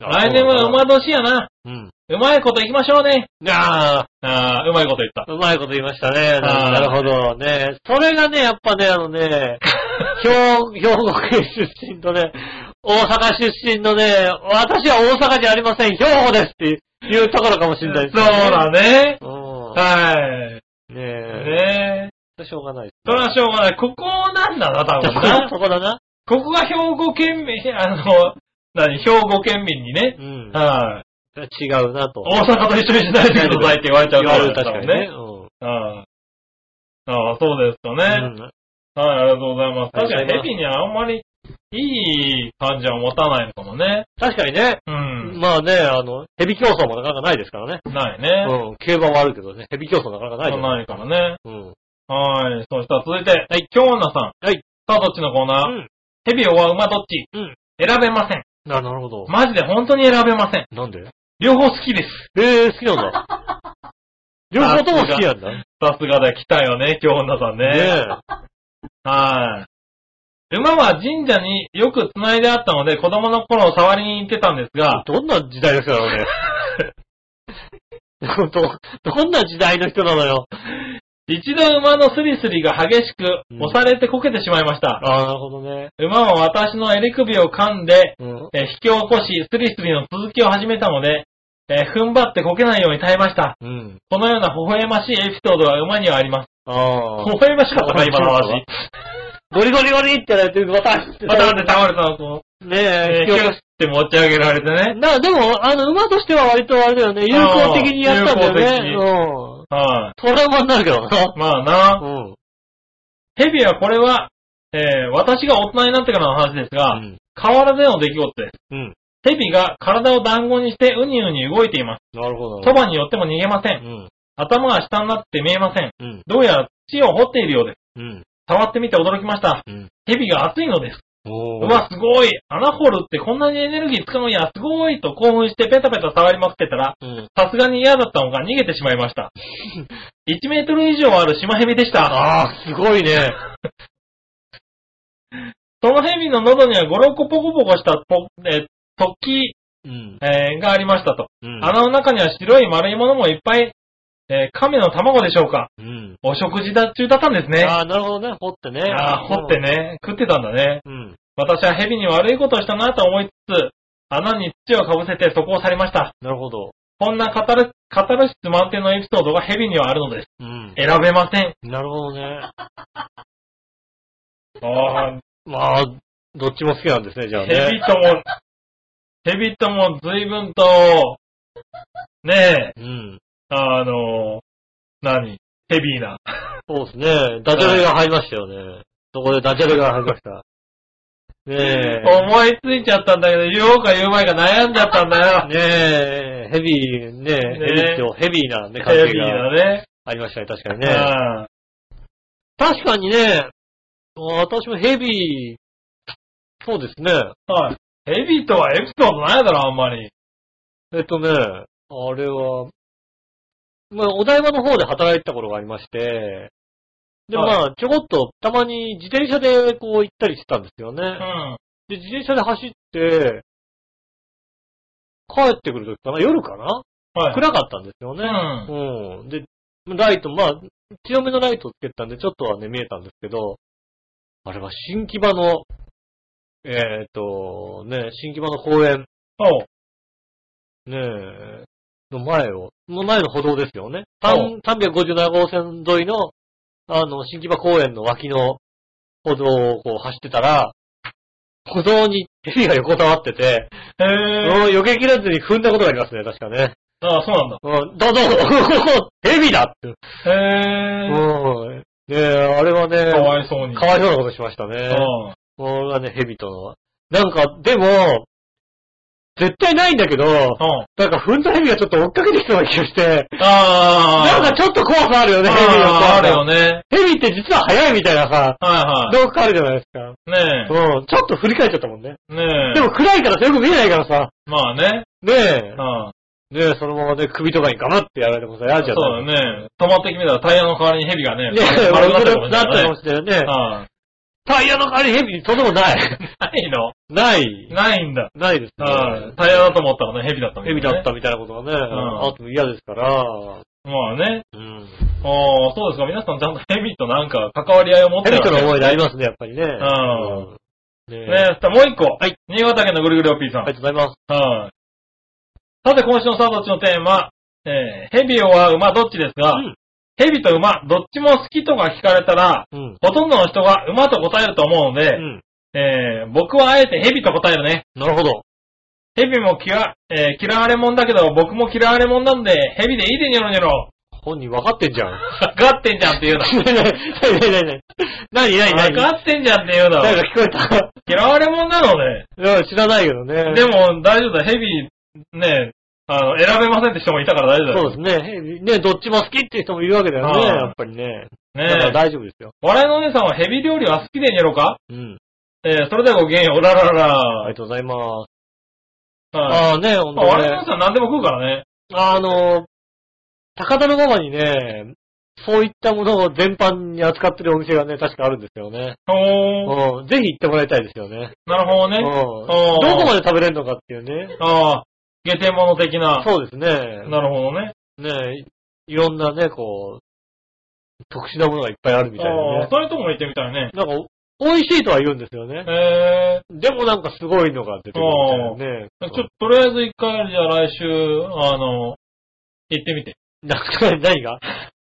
Speaker 2: うん。
Speaker 3: 来年は馬年やな。
Speaker 2: うん。
Speaker 3: うまいこと行きましょうね。
Speaker 2: ああ、
Speaker 3: ああ、うまいこと言った。
Speaker 2: うまいこと言いましたね。
Speaker 3: あー
Speaker 2: なるほどね。それがね、やっぱね、あの ね、兵兵庫県出身とね、大阪出身のね、私は大阪じゃありません、兵庫ですっていうところかもしれないです
Speaker 3: そうだね。
Speaker 2: うん。
Speaker 3: はい。
Speaker 2: ねえ。
Speaker 3: ねえ。
Speaker 2: ねしょうがないです
Speaker 3: それはしょうがない。ここなんだな、多分 な。
Speaker 2: そこだな。
Speaker 3: ここが兵庫県民、あの、何、兵庫県民にね
Speaker 2: う。ん。
Speaker 3: はい。
Speaker 2: 違うなと。
Speaker 3: 大阪と一緒にしないでくださいって言われちゃう
Speaker 2: 言
Speaker 3: か
Speaker 2: われ
Speaker 3: ら
Speaker 2: る確かにね。。うん。
Speaker 3: はいああ、そうですかね。
Speaker 2: うん
Speaker 3: はい、ありがとうございます。
Speaker 2: ありがとう
Speaker 3: 確か
Speaker 2: ございます
Speaker 3: にヘビにはあんまりいい感じは持たないのかもね。
Speaker 2: 確かにね。
Speaker 3: うん。
Speaker 2: まあね、あの、蛇競争もなかなかないですからね。
Speaker 3: ないね。
Speaker 2: うん。競馬はあるけどね、蛇競争なかなかないです。
Speaker 3: ないからね。
Speaker 2: うん。
Speaker 3: はい。そしたら続いて、はい、京女さん。
Speaker 2: はい。
Speaker 3: さあ、どっちのコー
Speaker 2: う
Speaker 3: ナー、
Speaker 2: ん。
Speaker 3: ヘビは馬どっち
Speaker 2: うん。
Speaker 3: 選べません。
Speaker 2: あ、なるほど。
Speaker 3: マジで本当に選べません。
Speaker 2: なんで
Speaker 3: 両方好きです。
Speaker 2: えー、好きなんだ。 両方とも好きなんだ。ね
Speaker 3: さすがだよ、来たよね、京女さんね。
Speaker 2: え。
Speaker 3: はい。馬は神社によく繋いであったので、子供の頃触りに行ってたんですが、
Speaker 2: どんな時代の人な のね。ど、どんな時代の人なのよ。
Speaker 3: 一度馬のスリスリが激しく
Speaker 2: うん
Speaker 3: 押されてこけてしまいました。
Speaker 2: あーなるほどね。
Speaker 3: 馬は私の襟首を噛んで、
Speaker 2: うん。
Speaker 3: えー引き起こし、スリスリの続きを始めたので、えー踏ん張ってこけないように耐えました。
Speaker 2: うん。
Speaker 3: このような微笑ましいエピソードは馬にはあります。
Speaker 2: あ
Speaker 3: 微
Speaker 2: あ。
Speaker 3: 笑ましかったな、今の話。
Speaker 2: ゴリゴリゴリってやられて、バタンって。
Speaker 3: バタンって倒れたのこ
Speaker 2: ね
Speaker 3: う、
Speaker 2: え
Speaker 3: え、ー、
Speaker 2: 引き
Speaker 3: ひ
Speaker 2: 起
Speaker 3: ょ
Speaker 2: こ
Speaker 3: っって持ち上げられてね。
Speaker 2: な、でも、あの、馬としては割とあれだよね、有効的にやったんだ
Speaker 3: 有
Speaker 2: よね。うん。
Speaker 3: は
Speaker 2: トラウマになるけどな。
Speaker 3: い。まあな、
Speaker 2: うん。
Speaker 3: ヘビはこれは、えー私が大人になってからの話ですが、
Speaker 2: うん
Speaker 3: 河原での出来事です。
Speaker 2: うん。
Speaker 3: ヘビが体を団子にしてウニウニ動いています。
Speaker 2: なるほど。
Speaker 3: そばに寄っても逃げませ。
Speaker 2: うんん。
Speaker 3: 頭が下になって見えません。
Speaker 2: うん。
Speaker 3: どうやら土を掘っているようです。
Speaker 2: うん。
Speaker 3: 触ってみて驚きました。
Speaker 2: うん。
Speaker 3: 蛇が熱いのです。
Speaker 2: お
Speaker 3: うわ、すごい穴掘るってこんなにエネルギー使うんや、すごいと興奮してペタペタ触りまくってたら、
Speaker 2: うん。
Speaker 3: さすがに嫌だったのか逃げてしまい ました。1メートル以上あるシマヘビでした。
Speaker 2: ああ、すごいね。
Speaker 3: そのヘビの喉には5、6個ポコポコしたポ、えー突起、
Speaker 2: うん。
Speaker 3: えーがありましたと。
Speaker 2: うん。
Speaker 3: 穴の中には白い丸いものもいっぱい、えー亀の卵でしょうか。
Speaker 2: うん。
Speaker 3: お食事だ中だったんですね。
Speaker 2: ああ、なるほどね。掘ってね。
Speaker 3: ああ、掘ってね、食ってたんだね。
Speaker 2: うん。
Speaker 3: 私は蛇に悪いことをしたなと思いつつ、穴に土をかぶせてそこを去りました。
Speaker 2: なるほど。
Speaker 3: こんなカタルカタルシス満点のエピソードが蛇にはあるのです。
Speaker 2: うん。
Speaker 3: 選べません。
Speaker 2: なるほどね。
Speaker 3: ああ、
Speaker 2: まあ、どっちも好きなんですね、じゃあね。
Speaker 3: 蛇とも、蛇とも随分と、ねえ、
Speaker 2: うん。
Speaker 3: あの、何ヘビーな。
Speaker 2: そうですね。ダジャレが入りましたよね。そこでダジャレが入りました。ねえ。
Speaker 3: 思いついちゃったんだけど、言おうか言うまいか悩んじゃったん だよ。
Speaker 2: ねえ、ヘビー、ねえ、
Speaker 3: ね
Speaker 2: ヘビーとヘビーなね、関
Speaker 3: ヘ
Speaker 2: 係
Speaker 3: ビー
Speaker 2: が
Speaker 3: だね。
Speaker 2: ありましたね、確かに
Speaker 3: う
Speaker 2: ね。
Speaker 3: ん
Speaker 2: 確かにね、私もヘビー、そうですね。
Speaker 3: はい。ヘビーとはエピソードないだろ、あんまり。
Speaker 2: えっとね、あれは、まあ、お台場の方で働いてた頃がありまして、で、
Speaker 3: はい
Speaker 2: まあ、ちょこっと、たまに自転車でこう行ったりしてたんですよね。
Speaker 3: うん。
Speaker 2: で、自転車で走って、帰ってくる時かな夜かな
Speaker 3: はい。
Speaker 2: 暗かったんですよね。
Speaker 3: う
Speaker 2: うん。で、ライト、まあ、強めのライトをつけてたんで、ちょっとはね、見えたんですけど、あれは新木場の、えっ、と、ね、新木場の公園、
Speaker 3: そう。
Speaker 2: ねえ、の前を、の前の歩道ですよね。3 357号線沿いの、あの、新木場公園の脇の歩道をこう走ってたら、歩道に蛇が横たわってて、
Speaker 3: へ
Speaker 2: そ
Speaker 3: え。
Speaker 2: れを避けきらずに踏んだことがありますね、確かね。
Speaker 3: ああ、そうなんだ。
Speaker 2: うん、どうぞ、 蛇だって。
Speaker 3: へえ。
Speaker 2: うん。ねえ、あれはね、
Speaker 3: かわいそうに。
Speaker 2: かわいそうなことしましたね。
Speaker 3: うん
Speaker 2: これがね、蛇との。なんか、でも、絶対ないんだけど、
Speaker 3: うん。
Speaker 2: なんか踏んだ蛇がちょっと追っかけてきそうな気がして、
Speaker 3: ああ。
Speaker 2: なんかちょっと怖さあるよね、蛇の怖
Speaker 3: あ
Speaker 2: さ
Speaker 3: あ、あるよね。
Speaker 2: 蛇って実は速いみたいなさ、
Speaker 3: は
Speaker 2: どっかあるじゃないですか。
Speaker 3: いはい。ね
Speaker 2: うん、ちょっと振り返っちゃったもんね。
Speaker 3: え。ねえ。
Speaker 2: でも、暗いからさよく見えないからさ、
Speaker 3: まあね。
Speaker 2: ねえ
Speaker 3: う、ん。
Speaker 2: ねえ、そのままね、首とかにガバってやられてもさ、やっち
Speaker 3: そ
Speaker 2: ゃ
Speaker 3: う
Speaker 2: った。
Speaker 3: だね。止まってきたらタイヤの代わりに蛇がね、
Speaker 2: ねえ、
Speaker 3: 丸
Speaker 2: 悪く
Speaker 3: くなったかもし
Speaker 2: な
Speaker 3: れ
Speaker 2: った
Speaker 3: ない
Speaker 2: か
Speaker 3: ね
Speaker 2: も。しれないね。
Speaker 3: うん
Speaker 2: タイヤの代わりに蛇にそんなことない。
Speaker 3: ないの
Speaker 2: ない。
Speaker 3: ないんだ。
Speaker 2: ないです
Speaker 3: うん
Speaker 2: ね。
Speaker 3: タイヤだと思ったらね、蛇だったみたい
Speaker 2: 蛇
Speaker 3: なね
Speaker 2: だったみたいなことがね、
Speaker 3: ん
Speaker 2: あっても嫌ですから、
Speaker 3: まあね。
Speaker 2: うん。
Speaker 3: ああ、そうですか。皆さんちゃんと蛇となんか関わり合いを持ってる
Speaker 2: 蛇との
Speaker 3: わ
Speaker 2: 思い出ありますね、やっぱりね。
Speaker 3: ん
Speaker 2: うん。ね
Speaker 3: け
Speaker 2: え
Speaker 3: ねさあもう一個。
Speaker 2: はい
Speaker 3: 新潟県のぐるぐるおっぴーさん。
Speaker 2: ありがとうございます。
Speaker 3: はい。さて、今週のサードッチのテーマ、えー、蛇は馬どっちですが、
Speaker 2: うん
Speaker 3: 蛇と馬どっちも好きとか聞かれたら、
Speaker 2: うん。
Speaker 3: ほとんどの人が馬と答えると思うの
Speaker 2: う
Speaker 3: で、
Speaker 2: ん。
Speaker 3: えー、僕はあえて蛇と答えるね。
Speaker 2: なるほど。
Speaker 3: 蛇もきわ、えー、嫌われ者だけど、僕も嫌われ者なんで、蛇でいいでにょろにょ ろ。
Speaker 2: 本人分かってん じゃん。
Speaker 3: わかってんじゃんって言うな。
Speaker 2: なになになになにな
Speaker 3: わ
Speaker 2: に
Speaker 3: かってんじゃんって言うな。
Speaker 2: なんか聞こえた。
Speaker 3: 嫌われ者なのね。
Speaker 2: うん知らないけどね。
Speaker 3: でも、大丈夫だ。蛇、ね、あの、選べませんって人もいたから大丈夫だ
Speaker 2: そ
Speaker 3: よ。
Speaker 2: うですね。蛇ね、どっちも好きっていう人もいるわけだよね、
Speaker 3: はい
Speaker 2: やっぱりね。だか
Speaker 3: ね
Speaker 2: ら大丈夫ですよ。
Speaker 3: 笑いのお姉さんはヘビ料理は好きでにやろうか
Speaker 2: うん。
Speaker 3: えー、それではごきげんよう。おららら
Speaker 2: あり
Speaker 3: ら。
Speaker 2: がとうございます。
Speaker 3: はい。
Speaker 2: ああね、ほん
Speaker 3: ま
Speaker 2: と
Speaker 3: あ、
Speaker 2: ね
Speaker 3: 笑いのお姉さん何でも食うからね。
Speaker 2: あの、高田の馬場にね、そういったものを全般に扱ってるお店がね、確かあるんですよね。
Speaker 3: お
Speaker 2: う
Speaker 3: ー。
Speaker 2: ん。ぜひ行ってもらいたいですよね。
Speaker 3: なるほど
Speaker 2: うん。
Speaker 3: ね。
Speaker 2: ど
Speaker 3: あー
Speaker 2: こまで食べれるのかっていうね。
Speaker 3: ああ、下手者的な。
Speaker 2: そうですね。
Speaker 3: なるほどね。
Speaker 2: ねいろんなね、こう、特殊なものがいっぱいあるみたいな
Speaker 3: ああ
Speaker 2: ね
Speaker 3: ー、。そういうとこも行ってみたいね。
Speaker 2: なんか、美味しいとは言うんですよね。
Speaker 3: え
Speaker 2: でもなんかすごいのが出てくるみたいなね。
Speaker 3: ー、ちょっととりあえず一回、じゃあ来週、あの、行ってみて。
Speaker 2: なんか何が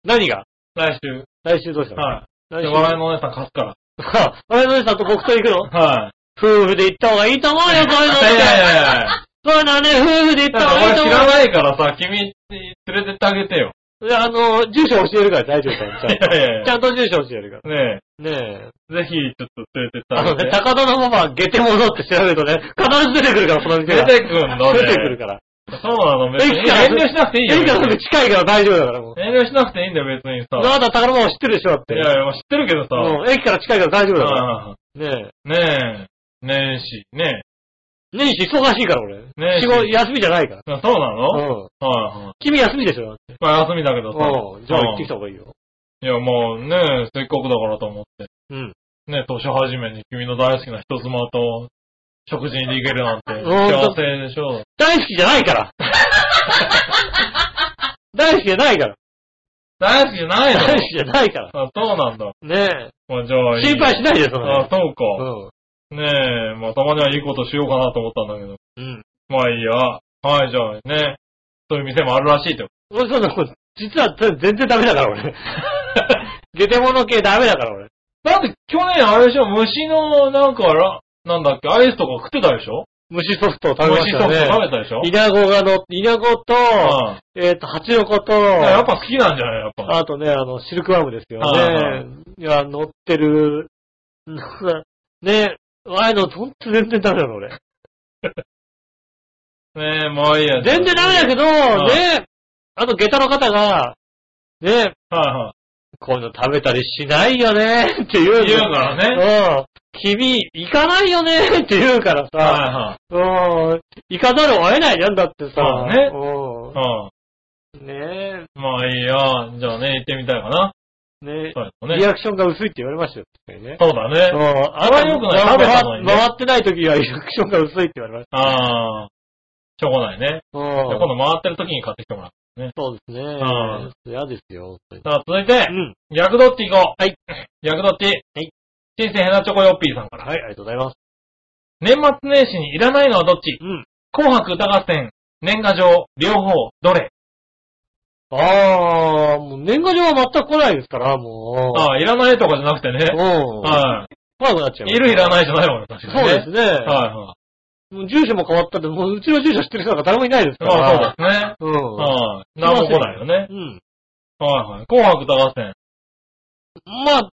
Speaker 2: 何が
Speaker 3: 来週。
Speaker 2: 来週どうしたの
Speaker 3: はい。
Speaker 2: 来
Speaker 3: で
Speaker 2: 週。
Speaker 3: 笑いのお姉さん貸すから。
Speaker 2: あ笑いのおじさんと僕と行くの
Speaker 3: はい。
Speaker 2: 夫婦で行った方がいいと思うよ、こういうのって。
Speaker 3: いやいやいやいや。
Speaker 2: そういうのはね、夫婦で行った方がいい
Speaker 3: 俺
Speaker 2: と
Speaker 3: 知
Speaker 2: 思うよ。
Speaker 3: らないからさ、君に連れてってあげてよ。
Speaker 2: いや、あの、住所教えるから大丈夫だよ。ちゃんと
Speaker 3: いやいやいや
Speaker 2: ちゃんと住所教えるか
Speaker 3: ね
Speaker 2: ら。ねえ。
Speaker 3: え、ぜひちょっと連れてって
Speaker 2: あ
Speaker 3: あ
Speaker 2: の
Speaker 3: げ
Speaker 2: ね、
Speaker 3: て。
Speaker 2: 高田のママ、下手者って調べるとね、必 ず出てくるから、その店
Speaker 3: 出
Speaker 2: が。
Speaker 3: てくんのね。
Speaker 2: 出てくるから。
Speaker 3: そうなの、別に。
Speaker 2: 駅から
Speaker 3: 遠慮しなくていいよ。
Speaker 2: 駅からすぐ近いから大丈夫だから、もう。
Speaker 3: 遠慮しなくていいんだよ、別にさ。
Speaker 2: あなた高田のママ知ってるでしょ、だっ
Speaker 3: い
Speaker 2: て。
Speaker 3: やいや、知ってるけどさ。
Speaker 2: うん、駅から近いから大丈夫だから。ね
Speaker 3: ねえ、年始、
Speaker 2: え。
Speaker 3: ね
Speaker 2: 年始忙しいから、俺。
Speaker 3: ね
Speaker 2: 仕事、休みじゃないから。
Speaker 3: え。そうなの
Speaker 2: う
Speaker 3: はい
Speaker 2: ん。
Speaker 3: はい。
Speaker 2: 君休みでしょ。
Speaker 3: まあ休みだけどさ。
Speaker 2: うん。じゃあ行ってきた方がいいよ。
Speaker 3: いや、もうねえ、せっかくだからと思って。
Speaker 2: うん。
Speaker 3: ねえ、年始めに君の大好きな人妻と食事に行けるなんて、
Speaker 2: ん
Speaker 3: 幸せでしょ。
Speaker 2: 大好きじゃない から。大好きじゃないから。
Speaker 3: 大好きじゃないの
Speaker 2: 大好きじゃないから。
Speaker 3: あ、そうなんだ。
Speaker 2: ね
Speaker 3: まあ、じゃあ
Speaker 2: え。
Speaker 3: いいよ
Speaker 2: 心配しないで、その
Speaker 3: あ、
Speaker 2: 辺。
Speaker 3: そうか。
Speaker 2: うん。
Speaker 3: ねえ、まあ、たまにはいいことしようかなと思ったんだけど。
Speaker 2: うん。
Speaker 3: まあいいや。はい、じゃあね。そういう店もあるらしいと。
Speaker 2: 俺、そんなこと、実は全然ダメだから、 俺。下手者系ダメだから、俺。
Speaker 3: だって去年あれでしょ、虫の、なんかラ、なんだっけ、アイスとか食ってたでしょ
Speaker 2: 虫ソフトを食べま
Speaker 3: 虫
Speaker 2: し
Speaker 3: ソ
Speaker 2: た
Speaker 3: フト食
Speaker 2: ね。
Speaker 3: べたでしょ
Speaker 2: イナゴがの、イナゴと、
Speaker 3: うん
Speaker 2: えっ、と、ハチノコと、
Speaker 3: だからやっぱ好きなんじゃないやっぱ。
Speaker 2: あとね、あの、シルクワームですよ
Speaker 3: はいはい
Speaker 2: ね。いや、乗ってる、 ね、ああいうの、ほんと全然ダメなの、俺。
Speaker 3: ねえ、まあいいや。
Speaker 2: 全然ダメだけど、
Speaker 3: い
Speaker 2: ね、あと、下駄の方が、ね、
Speaker 3: は
Speaker 2: こういうの食べたりしないよね、って言うの
Speaker 3: 言うから
Speaker 2: ね。うん。君、行かないよね、って言うから
Speaker 3: いはい。
Speaker 2: さ、
Speaker 3: は
Speaker 2: うん、行かざるを得ないじゃんだってさ、
Speaker 3: そうね
Speaker 2: う
Speaker 3: いは
Speaker 2: ん。ね
Speaker 3: い。うん。まあいいや。じゃあね、行ってみたいかな。
Speaker 2: ね
Speaker 3: そうで
Speaker 2: リ
Speaker 3: すね。
Speaker 2: アクションが薄いって言われましたよ、確かにね。
Speaker 3: そうだね。
Speaker 2: うんあ
Speaker 3: れは良くない食べたのにね
Speaker 2: 回ってない時はリアクションが薄いって言われまし
Speaker 3: ああ。しょうがないね。
Speaker 2: う
Speaker 3: で今
Speaker 2: ん。
Speaker 3: 度回ってる時に買ってきてもらう。
Speaker 2: そうですね。
Speaker 3: ん
Speaker 2: 嫌ですよ、本当に
Speaker 3: さあ、続いて
Speaker 2: う、ん。
Speaker 3: ヤクドッティ行こう。
Speaker 2: はい。
Speaker 3: ヤクドッティ。
Speaker 2: はい。
Speaker 3: 新鮮ヘナチョコヨッピーさんから。
Speaker 2: はい、ありがとうございます。
Speaker 3: 年末年始にいらないのはどっち
Speaker 2: うん。
Speaker 3: 紅白歌合戦、年賀状、両方、どれ
Speaker 2: あー、もう年賀状は全く来ないですから、もう。
Speaker 3: ああ、いらないとかじゃなくてね。
Speaker 2: うん。
Speaker 3: は
Speaker 2: 怖くなっちゃう。
Speaker 3: い。いるいら
Speaker 2: い。
Speaker 3: ないじゃないもんね、確かにね。
Speaker 2: そうですね。
Speaker 3: はいは
Speaker 2: もう住所も変わったって、もううちの住所知ってる人なんか誰もいないです
Speaker 3: い。
Speaker 2: から。
Speaker 3: まあそうですね。
Speaker 2: そうです。うん。
Speaker 3: はい。何も来ないよね。
Speaker 2: うん。
Speaker 3: はいはい。紅白歌合戦。
Speaker 2: まあ、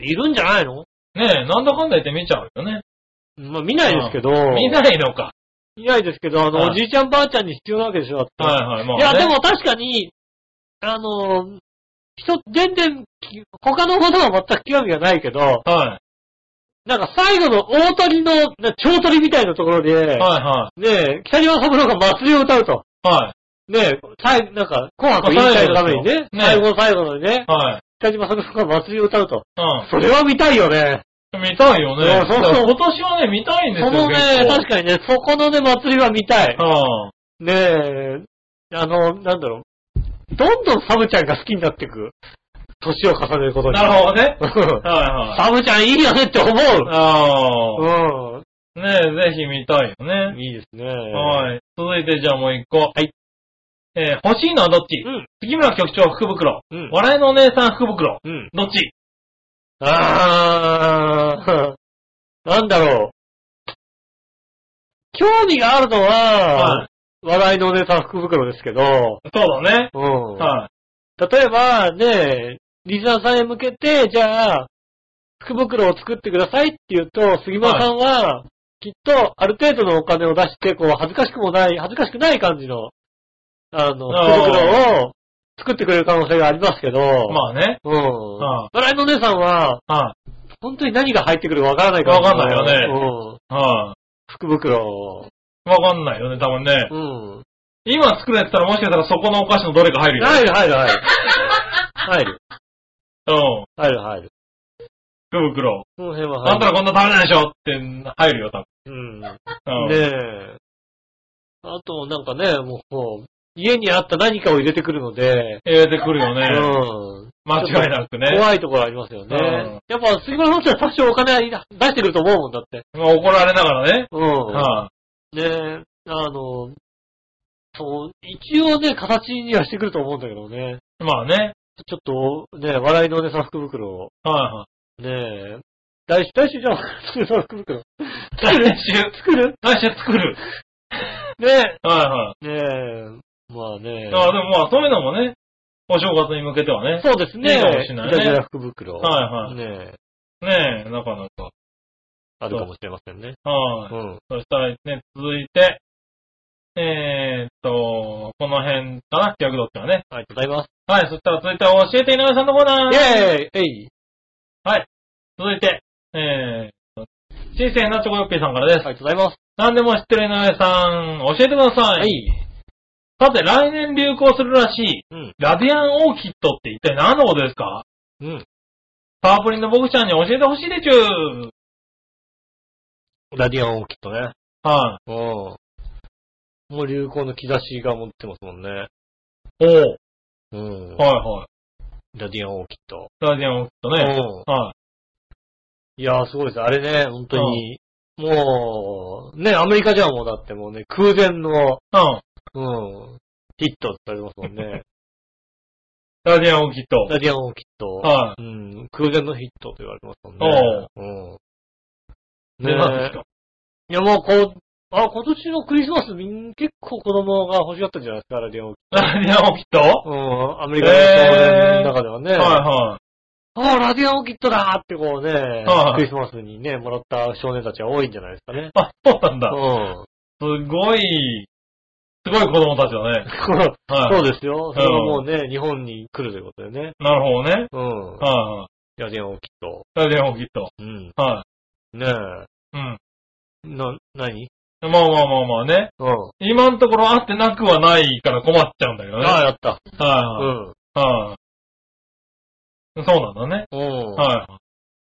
Speaker 2: いるんじゃないの
Speaker 3: ねえ、なんだかんだ言って見ちゃうよね。
Speaker 2: まあ見ないですけど。
Speaker 3: 見ないのか。
Speaker 2: 見ないですけど、あの、
Speaker 3: はい
Speaker 2: おじいちゃんばあちゃんに必要なわけでしょ、だって。
Speaker 3: はいはい。まあ、
Speaker 2: い
Speaker 3: ね。
Speaker 2: や、で、も確かに、あの、人、全然き、他のことは全く興味がないけど、
Speaker 3: は
Speaker 2: なんか最後の大鳥の、ね、蝶鳥みたいなところで、
Speaker 3: い。はいは
Speaker 2: ねえ、北島三郎が祭りを歌うと。
Speaker 3: い。は
Speaker 2: ねえ、最後、なんか、紅白委員会のためにね、
Speaker 3: 最
Speaker 2: 最
Speaker 3: 後
Speaker 2: 後の最後のにね
Speaker 3: い。、はい。
Speaker 2: 北島三郎が祭りを歌うと。
Speaker 3: う
Speaker 2: それは見たいよね。
Speaker 3: ん。見たいよね。
Speaker 2: そうそうそう
Speaker 3: 今年はね、見たいんです
Speaker 2: そ
Speaker 3: よ。
Speaker 2: のね、
Speaker 3: 結
Speaker 2: 確かにね、そこのね、祭りは見たい
Speaker 3: 構。うん。
Speaker 2: ねえ、あの、なんだろう。どんどんサブちゃんが好きになってく。年を重ねることに。
Speaker 3: なるほどね。
Speaker 2: ほ
Speaker 3: はいは い。
Speaker 2: サブちゃんいいよねって思
Speaker 3: あ
Speaker 2: う。
Speaker 3: あ。ねえ、ぜひ見たいよ
Speaker 2: うん。
Speaker 3: ね。
Speaker 2: いいですね。。
Speaker 3: はい。続いて、じゃあもう一個。はいえー欲しいのはどっち
Speaker 2: うん。
Speaker 3: 杉村局長福袋。
Speaker 2: うん。
Speaker 3: 笑いのお姉さん福袋。
Speaker 2: うん。
Speaker 3: どっち
Speaker 2: あー、なんだろう。興味があるの
Speaker 3: は
Speaker 2: は、
Speaker 3: い。
Speaker 2: 笑いのお姉さん福袋ですけど、
Speaker 3: そうだね。
Speaker 2: うん。
Speaker 3: はい。
Speaker 2: 例えば、ね、リスナーさんへ向けて、じゃあ、福袋を作ってくださいって言うと、杉間さんは、きっと、ある程度のお金を出して、こう、恥ずかしくもない、恥ずかしくない感じの、あの、
Speaker 3: あー
Speaker 2: 福袋を作ってくれる可能性がありますけど、
Speaker 3: まあね。
Speaker 2: うん。
Speaker 3: あ
Speaker 2: 笑いのお姉さんは、
Speaker 3: は
Speaker 2: 本当に何が入ってくるかわからないから。
Speaker 3: わかんない
Speaker 2: よね。
Speaker 3: い。は
Speaker 2: うん。福袋を。
Speaker 3: い。わかんないよね、多分ね。
Speaker 2: うん。
Speaker 3: 今作れてたらもしかしたらそこのお菓子のどれか入るよ。
Speaker 2: 入る入る入る。 入る。
Speaker 3: うん。
Speaker 2: 入る入る。
Speaker 3: 福袋。
Speaker 2: この辺は
Speaker 3: あんた
Speaker 2: 入
Speaker 3: ら
Speaker 2: る。
Speaker 3: こんな食べないでしょって入るよ、多
Speaker 2: うん。
Speaker 3: 分。うん。
Speaker 2: ねえ。あと、なんかね、もう、こう家にあった何かを入れてくるので、
Speaker 3: 入れてくるよ
Speaker 2: う
Speaker 3: ね。
Speaker 2: ん。
Speaker 3: 間違いなくね。
Speaker 2: 怖いところありますよね
Speaker 3: うん。
Speaker 2: やっぱ、杉村さんって多少お金出してくると思うもんだって。
Speaker 3: まあ怒られながらね。
Speaker 2: う
Speaker 3: は
Speaker 2: ん。ねえ、あの、そう、一応ね、形にはしてくると思うんだけどね。
Speaker 3: い。まあね。
Speaker 2: ちょっと、ね、笑いのお姉さん福袋を、
Speaker 3: はいはい。
Speaker 2: ねえ、来週、来週じゃあ、お姉さん福袋。
Speaker 3: 来週、
Speaker 2: 作る
Speaker 3: 来週作る。
Speaker 2: ね
Speaker 3: はいは
Speaker 2: え、ねえ、まあね
Speaker 3: い。あでもまあそういうのもね、お正月に向けてはね。
Speaker 2: そうですね。
Speaker 3: いいかもしれないね
Speaker 2: イタジラ福袋。
Speaker 3: はいはい
Speaker 2: ねえ
Speaker 3: ねえ、なかなか。
Speaker 2: あるかもしれませんね。
Speaker 3: は
Speaker 2: う
Speaker 3: い。
Speaker 2: ん。
Speaker 3: そしたらね、続いて、えーっと、この辺かな、逆だったらね。
Speaker 2: ありがとうございます。
Speaker 3: はい、そしたら続いては教えて井上さんのコーナー。
Speaker 2: イェーイえい
Speaker 3: 続いて、えーっと、新鮮なチョコヨッピーさんからで
Speaker 2: あ
Speaker 3: す。
Speaker 2: りがとうございます。
Speaker 3: 何でも知ってる井上さん、教えてください。
Speaker 2: はい。
Speaker 3: さて、来年流行するらしい、
Speaker 2: うん。
Speaker 3: ラディアンオーキッドって一体何のことですか
Speaker 2: うん。
Speaker 3: パープリンの僕ちゃんに教えてほしいでちゅー。
Speaker 2: ラディアンオーキッドね。
Speaker 3: は
Speaker 2: うん。もう流行の兆しが持ってますもんね。
Speaker 3: い。おー。
Speaker 2: うん。
Speaker 3: はいはい。
Speaker 2: ラディアンオーキッド。
Speaker 3: ラディアンオーキッドね。
Speaker 2: う
Speaker 3: は
Speaker 2: ん。
Speaker 3: い。
Speaker 2: いやーすごいです。あれね、本当に。もう、ね、アメリカじゃもうだってもうね、空前の、
Speaker 3: うん。
Speaker 2: うん、ヒットって言われますもん ね。
Speaker 3: ラディアンオーキッド。
Speaker 2: ラディアンオーキッド。
Speaker 3: は
Speaker 2: うん、空前のヒットと言われてますもんね。うん。
Speaker 3: い。で、何ですか
Speaker 2: いや、もうこう、あ、今年のクリスマスみん、結構子供が欲しかったんじゃないですか、ラディアン。
Speaker 3: ラディアンオーキッド
Speaker 2: う
Speaker 3: は
Speaker 2: ん、アメリカの少年の中ではね。
Speaker 3: いは
Speaker 2: あラディアンオーキッドだーってこうね、
Speaker 3: はい
Speaker 2: クリスマスにね、もらった少年たちは多いんじゃないですかね
Speaker 3: い。。あ、そうなん
Speaker 2: う
Speaker 3: だ。
Speaker 2: ん。
Speaker 3: すごい、すごい子供たちだね。はい。
Speaker 2: そうですよ。それはもうね、日本に来るということでね。
Speaker 3: なるほどね。
Speaker 2: うん。
Speaker 3: はいはい。
Speaker 2: ラディアンオーキッド。
Speaker 3: ラディアンオーキッド。
Speaker 2: うん。
Speaker 3: は
Speaker 2: ねえ。
Speaker 3: い。うん。
Speaker 2: な、何
Speaker 3: まあまあまあまあね。
Speaker 2: うん。
Speaker 3: 今のところ会ってなくはないから困っちゃうんだけどね。
Speaker 2: ああ、やった。う
Speaker 3: は
Speaker 2: ん。
Speaker 3: いはい。はい。そうなんだね。
Speaker 2: うん。
Speaker 3: はいはい。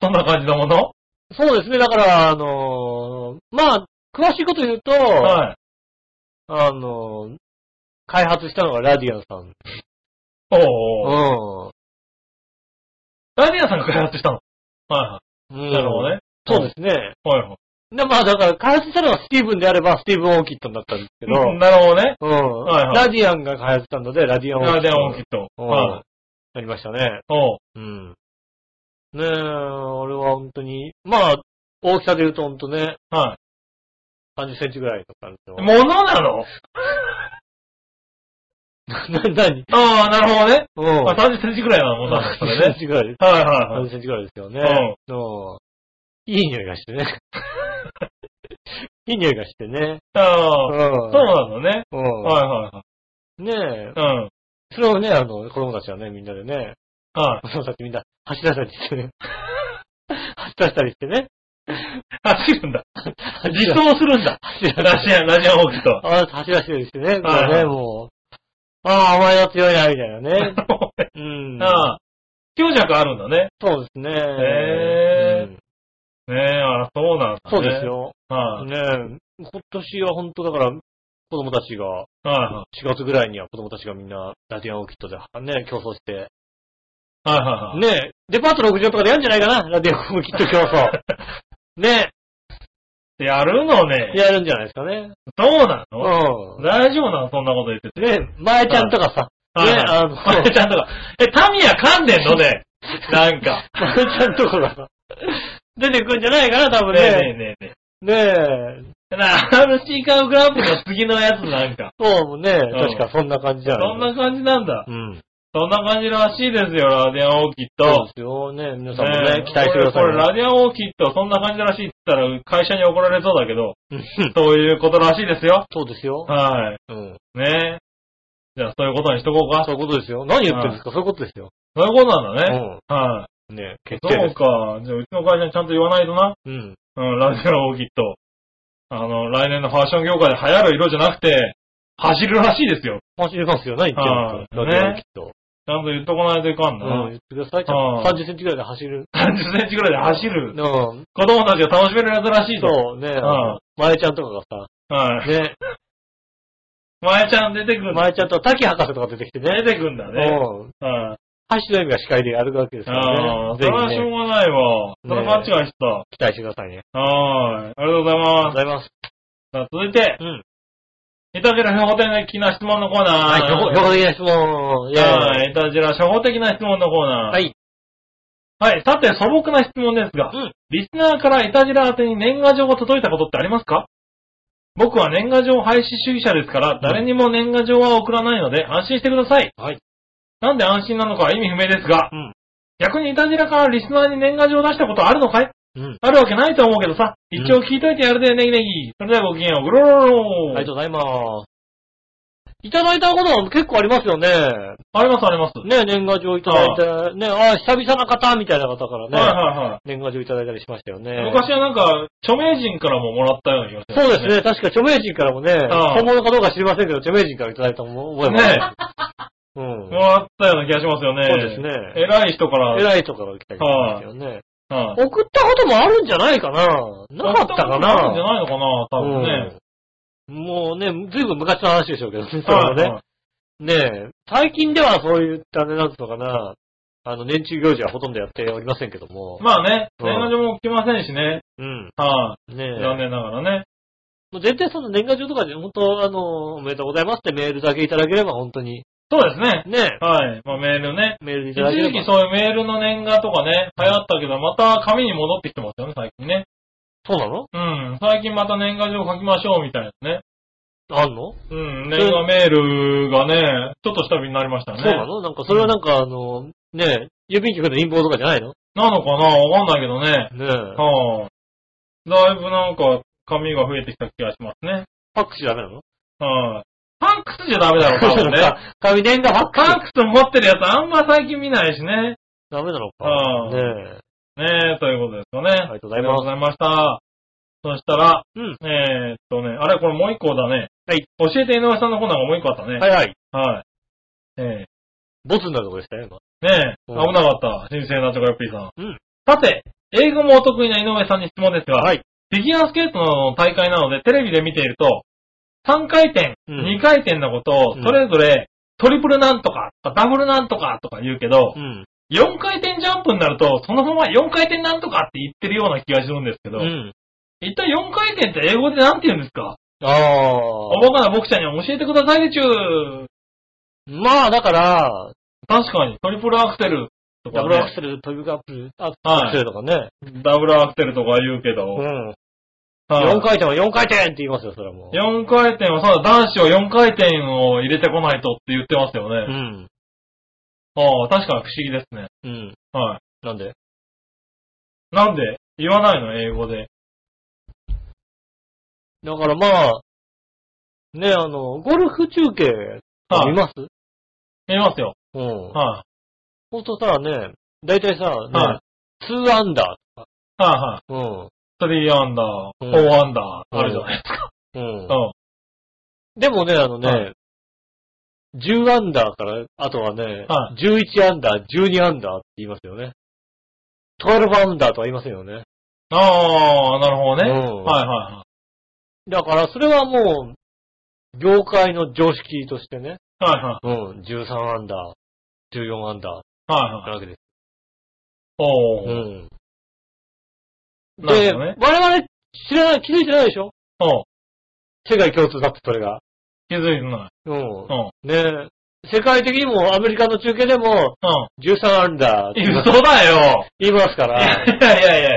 Speaker 3: そんな感じのもの
Speaker 2: そうですね。だから、あのーまあ、詳しいこと言うと、
Speaker 3: はい。
Speaker 2: あの、開発したのがラディアンさん。
Speaker 3: おー。
Speaker 2: う
Speaker 3: ラディアンさんが開発したのはいは
Speaker 2: ん。
Speaker 3: い。なるほどね。
Speaker 2: そうですね。
Speaker 3: す。はいはい。
Speaker 2: で、まあだから、開発したのがスティーブンであれば、スティーブン・オーキットンだったんですけど、
Speaker 3: うんなるほどね。
Speaker 2: うん。
Speaker 3: はいはい
Speaker 2: ラディアンが開発したので、ラディアン・オーキットン。
Speaker 3: ラディアンオーキット。
Speaker 2: うん
Speaker 3: はい。
Speaker 2: なりましたね。
Speaker 3: おう。
Speaker 2: うん。ねえ、あれは本当に、まあ、大きさで言うと本当ね、
Speaker 3: は
Speaker 2: 30センチぐらいとかあると。
Speaker 3: い。ものなの
Speaker 2: な、なに
Speaker 3: ああ、なるほどね。
Speaker 2: う
Speaker 3: あ、30センチくらいなのものなの、それ
Speaker 2: 30セン
Speaker 3: ね。
Speaker 2: チぐらい。
Speaker 3: はいはいは
Speaker 2: 30
Speaker 3: い。
Speaker 2: センチぐらいですよね。
Speaker 3: う
Speaker 2: うん。いい匂いがしてね。 いい匂いがしてね。
Speaker 3: あ
Speaker 2: うん
Speaker 3: あ、。そうなのね。
Speaker 2: う
Speaker 3: は
Speaker 2: ん
Speaker 3: い。は
Speaker 2: ねえ
Speaker 3: い。はい。
Speaker 2: それをね、あの、子供たちはね、みんなでね、
Speaker 3: うん。はい。
Speaker 2: 子供たちみんな走らせたりしてね。 走らせたりしてね。
Speaker 3: 走るんだ。
Speaker 2: 走
Speaker 3: 自
Speaker 2: ら
Speaker 3: 走するんだ。
Speaker 2: 走ら
Speaker 3: ラジアン、ラジアンオーキット。
Speaker 2: あ走らせたりしてね。もう
Speaker 3: は
Speaker 2: ね、
Speaker 3: い
Speaker 2: もう。ああ、お前は強いな、みたいなね。うん。
Speaker 3: ああ。強弱あるんだね。
Speaker 2: そうですね。
Speaker 3: へえ
Speaker 2: うん
Speaker 3: ねえ、あら、そうなんだね。
Speaker 2: そうです。よ。
Speaker 3: はい。
Speaker 2: ねえ、今年は本当だから、子供たちが、
Speaker 3: はいは
Speaker 2: 4月ぐらいには子供たちがみんな、ラディアンオーキットで、ね、競争して。
Speaker 3: い。はいはいはい。
Speaker 2: ねえ、デパート60とかでやるんじゃないかな、ラディアンオーキット競 争。ね
Speaker 3: やるのね
Speaker 2: え、。やるんじゃないですかね。
Speaker 3: どうな
Speaker 2: う
Speaker 3: の
Speaker 2: ん。
Speaker 3: 大丈夫なのそんなこと言ってて。
Speaker 2: ねえ、前ちゃんとかさ、
Speaker 3: は
Speaker 2: ね
Speaker 3: い
Speaker 2: え、あの、
Speaker 3: あれちゃんとか。え、タミヤ噛んでんのね。なんか。
Speaker 2: 前ちゃんとかがさ、出てくるんじゃないかな、多分
Speaker 3: ねえねえ
Speaker 2: ね。
Speaker 3: ねえね
Speaker 2: ねえ、
Speaker 3: え。な、RC カーグランプリの次のやつなんか。
Speaker 2: そうね、
Speaker 3: ん
Speaker 2: 確かそんな感じじゃない
Speaker 3: そんな感じなんだ。
Speaker 2: うん。
Speaker 3: そんな感じらしいですよ、ラディアンオーキッ
Speaker 2: そう
Speaker 3: ト
Speaker 2: で。すよね。皆さんも
Speaker 3: ね
Speaker 2: ね、期待してくださ
Speaker 3: こ
Speaker 2: い
Speaker 3: れ、
Speaker 2: ね。
Speaker 3: ラディアンオーキット、そんな感じらしいって言ったら、会社に怒られそうだけど、
Speaker 2: うん
Speaker 3: そういうことらしいですよ。
Speaker 2: そうですよ。
Speaker 3: は
Speaker 2: うん。
Speaker 3: い。ねじゃあ、そういうことにしとこうか。
Speaker 2: そういうことですよ。何言ってるんですかそういうことですよ。
Speaker 3: そういうことなんだね。
Speaker 2: うん。
Speaker 3: は
Speaker 2: ね
Speaker 3: い
Speaker 2: 決。定
Speaker 3: そう
Speaker 2: です。
Speaker 3: か。じゃあ、うちの会社にちゃんと言わないとな。
Speaker 2: うん。
Speaker 3: うん、ラジオオーキット。あの、来年のファッション業界で流行る色じゃなくて、走るらしいですよ。
Speaker 2: 走りますよ。何言ってるんですか
Speaker 3: はい
Speaker 2: ラジオきっと。
Speaker 3: ちゃんと言っとこないといかん
Speaker 2: うん。
Speaker 3: な
Speaker 2: 言っ。てください。ち
Speaker 3: うん
Speaker 2: ゃんと30センチぐらいで走る。
Speaker 3: 30センチぐらいで走
Speaker 2: う
Speaker 3: る。
Speaker 2: ん。
Speaker 3: 子供たちが楽しめるやつらしいと。
Speaker 2: そうね。
Speaker 3: ん
Speaker 2: 前ちゃんとかが
Speaker 3: は
Speaker 2: さ、
Speaker 3: い。
Speaker 2: ね。
Speaker 3: 前ちゃん出てくる。
Speaker 2: 前ちゃんと滝博士とか出てきてね。
Speaker 3: 出てくんだ
Speaker 2: うん。
Speaker 3: ね。はい。
Speaker 2: 橋の意味が司会でやるわけですか
Speaker 3: あ
Speaker 2: らね。
Speaker 3: あ、そ
Speaker 2: ぜ
Speaker 3: れは
Speaker 2: ひ
Speaker 3: しょう
Speaker 2: ね、
Speaker 3: がないわ。それ勘違いした。は
Speaker 2: 期待してくださいね。
Speaker 3: ーい。ありがとうござい
Speaker 2: ありがとう
Speaker 3: ま
Speaker 2: ご
Speaker 3: す。
Speaker 2: ざいます。
Speaker 3: さあ、続いて
Speaker 2: う、ん。
Speaker 3: いたじら初歩的な質問のコーナ
Speaker 2: は
Speaker 3: ー。
Speaker 2: い、標標的な質問。イェーイ
Speaker 3: はい。いたじら初歩的な質問のコーナー。
Speaker 2: はい。
Speaker 3: はい。さて、素朴な質問ですが、
Speaker 2: うん
Speaker 3: リスナーからイタジラ宛てに年賀状が届いたことってありますか僕は年賀状廃止主義者ですから、誰にも年賀状は送らないので安心してください。
Speaker 2: はい。
Speaker 3: なんで安心なのかは意味不明ですが、
Speaker 2: うん
Speaker 3: 逆にイタジラからリスナーに年賀状を出したことあるのかい
Speaker 2: うん。
Speaker 3: あるわけないと思うけどさ、一応聞いといてやるで、ネギネギ。それではごきげんよう、グロロロ
Speaker 2: ありがとうございます。いただいたことは結構ありますよね。
Speaker 3: ありますあります。
Speaker 2: ね、年賀状いただいて、ね、ああ、久々な方みたいな方からね、
Speaker 3: はいはいはい。
Speaker 2: 年賀状いただいたりしましたよね。
Speaker 3: 昔はなんか、著名人からももらったような気がします
Speaker 2: そうです。ね、確か著名人からもね、
Speaker 3: ああ
Speaker 2: 本物かどうか知りませんけど、著名人からいただいたも覚えます
Speaker 3: ね
Speaker 2: う
Speaker 3: も
Speaker 2: ん。
Speaker 3: らったような気がしますよね。
Speaker 2: そうですね
Speaker 3: 偉い人から。
Speaker 2: 偉い人から来たりしましたよね。
Speaker 3: はい
Speaker 2: 送ったこともあるんじゃないかななかったか
Speaker 3: あるんじゃ
Speaker 2: な
Speaker 3: ないのかな、多分ね。
Speaker 2: うんもうね、ずいぶん昔の話でしょうけどね、それ
Speaker 3: は
Speaker 2: はいね
Speaker 3: は。い
Speaker 2: ねえ、最近ではそういったね、なんつうのかな、あの、年中行事はほとんどやっておりませんけども。
Speaker 3: まあね、
Speaker 2: うん
Speaker 3: 年賀状も来ませんしね。
Speaker 2: うん。
Speaker 3: は
Speaker 2: ね
Speaker 3: い。
Speaker 2: え。
Speaker 3: 残念ながらね。
Speaker 2: もう絶対その年賀状とかで、本当あの、おめでとうございますってメールだけいただければ、本当に。
Speaker 3: そうですね。
Speaker 2: ねえ、
Speaker 3: はい。まあメールね。
Speaker 2: メールい
Speaker 3: 一
Speaker 2: ただければ。
Speaker 3: 時期そういうメールの年賀とかね、流行ったけど、また紙に戻ってきてますよね、最近ね。
Speaker 2: そうなの
Speaker 3: うん。最近また年賀状書きましょう、みたいなね。
Speaker 2: あんの、
Speaker 3: うん。年賀メールがね、ちょっと下火になりましたね。
Speaker 2: そうなのなんか、それはなんか、あの、ねえ、郵便局の陰謀とかじゃないの
Speaker 3: なのかなわかんないけどね。
Speaker 2: ねえ、
Speaker 3: はあ。だいぶなんか、紙が増えてきた気がしますね。
Speaker 2: ファックスダメなの
Speaker 3: はい。ファックスじゃダメだろ、多分
Speaker 2: そ
Speaker 3: ね
Speaker 2: う。か紙年賀ファ
Speaker 3: ファ
Speaker 2: ッ
Speaker 3: ッ
Speaker 2: クス。
Speaker 3: クス持ってるやつあんま最近見ないしね。
Speaker 2: ダメなのか。
Speaker 3: うん
Speaker 2: ねえ。
Speaker 3: ねえ、ということですよね。
Speaker 2: ありがとうご
Speaker 3: あ
Speaker 2: ざい
Speaker 3: りがと
Speaker 2: ま
Speaker 3: うご
Speaker 2: す。
Speaker 3: ざいました。そしたら、
Speaker 2: うん。
Speaker 3: えー、っとね、あれこれもう一個だね。
Speaker 2: はい。
Speaker 3: 教えて井上さんのコーナーがもう一個あったね。
Speaker 2: はいはい。
Speaker 3: はい。え
Speaker 2: ボツになるとこでしたよ、今。
Speaker 3: ー、ねえ、危
Speaker 2: うん
Speaker 3: なかった。新鮮なチョコヨッピーさん。
Speaker 2: うん。
Speaker 3: さて、英語もお得意な井上さんに質問ですが、
Speaker 2: はい。
Speaker 3: フィギュアスケートの大会なのでテレビで見ていると、 3回転、
Speaker 2: うん
Speaker 3: 2回転のことを、
Speaker 2: うん
Speaker 3: それぞれ、トリプルなんとか、ダブルなんとかとか言うけど
Speaker 2: う、ん。
Speaker 3: 4回転ジャンプになると、そのまま4回転なんとかって言ってるような気がするんですけ
Speaker 2: う
Speaker 3: ど、
Speaker 2: ん。
Speaker 3: 一体4回転って英語でなんて言うんですか
Speaker 2: あ
Speaker 3: お
Speaker 2: あ。
Speaker 3: バカな僕ちゃんに教えてくださいでちゅー。
Speaker 2: まあ、だから、
Speaker 3: 確かに、トリプルアクセルと
Speaker 2: ダ
Speaker 3: か、
Speaker 2: ブルアク
Speaker 3: ね、
Speaker 2: セル、トリプルアクセル、あ
Speaker 3: はい
Speaker 2: アクセルとかね。
Speaker 3: ダブルアクセルとか言うけど、
Speaker 2: うん。
Speaker 3: はい
Speaker 2: 4回転は4回転って言いますよ、それはもう。
Speaker 3: 4回転は、そうだ、男子は4回転を入れてこないとって言ってますよね。
Speaker 2: うん。
Speaker 3: ああ、確かに不思議ですね。
Speaker 2: うん。
Speaker 3: は
Speaker 2: なんで
Speaker 3: い。なんで、言わないの、英語で。
Speaker 2: だからまあ、ね、あの、ゴルフ中継、
Speaker 3: はい
Speaker 2: 見ます
Speaker 3: 言いますよ。
Speaker 2: うん。
Speaker 3: は
Speaker 2: ほんとさ、ね、だいたいさ、ね
Speaker 3: は、
Speaker 2: 2アンダ
Speaker 3: い。はいはい。
Speaker 2: ー。うん。
Speaker 3: 3アンダー、
Speaker 2: うん
Speaker 3: 4アンダー、あるじゃないですか。
Speaker 2: うん
Speaker 3: う。ん。
Speaker 2: でもね、あの
Speaker 3: は
Speaker 2: ね、10アンダーから、あとはね
Speaker 3: は、
Speaker 2: 11アンダー、12アンダーって言いますよね。12アンダーとは言いませんよね。
Speaker 3: ああ、なるほどね。
Speaker 2: うん
Speaker 3: はいはいはい。
Speaker 2: だから、それはもう、業界の常識としてね、
Speaker 3: はいはい。
Speaker 2: うん、13アンダー、14アンダ
Speaker 3: はい
Speaker 2: ー
Speaker 3: は。
Speaker 2: ないわけです。
Speaker 3: お
Speaker 2: う
Speaker 3: ー。
Speaker 2: ん。
Speaker 3: なる
Speaker 2: で、
Speaker 3: ほど
Speaker 2: 我
Speaker 3: ね。
Speaker 2: 々知らない、気づいてないでしょ
Speaker 3: お
Speaker 2: 世界共通だって、それが。
Speaker 3: 気づいてない。
Speaker 2: うん
Speaker 3: う。ん。
Speaker 2: ねえ、世界的にもアメリカの中継でも13アンダーって言い
Speaker 3: うん。
Speaker 2: ます
Speaker 3: 嘘だよ。
Speaker 2: 言いますか
Speaker 3: いや
Speaker 2: ら、
Speaker 3: いやいや。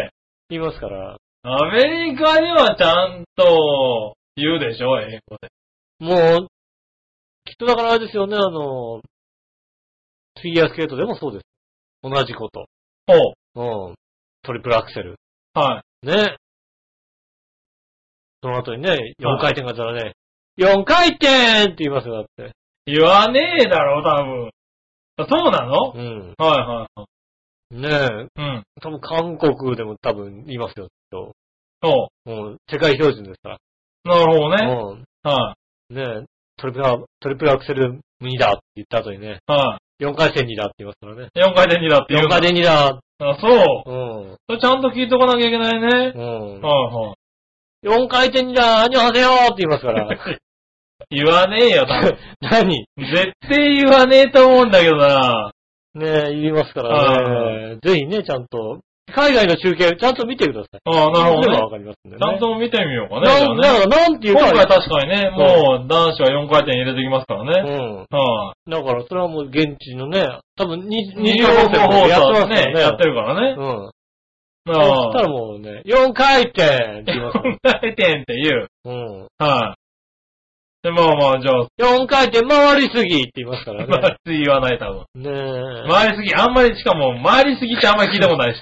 Speaker 2: 言いますから、
Speaker 3: アメリカにはちゃんと言うでしょ、英語で。
Speaker 2: もう、きっとだからあれですよね、あの、フィギュアスケートでもそうです。同じこと。
Speaker 3: おう。
Speaker 2: うん。トリプルアクセル。
Speaker 3: はい。
Speaker 2: ね。その後にね、4回転が出たらね、4回転って言いますよ、だって。
Speaker 3: 言わねえだろ、多分。そうなの、
Speaker 2: うん。
Speaker 3: はいはいはい。
Speaker 2: ねえ、
Speaker 3: うん。
Speaker 2: 多分韓国でも多分言いますよ、きっと。
Speaker 3: そ
Speaker 2: うん。世界標準ですか
Speaker 3: う。なるほど
Speaker 2: ら。
Speaker 3: ね。
Speaker 2: うん。
Speaker 3: は
Speaker 2: ねえ、トリプルア、トリプルアクセル2だって言った後にね、
Speaker 3: い。は
Speaker 2: 4回転2だって言いますからね。
Speaker 3: い。4回転2だって言
Speaker 2: 4
Speaker 3: うの
Speaker 2: 回転2だ
Speaker 3: あ、そう。
Speaker 2: うん。
Speaker 3: それちゃんと聞いとかなきゃいけないね。
Speaker 2: うん。
Speaker 3: はいはい。
Speaker 2: 4回転2だアニョハセヨーって言います から。
Speaker 3: 言わねえよ、多分。
Speaker 2: 何
Speaker 3: 絶対言わねえと思うんだけどな。
Speaker 2: ねえ、言いますからね。ぜひね、ちゃんと、海外の中継、ちゃんと見てください。
Speaker 3: ああ、な
Speaker 2: そう
Speaker 3: るほどね
Speaker 2: すればわ。かりますんでね。
Speaker 3: ちゃんと見てみようかね。じゃ
Speaker 2: なん、だ
Speaker 3: あ
Speaker 2: か
Speaker 3: ね
Speaker 2: ら、なんていう
Speaker 3: 今
Speaker 2: か、
Speaker 3: 回確かにね、もう男子は4回転入れてきますからね。
Speaker 2: うん。
Speaker 3: はい。
Speaker 2: だから、それはもう現地のね、多分に
Speaker 3: 二
Speaker 2: 二
Speaker 3: 次
Speaker 2: 次
Speaker 3: 放
Speaker 2: 放
Speaker 3: 送
Speaker 2: 送もやってます
Speaker 3: ね
Speaker 2: よ、ね。
Speaker 3: やってるからね。
Speaker 2: うん。そ
Speaker 3: あ
Speaker 2: したらもうね、4回転って言います から
Speaker 3: 4回転って言う。
Speaker 2: うん。
Speaker 3: はい。で、まあまあ、じゃあ、
Speaker 2: 4回転回りすぎって言いますからね。
Speaker 3: 回りすぎ言わない、多分。
Speaker 2: ねえ。
Speaker 3: 回りすぎ、あんまり、しかも、回りすぎってあんまり聞いたことないし。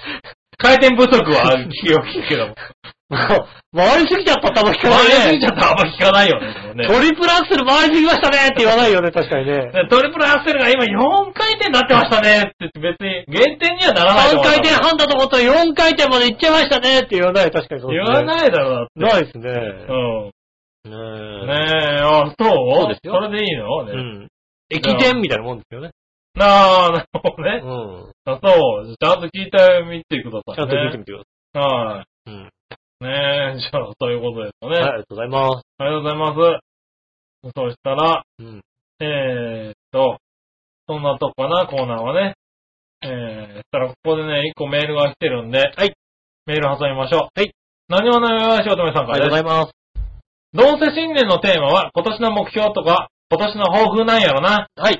Speaker 3: 回転不足は聞くよ、聞くけ ども。
Speaker 2: 回りすぎちゃったってあんま聞かない
Speaker 3: 回
Speaker 2: ね。
Speaker 3: りすぎちゃったらあんま聞かないよね、でもね。
Speaker 2: トリプルアクセル回りすぎましたねって言わないよね、確かにね。
Speaker 3: ねトリプルアクセルが今4回転になってましたねって言って別に減点にはならないと
Speaker 2: 3
Speaker 3: 思う
Speaker 2: 回転半だと思ったら4回転まで行っちゃいましたねって言わない、確かにそう
Speaker 3: 言わ
Speaker 2: い。
Speaker 3: ないだろう、だって。
Speaker 2: ないですね。
Speaker 3: うん。
Speaker 2: ねえ。
Speaker 3: ねえ、あ、そう
Speaker 2: そうですよ
Speaker 3: それでいいのね。
Speaker 2: うん。駅伝みたいなもんですよね。
Speaker 3: なあ、なるほど
Speaker 2: うん。
Speaker 3: ね。あそう。ちゃんと聞いてみてくださ
Speaker 2: ちゃ
Speaker 3: いね。
Speaker 2: んと見てみてくださ
Speaker 3: はい。
Speaker 2: い。うん。
Speaker 3: ねえ、じゃあ、そういうことですか
Speaker 2: は
Speaker 3: ね。
Speaker 2: い、ありがとうございます。
Speaker 3: ありがとうございます。そしたら、
Speaker 2: うん。
Speaker 3: えーっと、そんなとこかな、コーナーはね。えー、そしたらここでね、一個メールが来てるんで、
Speaker 2: はい。
Speaker 3: メール挟みましょう。
Speaker 2: はい。
Speaker 3: 何をないわよしおとめさん
Speaker 2: あり
Speaker 3: か
Speaker 2: がとう
Speaker 3: ら
Speaker 2: ご
Speaker 3: で
Speaker 2: ざ
Speaker 3: す。
Speaker 2: います。
Speaker 3: どうせ新年のテーマは、今年の目標とか、今年の抱負なんやろな。
Speaker 2: はい。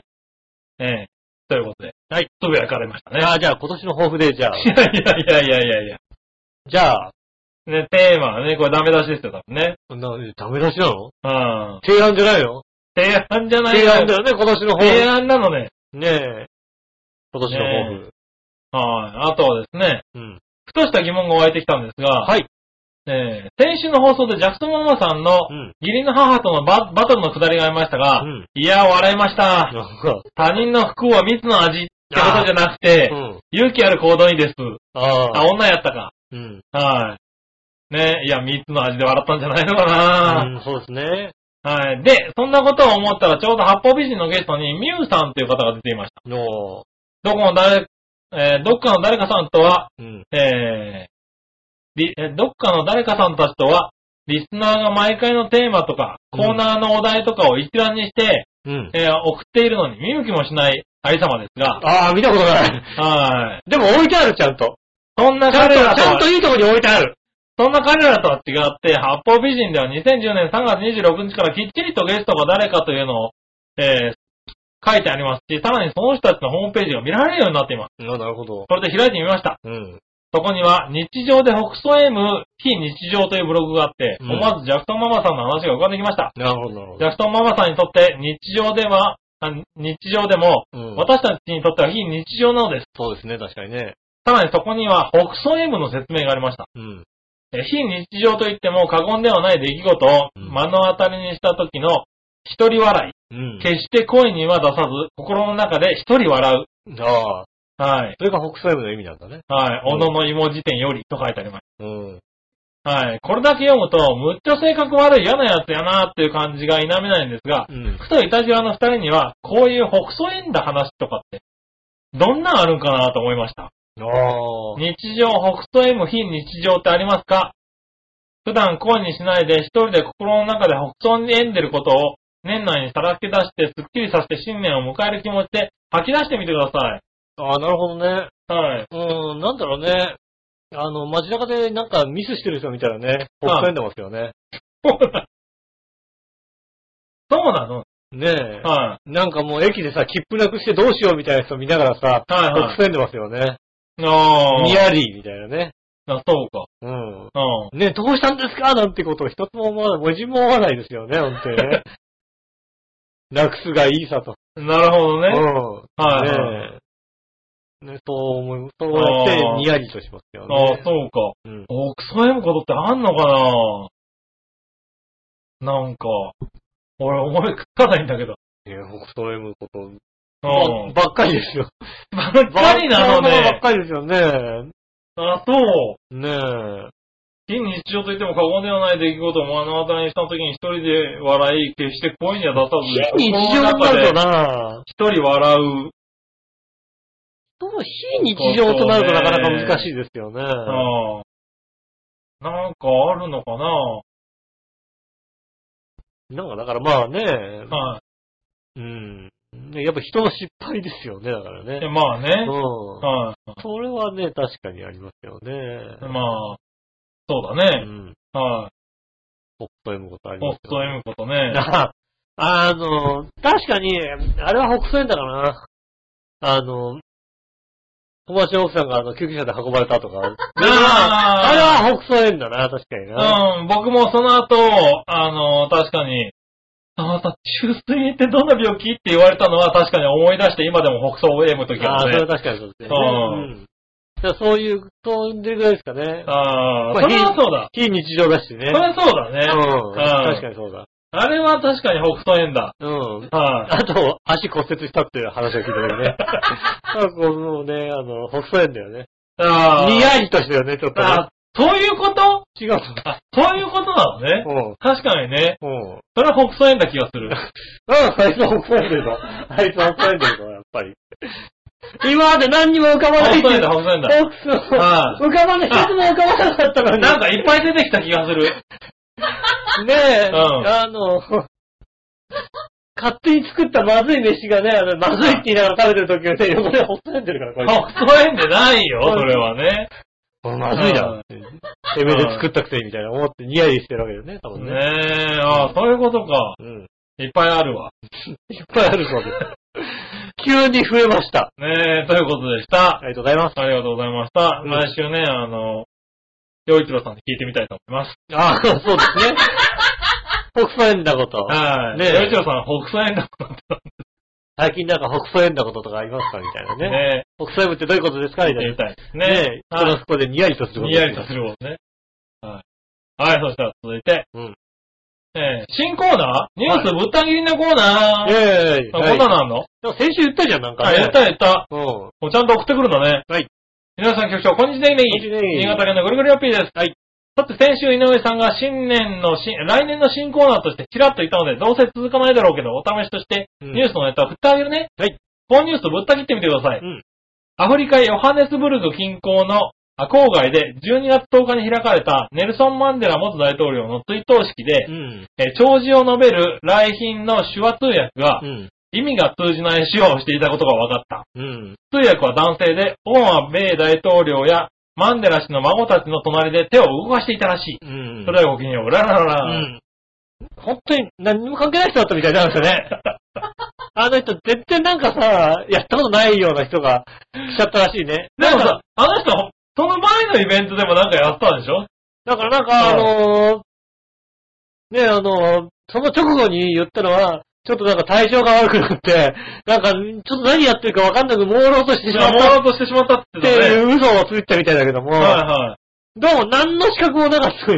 Speaker 3: ええということで。
Speaker 2: はい。
Speaker 3: つぶやかれましたね。
Speaker 2: ああ、じゃあ今年の抱負で、じゃあ
Speaker 3: い、やいやいやいやいやいや。
Speaker 2: じゃあ、
Speaker 3: ね、テーマはね、これダメ出しですよ、多分ね。
Speaker 2: な、えダメ出しなの
Speaker 3: うん。
Speaker 2: 提案じゃないの
Speaker 3: 提案じゃない
Speaker 2: 提
Speaker 3: よ
Speaker 2: 案だよね、今年の抱
Speaker 3: 提
Speaker 2: 負。
Speaker 3: 案なのね。
Speaker 2: ねえ。今年の抱負。
Speaker 3: はい。あとはですね、
Speaker 2: うん。
Speaker 3: ふとした疑問が湧いてきたんですが、
Speaker 2: はい。
Speaker 3: えー先週の放送でジャクソンママさんの
Speaker 2: うん。
Speaker 3: 義理の母とのババトルのくだりがありましたが、
Speaker 2: うん
Speaker 3: いやー笑いまし
Speaker 2: な
Speaker 3: た。
Speaker 2: んか
Speaker 3: 他人の不幸は蜜の味ってことじゃなくて、
Speaker 2: うん。
Speaker 3: 勇気ある行動にです。あ、
Speaker 2: ああ。
Speaker 3: 女やったか。
Speaker 2: うん。
Speaker 3: はい。ね、いや、蜜の味で笑ったんじゃないのか
Speaker 2: う
Speaker 3: な、
Speaker 2: んそうですね。
Speaker 3: はい。で、そんなことを思ったらちょうど八方美人のゲストにミュウさんという方が出ていました。
Speaker 2: の、
Speaker 3: どこの誰、えーどっかの誰かさんとは、
Speaker 2: うん。
Speaker 3: えーりえどっかの誰かさんたちとは、リスナーが毎回のテーマとか、
Speaker 2: うん
Speaker 3: コーナーのお題とかを一覧にして、
Speaker 2: うん。
Speaker 3: えー送っているのに見向きもしないありさまですが、
Speaker 2: ああ、見たことない。
Speaker 3: はい。
Speaker 2: でも置いてある、ちゃんと。
Speaker 3: そんな
Speaker 2: ちゃんと、
Speaker 3: 彼
Speaker 2: ち
Speaker 3: らと
Speaker 2: ゃん
Speaker 3: は
Speaker 2: と、いいとこに置いてある。
Speaker 3: そんな彼らとは違って、八方美人では2010年3月26日からきっちりとゲストが誰かというのを、えー書いてありますし、さらにその人たちのホームページが見られるようになっています。
Speaker 2: なるほど。
Speaker 3: それで開いてみました。
Speaker 2: うん。
Speaker 3: そこには、日常で北総 M 非日常というブログがあって、
Speaker 2: うん
Speaker 3: 思わずジャクソンママさんの話が浮かんできました。
Speaker 2: なるほど、なるほ
Speaker 3: ジ
Speaker 2: ど。
Speaker 3: ャクソンママさんにとって、日常では、あ日常でも、
Speaker 2: うん
Speaker 3: 私たちにとっては非日常なのです。
Speaker 2: そうですね、確かにね。
Speaker 3: さらにそこには、北総 M の説明がありました。
Speaker 2: うん。
Speaker 3: えー非日常といっても過言ではない出来事を
Speaker 2: うん
Speaker 3: 目の当たりにした時の一人笑
Speaker 2: うん
Speaker 3: い。。決して声には出さず、心の中で一人笑
Speaker 2: ああ、
Speaker 3: う。はい。
Speaker 2: それが北西部の意味なんだね。
Speaker 3: はい。
Speaker 2: うん
Speaker 3: おのの芋辞典よりと書いてあります。
Speaker 2: うん。
Speaker 3: はい。これだけ読むと、むっちゃ性格悪い嫌なやつやなっていう感じが否めないんですが、
Speaker 2: うん。
Speaker 3: ふといたじらの二人には、こういう北総縁だ話とかって、どんなんあるんかなと思いました。
Speaker 2: ああ。
Speaker 3: 日常、北斗 M 非日常ってありますか普段声にしないで一人で心の中で北斗に縁でることを年内にさらけ出してスッキリさせて新年を迎える気持ちで吐き出してみてくださ
Speaker 2: ああ、なるほどね。
Speaker 3: い。はい。
Speaker 2: うん、なんだろうね。あの、街中でなんかミスしてる人見たらね、ほっかんでますよね。
Speaker 3: そうだ。そうなの
Speaker 2: ねえ。
Speaker 3: は
Speaker 2: なんかもう駅でさ、切符なくしてどうしようみたいな人見ながらさ、
Speaker 3: い。はい
Speaker 2: ほ
Speaker 3: は
Speaker 2: っ
Speaker 3: い。
Speaker 2: かんでますよね。
Speaker 3: ああ。
Speaker 2: ニヤリーみたいなね。
Speaker 3: あそうか。
Speaker 2: うん。
Speaker 3: うん。
Speaker 2: ねえどうしたんですかなんてことを一つも思わない、文字も思わないですよね、本当に ね。なくすがいいさと。
Speaker 3: なるほど
Speaker 2: う
Speaker 3: ね。
Speaker 2: ん。
Speaker 3: はいはい。
Speaker 2: ねえ。ね、そう思い、そうやってニヤリとしますよね。
Speaker 3: ああ、そうか。
Speaker 2: うん。
Speaker 3: お、クソ M ことってあんのかななんか、俺思いつかないんだけど。
Speaker 2: えー、僕そういうこと
Speaker 3: う
Speaker 2: ば
Speaker 3: ん。
Speaker 2: ばっかりですよ。
Speaker 3: ばっかりなの
Speaker 2: ばっ
Speaker 3: ね。
Speaker 2: かりですよね。
Speaker 3: あ、そう。
Speaker 2: ねえ。
Speaker 3: 非日常といっても過言ではない出来事を目の当たりにした時に一人で笑い、決して声には出さず、
Speaker 2: 非日常になるとな、
Speaker 3: 一人笑う。
Speaker 2: そう非日常となるとなかなか難しいですよね。
Speaker 3: うん。なんかあるのかな
Speaker 2: なんかだからまあね、
Speaker 3: は
Speaker 2: う
Speaker 3: い。
Speaker 2: ん。ねやっぱ人の失敗ですよね、だから
Speaker 3: で
Speaker 2: ね。
Speaker 3: まあね。
Speaker 2: うん。
Speaker 3: はい。
Speaker 2: それはね、確かにありますよね。
Speaker 3: まあ、そう
Speaker 2: う
Speaker 3: だね。
Speaker 2: ん。
Speaker 3: はい。
Speaker 2: ほっといむことあり
Speaker 3: ホ
Speaker 2: ま
Speaker 3: ッ
Speaker 2: す
Speaker 3: ト
Speaker 2: よね。
Speaker 3: M ことね。
Speaker 2: あの、確かに、あれは北西だからな。あの、小林の奥さんがあの救急車で運ばれたとか。 あれは、あれは北総園だな、確かにな。
Speaker 3: うん、僕もその後、あの、確かに、あなた、中水炎ってどんな病気って言われたのは確かに思い出して、今でも北総 M の時
Speaker 2: ああ、
Speaker 3: は
Speaker 2: それは
Speaker 3: ね。
Speaker 2: 確かにそうですね。
Speaker 3: うん
Speaker 2: うんだからそういう、そういうぐらいですかね。
Speaker 3: ああ、
Speaker 2: まあ
Speaker 3: それはそうだ。
Speaker 2: 非日常だしね。
Speaker 3: それはそうだ
Speaker 2: う
Speaker 3: ね。
Speaker 2: ん。確かにそうだ。
Speaker 3: あれは確かに北総 M だ。
Speaker 2: うん。
Speaker 3: はい。
Speaker 2: あと、足骨折したっていう話を聞いたけど ね。あこうもうね、あの、北総園だよね。
Speaker 3: ああ。
Speaker 2: にやりとしてよね、ちょっとね。
Speaker 3: あそういうこと
Speaker 2: 違うのか。
Speaker 3: あ、そういうことなのね。
Speaker 2: うん。
Speaker 3: 確かにね。
Speaker 2: うん。
Speaker 3: それは北総 M だ気がする。
Speaker 2: うん、あいつは北総園だよ。あいつは北総園だよ、やっぱり。今まで何にも浮かば
Speaker 3: 北
Speaker 2: ない
Speaker 3: 総 M だ、北総 M だ。
Speaker 2: 北
Speaker 3: ああ
Speaker 2: 総浮かばない、一つも浮かばなかったのに。
Speaker 3: なんかいっぱい出てきた気がする。
Speaker 2: ねえ、
Speaker 3: うん
Speaker 2: あの、勝手に作ったまずい飯がね、あのまずいって言いながら食べてる時はね、横でほっとんでるから、こ
Speaker 3: 北
Speaker 2: れ。
Speaker 3: 総 M でないよ、それはね。
Speaker 2: これまずいなって。てめえで作ったくせにみたいな思ってニヤリしてるわけだよね、多分ね。
Speaker 3: ねえ、ああ、そういうことか。
Speaker 2: うん。
Speaker 3: いっぱいあるわ。
Speaker 2: いっぱいあるそうです。急に増えました。
Speaker 3: ねえ、ということでした
Speaker 2: あ。りがとうございます。
Speaker 3: ありがとうございました。
Speaker 2: うん
Speaker 3: 来週ね、あの、洋一郎さんに聞いてみたいと思います。
Speaker 2: ああ、そうです ね。北斎んだこと。
Speaker 3: はい。
Speaker 2: ねえ
Speaker 3: 洋一郎さん、北斎だったんだ
Speaker 2: 最近なんか北斎んだこととかありますかみたいなね。
Speaker 3: ね。
Speaker 2: 北斎部ってどういうことですか
Speaker 3: 聞
Speaker 2: み
Speaker 3: い
Speaker 2: た
Speaker 3: て
Speaker 2: い
Speaker 3: みたいです
Speaker 2: な。
Speaker 3: ね。
Speaker 2: え、人の
Speaker 3: は
Speaker 2: そこでニヤリとす
Speaker 3: い。
Speaker 2: ること。
Speaker 3: にやりとすることね。はい。はい、そしたら続いて。
Speaker 2: うん
Speaker 3: ええ新コーナーニュースぶった切りのコーナー、
Speaker 2: イェーイ。
Speaker 3: あこんなのあんの、
Speaker 2: でも先週言ったじゃん、なんか、
Speaker 3: あ、
Speaker 2: ね。
Speaker 3: やったやった。
Speaker 2: うん。
Speaker 3: もうちゃんと送ってくるんだね。
Speaker 2: はい。
Speaker 3: 皆さん局長、こんにちは。
Speaker 2: こんにちは
Speaker 3: 新潟県のぐるぐるよっぴーです。はい。さて、先週井上さんが新年の新、来年の新コーナーとしてちらっと言ったので、どうせ続かないだろうけど、お試しとして、
Speaker 2: うん
Speaker 3: ニュースのネタを振ってあげるね。
Speaker 2: はい。
Speaker 3: このニュースぶった切ってみてください。
Speaker 2: うん
Speaker 3: アフリカヨハネスブルグ近郊のあ郊外で12月10日に開かれたネルソン・マンデラ元大統領の追悼式で
Speaker 2: う、ん。
Speaker 3: えー弔辞を述べる来賓の手話通訳が
Speaker 2: う、ん。
Speaker 3: 意味が通じない手話をしていたことが分かった。
Speaker 2: うん。
Speaker 3: 通訳は男性で、オバマ米大統領やマンデラ氏の孫たちの隣で手を動かしていたらしい。
Speaker 2: うん。
Speaker 3: それではごきげんよう。うららら
Speaker 2: う
Speaker 3: ら。
Speaker 2: ん。本当に何にも関係ない人だったみたいなんですよね。 あの人、絶対なんかさ、やったことないような人が来ちゃったらしいね。
Speaker 3: で
Speaker 2: な
Speaker 3: も
Speaker 2: ん
Speaker 3: さ
Speaker 2: か、、
Speaker 3: あの人、その前のイベントでもなんかやったんでしょ
Speaker 2: だからなんか、あのー、ね、あのー、その直後に言ったのは、ちょっとなんか体調が悪くなって、なんか、ちょっと何やってるかわかんなく朦朧としてしまっ
Speaker 3: も
Speaker 2: た
Speaker 3: うとしてしまったって
Speaker 2: っ
Speaker 3: 言っててたね。
Speaker 2: いう嘘をついてたみたいだけども、
Speaker 3: はいはい。
Speaker 2: どうも何の資格もなかった。どう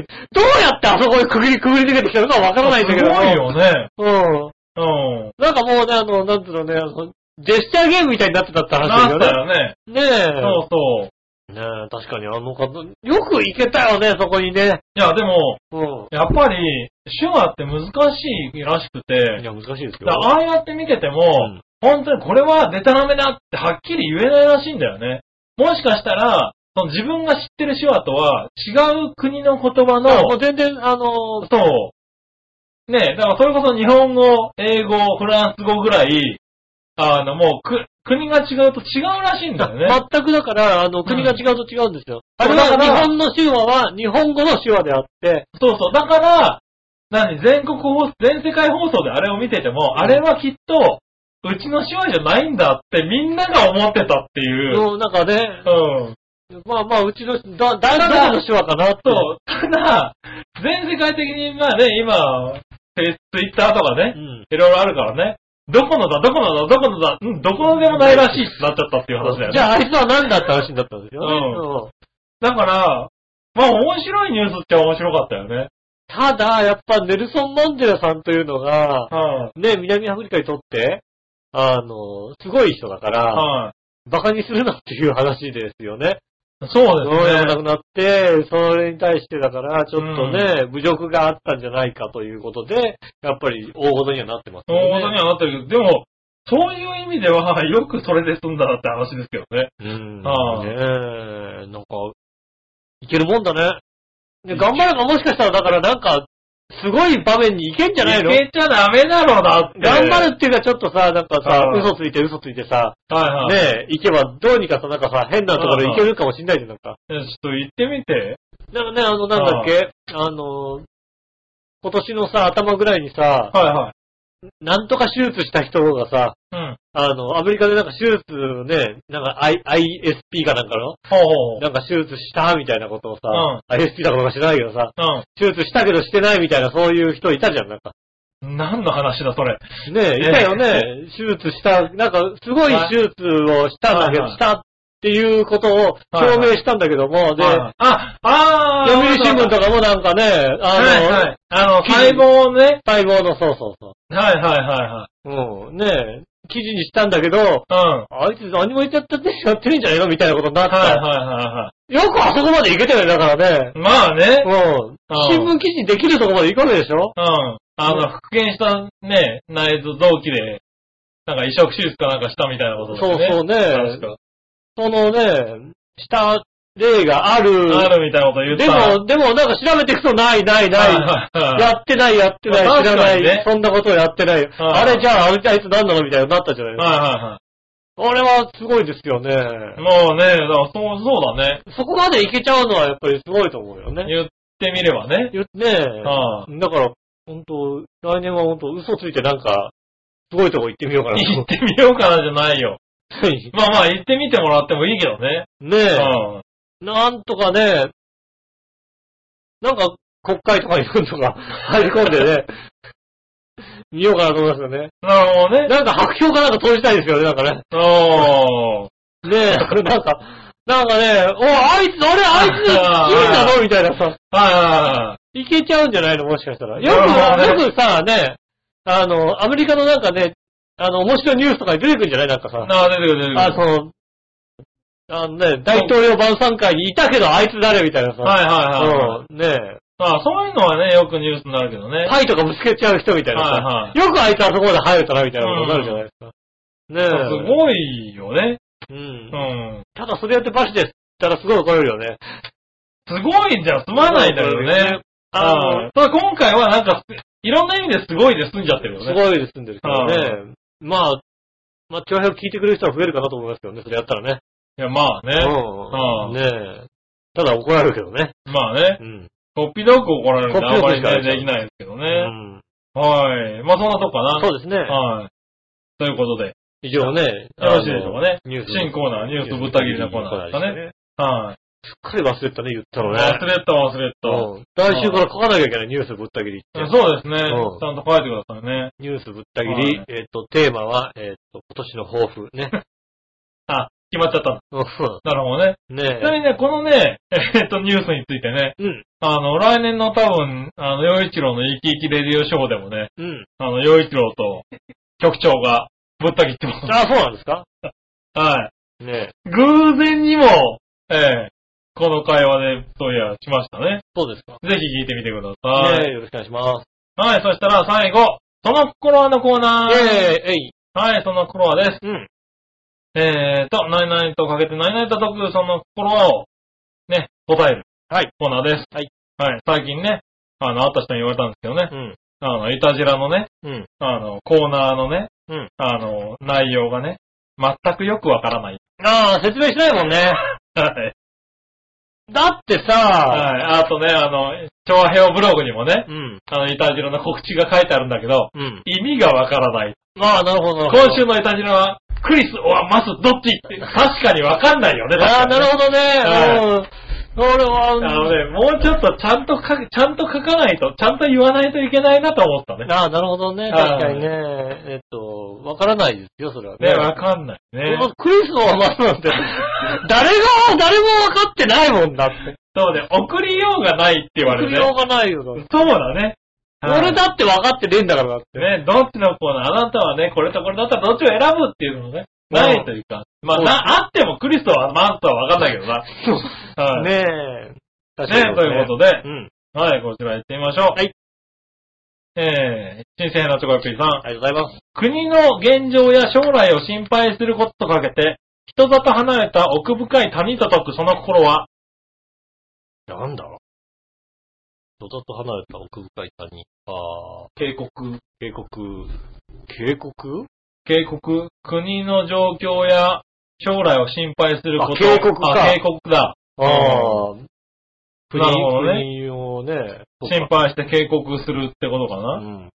Speaker 2: やってあそこにくぐり、くぐり抜けてきたのかわからないんだけども。
Speaker 3: すごいよね。
Speaker 2: うん。
Speaker 3: うん。
Speaker 2: なんかもうね、あの、なんつうのね、あのジェスチャーゲームみたいになってたって話
Speaker 3: な
Speaker 2: で
Speaker 3: った
Speaker 2: すよ
Speaker 3: よね。
Speaker 2: ね。ね
Speaker 3: そ
Speaker 2: え。
Speaker 3: うそう。
Speaker 2: ねえ、確かにあの方、よく行けたよね、そこにね。
Speaker 3: いや、でも、
Speaker 2: う
Speaker 3: やっぱり、手話って難しいらしく
Speaker 2: ん。い
Speaker 3: て、
Speaker 2: や、難しいですよ
Speaker 3: だ。ああやって見てても、
Speaker 2: ん
Speaker 3: 本当にこれはデタラメだってはっきり言えないらしいんだよね。もしかしたら、その自分が知ってる手話とは違う国の言葉
Speaker 2: あも
Speaker 3: の
Speaker 2: う、全然、あの、
Speaker 3: そう。ねえ、だからそれこそ日本語、英語、フランス語ぐらい、あの、もうく、国が違うと違うらしいんだよね。
Speaker 2: 全くだから、あの、国が違うと違うんですよ。あれ
Speaker 3: そ
Speaker 2: は
Speaker 3: うだか
Speaker 2: 日
Speaker 3: ら
Speaker 2: 本の手話は日本語の手話であって、
Speaker 3: そうそう。だから、何、全国放送、全世界放送であれを見てても、あれはきっと、うちの手話じゃないんだってみんなが思ってたっていう。
Speaker 2: の、なんかね、
Speaker 3: うん。
Speaker 2: まあまあ、うちの、だ、だ、どこの手話かな
Speaker 3: そ
Speaker 2: と。
Speaker 3: う。ただ、全世界的に、まあね、今、ツイッターとか
Speaker 2: う
Speaker 3: ね、
Speaker 2: ん。
Speaker 3: いろいろあるからね、どこのだ、どこのだ、どこのだ、うん、どこのでもないらしいってなっちゃったっていう話だよね。
Speaker 2: じゃあ、あいつは何だって話になったんですよね。
Speaker 3: うん
Speaker 2: うん
Speaker 3: だから、まあ面白いニュースっちゃ面白かったよね。
Speaker 2: ただ、やっぱ、ネルソン・マンデラさんというのが、
Speaker 3: はい、
Speaker 2: ね、南アフリカにとって、あの、すごい人だから、
Speaker 3: はい、
Speaker 2: 馬鹿にするなっていう話ですよね。
Speaker 3: そう
Speaker 2: ど
Speaker 3: で
Speaker 2: うやもな
Speaker 3: す
Speaker 2: く
Speaker 3: ね。
Speaker 2: なって、それに対してだから、ちょっとね、侮辱があったんじゃないかということで、やっぱり大ごとにはなってます
Speaker 3: そ
Speaker 2: よ
Speaker 3: う
Speaker 2: ね。
Speaker 3: いうことにはなってるけど、でも、そういう意味では、よくそれで済んだなって話ですけどね。
Speaker 2: うん。
Speaker 3: ああ
Speaker 2: ねえ、なんか、いけるもんだね。で頑張ればもしかしたら、だからなんか、すごい場面にいけんじゃないの
Speaker 3: いけちゃダメだろうなって。
Speaker 2: 頑張るっていうか、ちょっとさ、なんかさ、
Speaker 3: うん
Speaker 2: 嘘ついて嘘ついてさ、
Speaker 3: はいはい。
Speaker 2: ねえ、行けばどうにかさ、なんかさ、変なところ行けるかもしんないじゃん、なんか。
Speaker 3: ちょっと行ってみて。
Speaker 2: だからね、あの、なんだっけ、あの、今年のさ、頭ぐらいにさ、
Speaker 3: はいはい。
Speaker 2: なんとか手術した人がさ、
Speaker 3: うん。
Speaker 2: あの、アメリカでなんか手術ね、なんか I ISP かなんかの、
Speaker 3: ほうほうほう。
Speaker 2: なんか手術したみたいなことをさ、
Speaker 3: う
Speaker 2: ISP だからか知らないけどさ、
Speaker 3: うん。
Speaker 2: 手術したけどしてないみたいなそういう人いたじゃん、なんか。
Speaker 3: 何の話だ、それ。
Speaker 2: ねえ、いたよね。手術した、なんか、すごい手術をしたんだけど、
Speaker 3: はいはい
Speaker 2: したっていうことを表明したんだけども、で、
Speaker 3: あ、ああー
Speaker 2: 読売新聞とかもなんかね、あの、
Speaker 3: はいはい。あの、
Speaker 2: 記事
Speaker 3: 細胞をね。
Speaker 2: 細胞の、そうそうそ
Speaker 3: はいは
Speaker 2: う。うん、ねえ、記事にしたんだけど、
Speaker 3: いはいはい。うん。
Speaker 2: あいつ何も言っちゃったってやってるんじゃないのみたいなことになった。
Speaker 3: はいはいはいは
Speaker 2: よくあそこまで行けたよね、だからね
Speaker 3: い。。まあね。
Speaker 2: うん。新聞記事にできるところまで行くわけでしょ
Speaker 3: うん。あ
Speaker 2: う
Speaker 3: の、
Speaker 2: ん
Speaker 3: 復元したね、内臓同期で、なんか移植手術かなんかしたみたいなことだ
Speaker 2: そ
Speaker 3: よ
Speaker 2: う
Speaker 3: ね。
Speaker 2: そう
Speaker 3: 確
Speaker 2: ね。
Speaker 3: か。
Speaker 2: そのね、した例がある。
Speaker 3: あるみたいなこと言っ
Speaker 2: で
Speaker 3: た。はい
Speaker 2: も、でもなんか調べていくとないないな
Speaker 3: はいはい
Speaker 2: い。やってないやってない
Speaker 3: まあ
Speaker 2: 知らな
Speaker 3: 確かにね
Speaker 2: い。そんなことをやってない。
Speaker 3: はい
Speaker 2: あれじゃあ、あれじゃあいつ何なのみたいになったじゃないですか。
Speaker 3: は
Speaker 2: あれはすごいですよね。
Speaker 3: いはい。もうね、だからそう、そうだね。
Speaker 2: そこまでいけちゃうのはやっぱりすごいと思うよね。
Speaker 3: 言ってみればね。
Speaker 2: 言ってねえ。
Speaker 3: は
Speaker 2: だから、本当来年は本当嘘ついてなんか、すごいとこ行ってみようかなと
Speaker 3: 行
Speaker 2: 思
Speaker 3: ってみようかなじゃないよ。
Speaker 2: って。
Speaker 3: まあまあ、行ってみてもらってもいいけどね。
Speaker 2: ね
Speaker 3: う
Speaker 2: え。
Speaker 3: ん。
Speaker 2: なんとかね、なんか国会とかに行くのとか入り込んでね、見ようかなと思いますよね。
Speaker 3: なるほどね。
Speaker 2: なんか白票かなんか投じたいですよね、なんかね。
Speaker 3: おー。
Speaker 2: ねえ、これなんか、なんかね、おあいつ、俺あいつ、いい
Speaker 3: あー
Speaker 2: なのみたいなさ、
Speaker 3: はいはい
Speaker 2: けちゃうんじゃないのもしかしたら。
Speaker 3: なる
Speaker 2: よ
Speaker 3: ほど
Speaker 2: く、よくさ、ね、あの、アメリカのなんかね、あの、面白いニュースとかに出てくるんじゃないなんか
Speaker 3: いは
Speaker 2: さ、
Speaker 3: い。なあ、出てくる出てくる。
Speaker 2: あ、の、あのね、大統領晩餐会にいたけどあいつ誰みたいなさ。
Speaker 3: はいはいはいはい。
Speaker 2: うん、ねえ。
Speaker 3: まあ、そういうのはね、よくニュースになるけどね。
Speaker 2: パイとかぶつけちゃう人みたいなさ、
Speaker 3: はいは
Speaker 2: よくあいつあそこまで入れたなみたいなことになるじゃないですか。ねえ。
Speaker 3: すごいよね。
Speaker 2: うん
Speaker 3: う。ん。
Speaker 2: ただそれやってバシですたらすごい怒られるよね。
Speaker 3: すごいんじゃ済まないんだけどね。あ
Speaker 2: はい
Speaker 3: の、それ今回はなんか、いろんな意味ですごいで済んじゃってるよね。
Speaker 2: すごいですんでるけど
Speaker 3: は
Speaker 2: ね。まあ、まあ、長編を聞いてくれる人は増えるかなと思いますけどね、それやったらね。
Speaker 3: いや、まあね。
Speaker 2: うん。ねえ。ただ怒られるけどね。
Speaker 3: まあね
Speaker 2: う。ん。
Speaker 3: こっぴどく怒られるんで
Speaker 2: こっ
Speaker 3: あ
Speaker 2: ぴ
Speaker 3: ん
Speaker 2: ど
Speaker 3: ま
Speaker 2: く
Speaker 3: り
Speaker 2: しかない
Speaker 3: ね、できないですけど
Speaker 2: う
Speaker 3: ね。
Speaker 2: ん。
Speaker 3: はい。まあそんなとこかな。
Speaker 2: そうですね。
Speaker 3: はい。ということで、
Speaker 2: 以上ね。よ
Speaker 3: よろしいでしょうかね。
Speaker 2: ニュース。
Speaker 3: 新コーナー、ニュースぶった切りのコーナーですかね。。はい。
Speaker 2: すっかり忘れてたね、言ったのね。
Speaker 3: 忘れた忘れた。
Speaker 2: うん来週から書かなきゃいけない、ニュースぶった切りって。
Speaker 3: そうですね。ち
Speaker 2: うん
Speaker 3: ゃんと書いてくださいね。
Speaker 2: ニュースぶった切
Speaker 3: は
Speaker 2: り
Speaker 3: い、
Speaker 2: えっと、テーマは、えっと、今年の抱負 ね。
Speaker 3: あ、決まっちゃった。
Speaker 2: う
Speaker 3: なるほどね。
Speaker 2: んね
Speaker 3: ちなみ
Speaker 2: え。
Speaker 3: にね、このね、えっと、ニュースについてね、
Speaker 2: うん、
Speaker 3: あの、来年の多分、あの、洋一郎の生き生きレディオショーでもね、
Speaker 2: うん。
Speaker 3: あの、洋一郎と局長がぶった切ってます。
Speaker 2: ああ、そうなんですか
Speaker 3: はい。
Speaker 2: ねえ。
Speaker 3: 偶然にも、ええこの会話で、そういや、しましたね。
Speaker 2: そうですか。
Speaker 3: ぜひ聞いてみてください。
Speaker 2: ねえ、よろしくお願いしま
Speaker 3: はい、そしたら最後、その心はのコーナー。
Speaker 2: す。イェーイえい。
Speaker 3: はい、その心はです。
Speaker 2: うん。
Speaker 3: えーと、何々とかけて何々と解く、その心はを、ね、答える。
Speaker 2: はい。
Speaker 3: コーナーです。
Speaker 2: はい。
Speaker 3: はい、最近ね、あの、会った人に言われたんですけどね、
Speaker 2: うん。
Speaker 3: あの、いたじらのね、
Speaker 2: うん。
Speaker 3: あの、コーナーのね、
Speaker 2: うん
Speaker 3: あの、内容がね、全くよくわからない。
Speaker 2: ああ、説明しないもんね。
Speaker 3: はい。
Speaker 2: だってさ、
Speaker 3: はい。あとね、あの、調和平ブログにもね、
Speaker 2: うん。
Speaker 3: あの、いたじらの告知が書いてあるんだけど、
Speaker 2: うん。
Speaker 3: 意味がわからない。
Speaker 2: まあ、なるほど。
Speaker 3: 今週のいたじらは、クリス、オア、マス、どっちって、確かにわかんないよね。
Speaker 2: ああ、
Speaker 3: 確か
Speaker 2: な
Speaker 3: にね
Speaker 2: るほどね。
Speaker 3: は
Speaker 2: うん。俺は、
Speaker 3: あのね、もうちょっとちゃんと書く、ちゃんと書かないと、ちゃんと言わないといけないなと思ったね。
Speaker 2: ああ、なるほどね。
Speaker 3: はい
Speaker 2: 確かにね。えっと、わからないですよ、それは
Speaker 3: ね、わかんないね。
Speaker 2: このクリスの話なん て、誰が、誰も分かってないもんだって。
Speaker 3: そうね、送りようがないって言われ
Speaker 2: 送
Speaker 3: る
Speaker 2: りようが
Speaker 3: ね。
Speaker 2: ないよ、だって
Speaker 3: そうだね。
Speaker 2: 俺だって分かってねえんだからだって。
Speaker 3: ね、どっちのコーナー、あなたはね、これとこれだったらどっちを選ぶっていうのもね、
Speaker 2: うん
Speaker 3: ないというか。まあ、
Speaker 2: そう
Speaker 3: な、あってもクリスとはマンとはわかんないけどな。はい。ね、
Speaker 2: ねえ。確かに
Speaker 3: ということで、
Speaker 2: うん。
Speaker 3: はい、こちら行ってみましょう。
Speaker 2: はい。
Speaker 3: えー、新鮮なチョコヨッピーさん。
Speaker 2: ありがとうございます。
Speaker 3: 国の現状や将来を心配することとかけて、人里離れた奥深い谷と解くその心は、
Speaker 2: なんだろう。人と離れた奥深い谷。ああ、
Speaker 3: 警告。
Speaker 2: 警告。警告
Speaker 3: 警告。国の状況や将来を心配すること。
Speaker 2: あ警告か
Speaker 3: あ警告だ。
Speaker 2: ああ。不
Speaker 3: なるほどね
Speaker 2: 妊をね、
Speaker 3: 心配して警告するってことか
Speaker 2: う
Speaker 3: な。
Speaker 2: ん。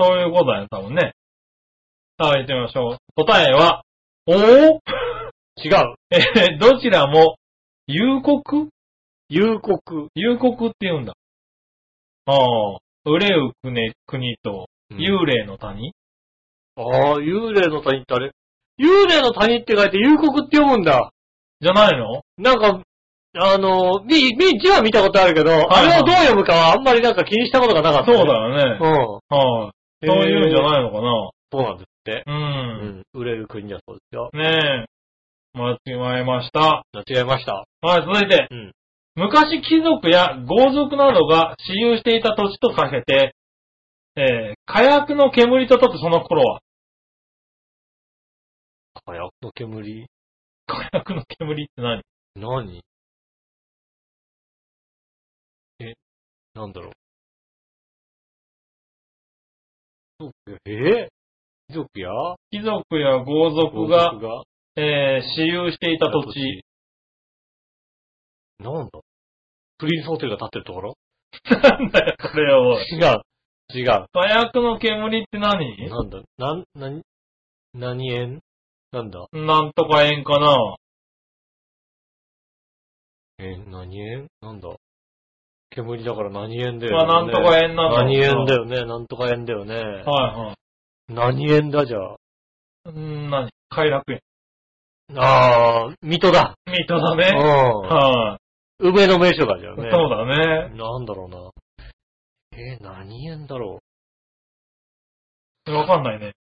Speaker 3: そういうことだよ、多分ね。さあ、行ってみましょう。答えは、おお
Speaker 2: 違う。
Speaker 3: えーどちらも、夕刻
Speaker 2: 夕刻。
Speaker 3: 夕刻って言うんだ。ああ、憂う国国と、幽霊の谷、
Speaker 2: ああ、幽霊の谷ってあれ幽霊の谷って書いて幽谷って読むんだ。
Speaker 3: じゃないの
Speaker 2: なんか、あの、み、み、字は見たことあるけど、あ
Speaker 3: いはい
Speaker 2: れをどう読むかはあんまりなんか気にしたことがなかった
Speaker 3: そ
Speaker 2: ね、
Speaker 3: うだよね。はい、
Speaker 2: うん。
Speaker 3: そういうんじゃ
Speaker 2: い
Speaker 3: ないのかな。
Speaker 2: そうなんですって。
Speaker 3: う。
Speaker 2: うんん。売れる国だそうですよ。
Speaker 3: ねえ。間違えました。
Speaker 2: 間違えました。
Speaker 3: はい、続いて。
Speaker 2: うん
Speaker 3: 昔貴族や豪族などが私有していた土地とかけて、えー、火薬の煙と解くその頃は、
Speaker 2: 火薬の煙
Speaker 3: 火薬の煙って何
Speaker 2: 何え、なんだろう。貴族えー貴族や
Speaker 3: 貴族や豪族が、
Speaker 2: 豪族が
Speaker 3: えー、私有していた土地。。
Speaker 2: なんだプリンスホテルが建ってるところ
Speaker 3: なんだよ、これを。
Speaker 2: 違う。違う。
Speaker 3: 火薬の煙って何
Speaker 2: なんだなん、なに、何園なんだ
Speaker 3: なんとか縁かな
Speaker 2: え、何園なんだ煙だから何園だよ、
Speaker 3: まあ、なんとか縁なんだろう
Speaker 2: 何
Speaker 3: な
Speaker 2: 園だよね。なんとか園だよね。
Speaker 3: はいはい。
Speaker 2: 何園だじゃ
Speaker 3: うん何快楽園。
Speaker 2: あ。ああ、水戸だ。
Speaker 3: 水戸だ
Speaker 2: う
Speaker 3: ね。
Speaker 2: ん。
Speaker 3: は
Speaker 2: 梅の名所がじゃ
Speaker 3: い、
Speaker 2: ね。
Speaker 3: そうだね。
Speaker 2: なんだろうな。え、何園だろ
Speaker 3: わかんないね。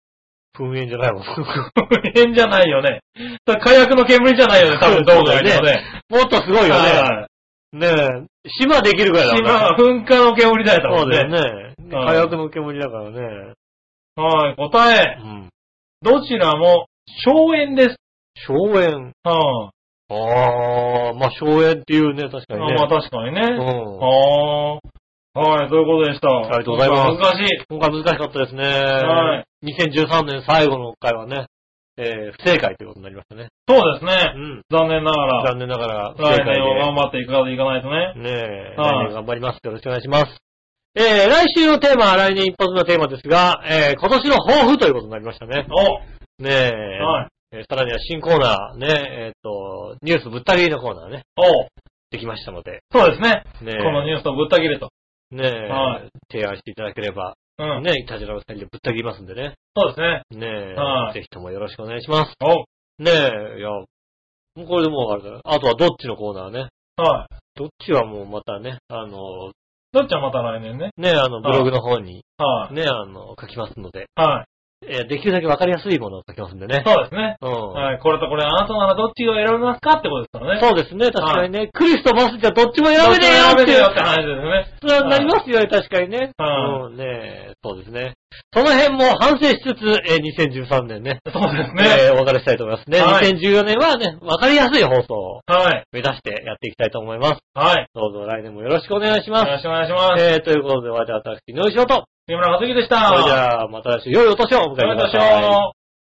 Speaker 2: う噴煙じゃないもん。
Speaker 3: 変じゃないよね。それ火薬の煙じゃないよね、多分動画よ
Speaker 2: そうだ
Speaker 3: ね。
Speaker 2: もっとすごいよね。
Speaker 3: はい
Speaker 2: ねえ、島できるぐらいだもんね
Speaker 3: 今は噴火の煙だよ、多
Speaker 2: そう
Speaker 3: 分ね。
Speaker 2: だよね。
Speaker 3: はい
Speaker 2: 火薬の煙だからね。
Speaker 3: はい、答
Speaker 2: う
Speaker 3: え。
Speaker 2: ん。
Speaker 3: どちらも、荘園です。
Speaker 2: 荘園。
Speaker 3: は
Speaker 2: ああ、まあ、荘園っていうね、確か
Speaker 3: あ
Speaker 2: に
Speaker 3: まあ
Speaker 2: ね。
Speaker 3: 確かに
Speaker 2: うん。
Speaker 3: ね。ああ。はい、そういうことでした。あ
Speaker 2: りがとうございます
Speaker 3: 難しい。
Speaker 2: 今回難しかったですね。。
Speaker 3: はい
Speaker 2: 2013年最後の回はね、えー、不正解ということになりましたね。
Speaker 3: そうです
Speaker 2: う
Speaker 3: ね。
Speaker 2: ん。
Speaker 3: 残念ながら、
Speaker 2: 残念ながら、不正
Speaker 3: 来
Speaker 2: 解
Speaker 3: 年を
Speaker 2: で。
Speaker 3: 頑張っていかないといかないとね。
Speaker 2: ねえ、
Speaker 3: はい
Speaker 2: 来年頑張ります。よろしくお願いします。えー、来週のテーマは来年一発目のテーマですが、えー、今年の抱負ということになりましたね。
Speaker 3: お
Speaker 2: ねえ、
Speaker 3: はい
Speaker 2: えーさらには新コーナー、ねえ、っと、ニュースぶった切りのコーナーね、
Speaker 3: お
Speaker 2: できましたので、
Speaker 3: そうですね。
Speaker 2: ねえ、
Speaker 3: このニュースをぶった切れと。
Speaker 2: ねえ、
Speaker 3: はい
Speaker 2: 提案していただければ、
Speaker 3: うん。
Speaker 2: ねえ、いたじらの二人でぶった切りますんでね、
Speaker 3: そうですね。
Speaker 2: ねえ、
Speaker 3: はい
Speaker 2: ぜひともよろしくお願いします。
Speaker 3: お
Speaker 2: ねえ、いや、もうこれでもうあれだね。あとはどっちのコーナーね。
Speaker 3: はい。
Speaker 2: どっちはもうまたね、あの、
Speaker 3: どっちはまた来年ね。
Speaker 2: ねえ、あの、ブログの方に、
Speaker 3: はい。
Speaker 2: ね、あの、書きますので、
Speaker 3: はい。
Speaker 2: えーできるだけわかりやすいものを書きますんでね。
Speaker 3: そうですね。
Speaker 2: うん。
Speaker 3: はい。これとこれ、あなたならどっちを選びますかってことですからね。
Speaker 2: そうですね、確かにね、クリスとバスじゃどっちも選べねえよ
Speaker 3: 選
Speaker 2: っ
Speaker 3: べ
Speaker 2: て
Speaker 3: ね
Speaker 2: い
Speaker 3: えよっ
Speaker 2: う
Speaker 3: て話ですね。
Speaker 2: それはなりますよね、確かにね。
Speaker 3: は
Speaker 2: うん、ねえそうですね。その辺も反省しつつ、えー2013年ね、
Speaker 3: そうです
Speaker 2: えー
Speaker 3: ね。
Speaker 2: お別れしたいと思いますね。
Speaker 3: はい
Speaker 2: 2014年はね、わかりやすい放送を
Speaker 3: はい。
Speaker 2: 目指してやっていきたいと思います。
Speaker 3: はい。
Speaker 2: どうぞ来年もよろしくお願いし
Speaker 3: よ
Speaker 2: ます。
Speaker 3: ろしくお願いします。
Speaker 2: えー、ということで、私、井上翔と、
Speaker 3: 木村和樹でした。
Speaker 2: それじゃあ、また来週、良いお年をお迎え
Speaker 3: よ
Speaker 2: くだ
Speaker 3: いし
Speaker 2: さい。
Speaker 3: ょう。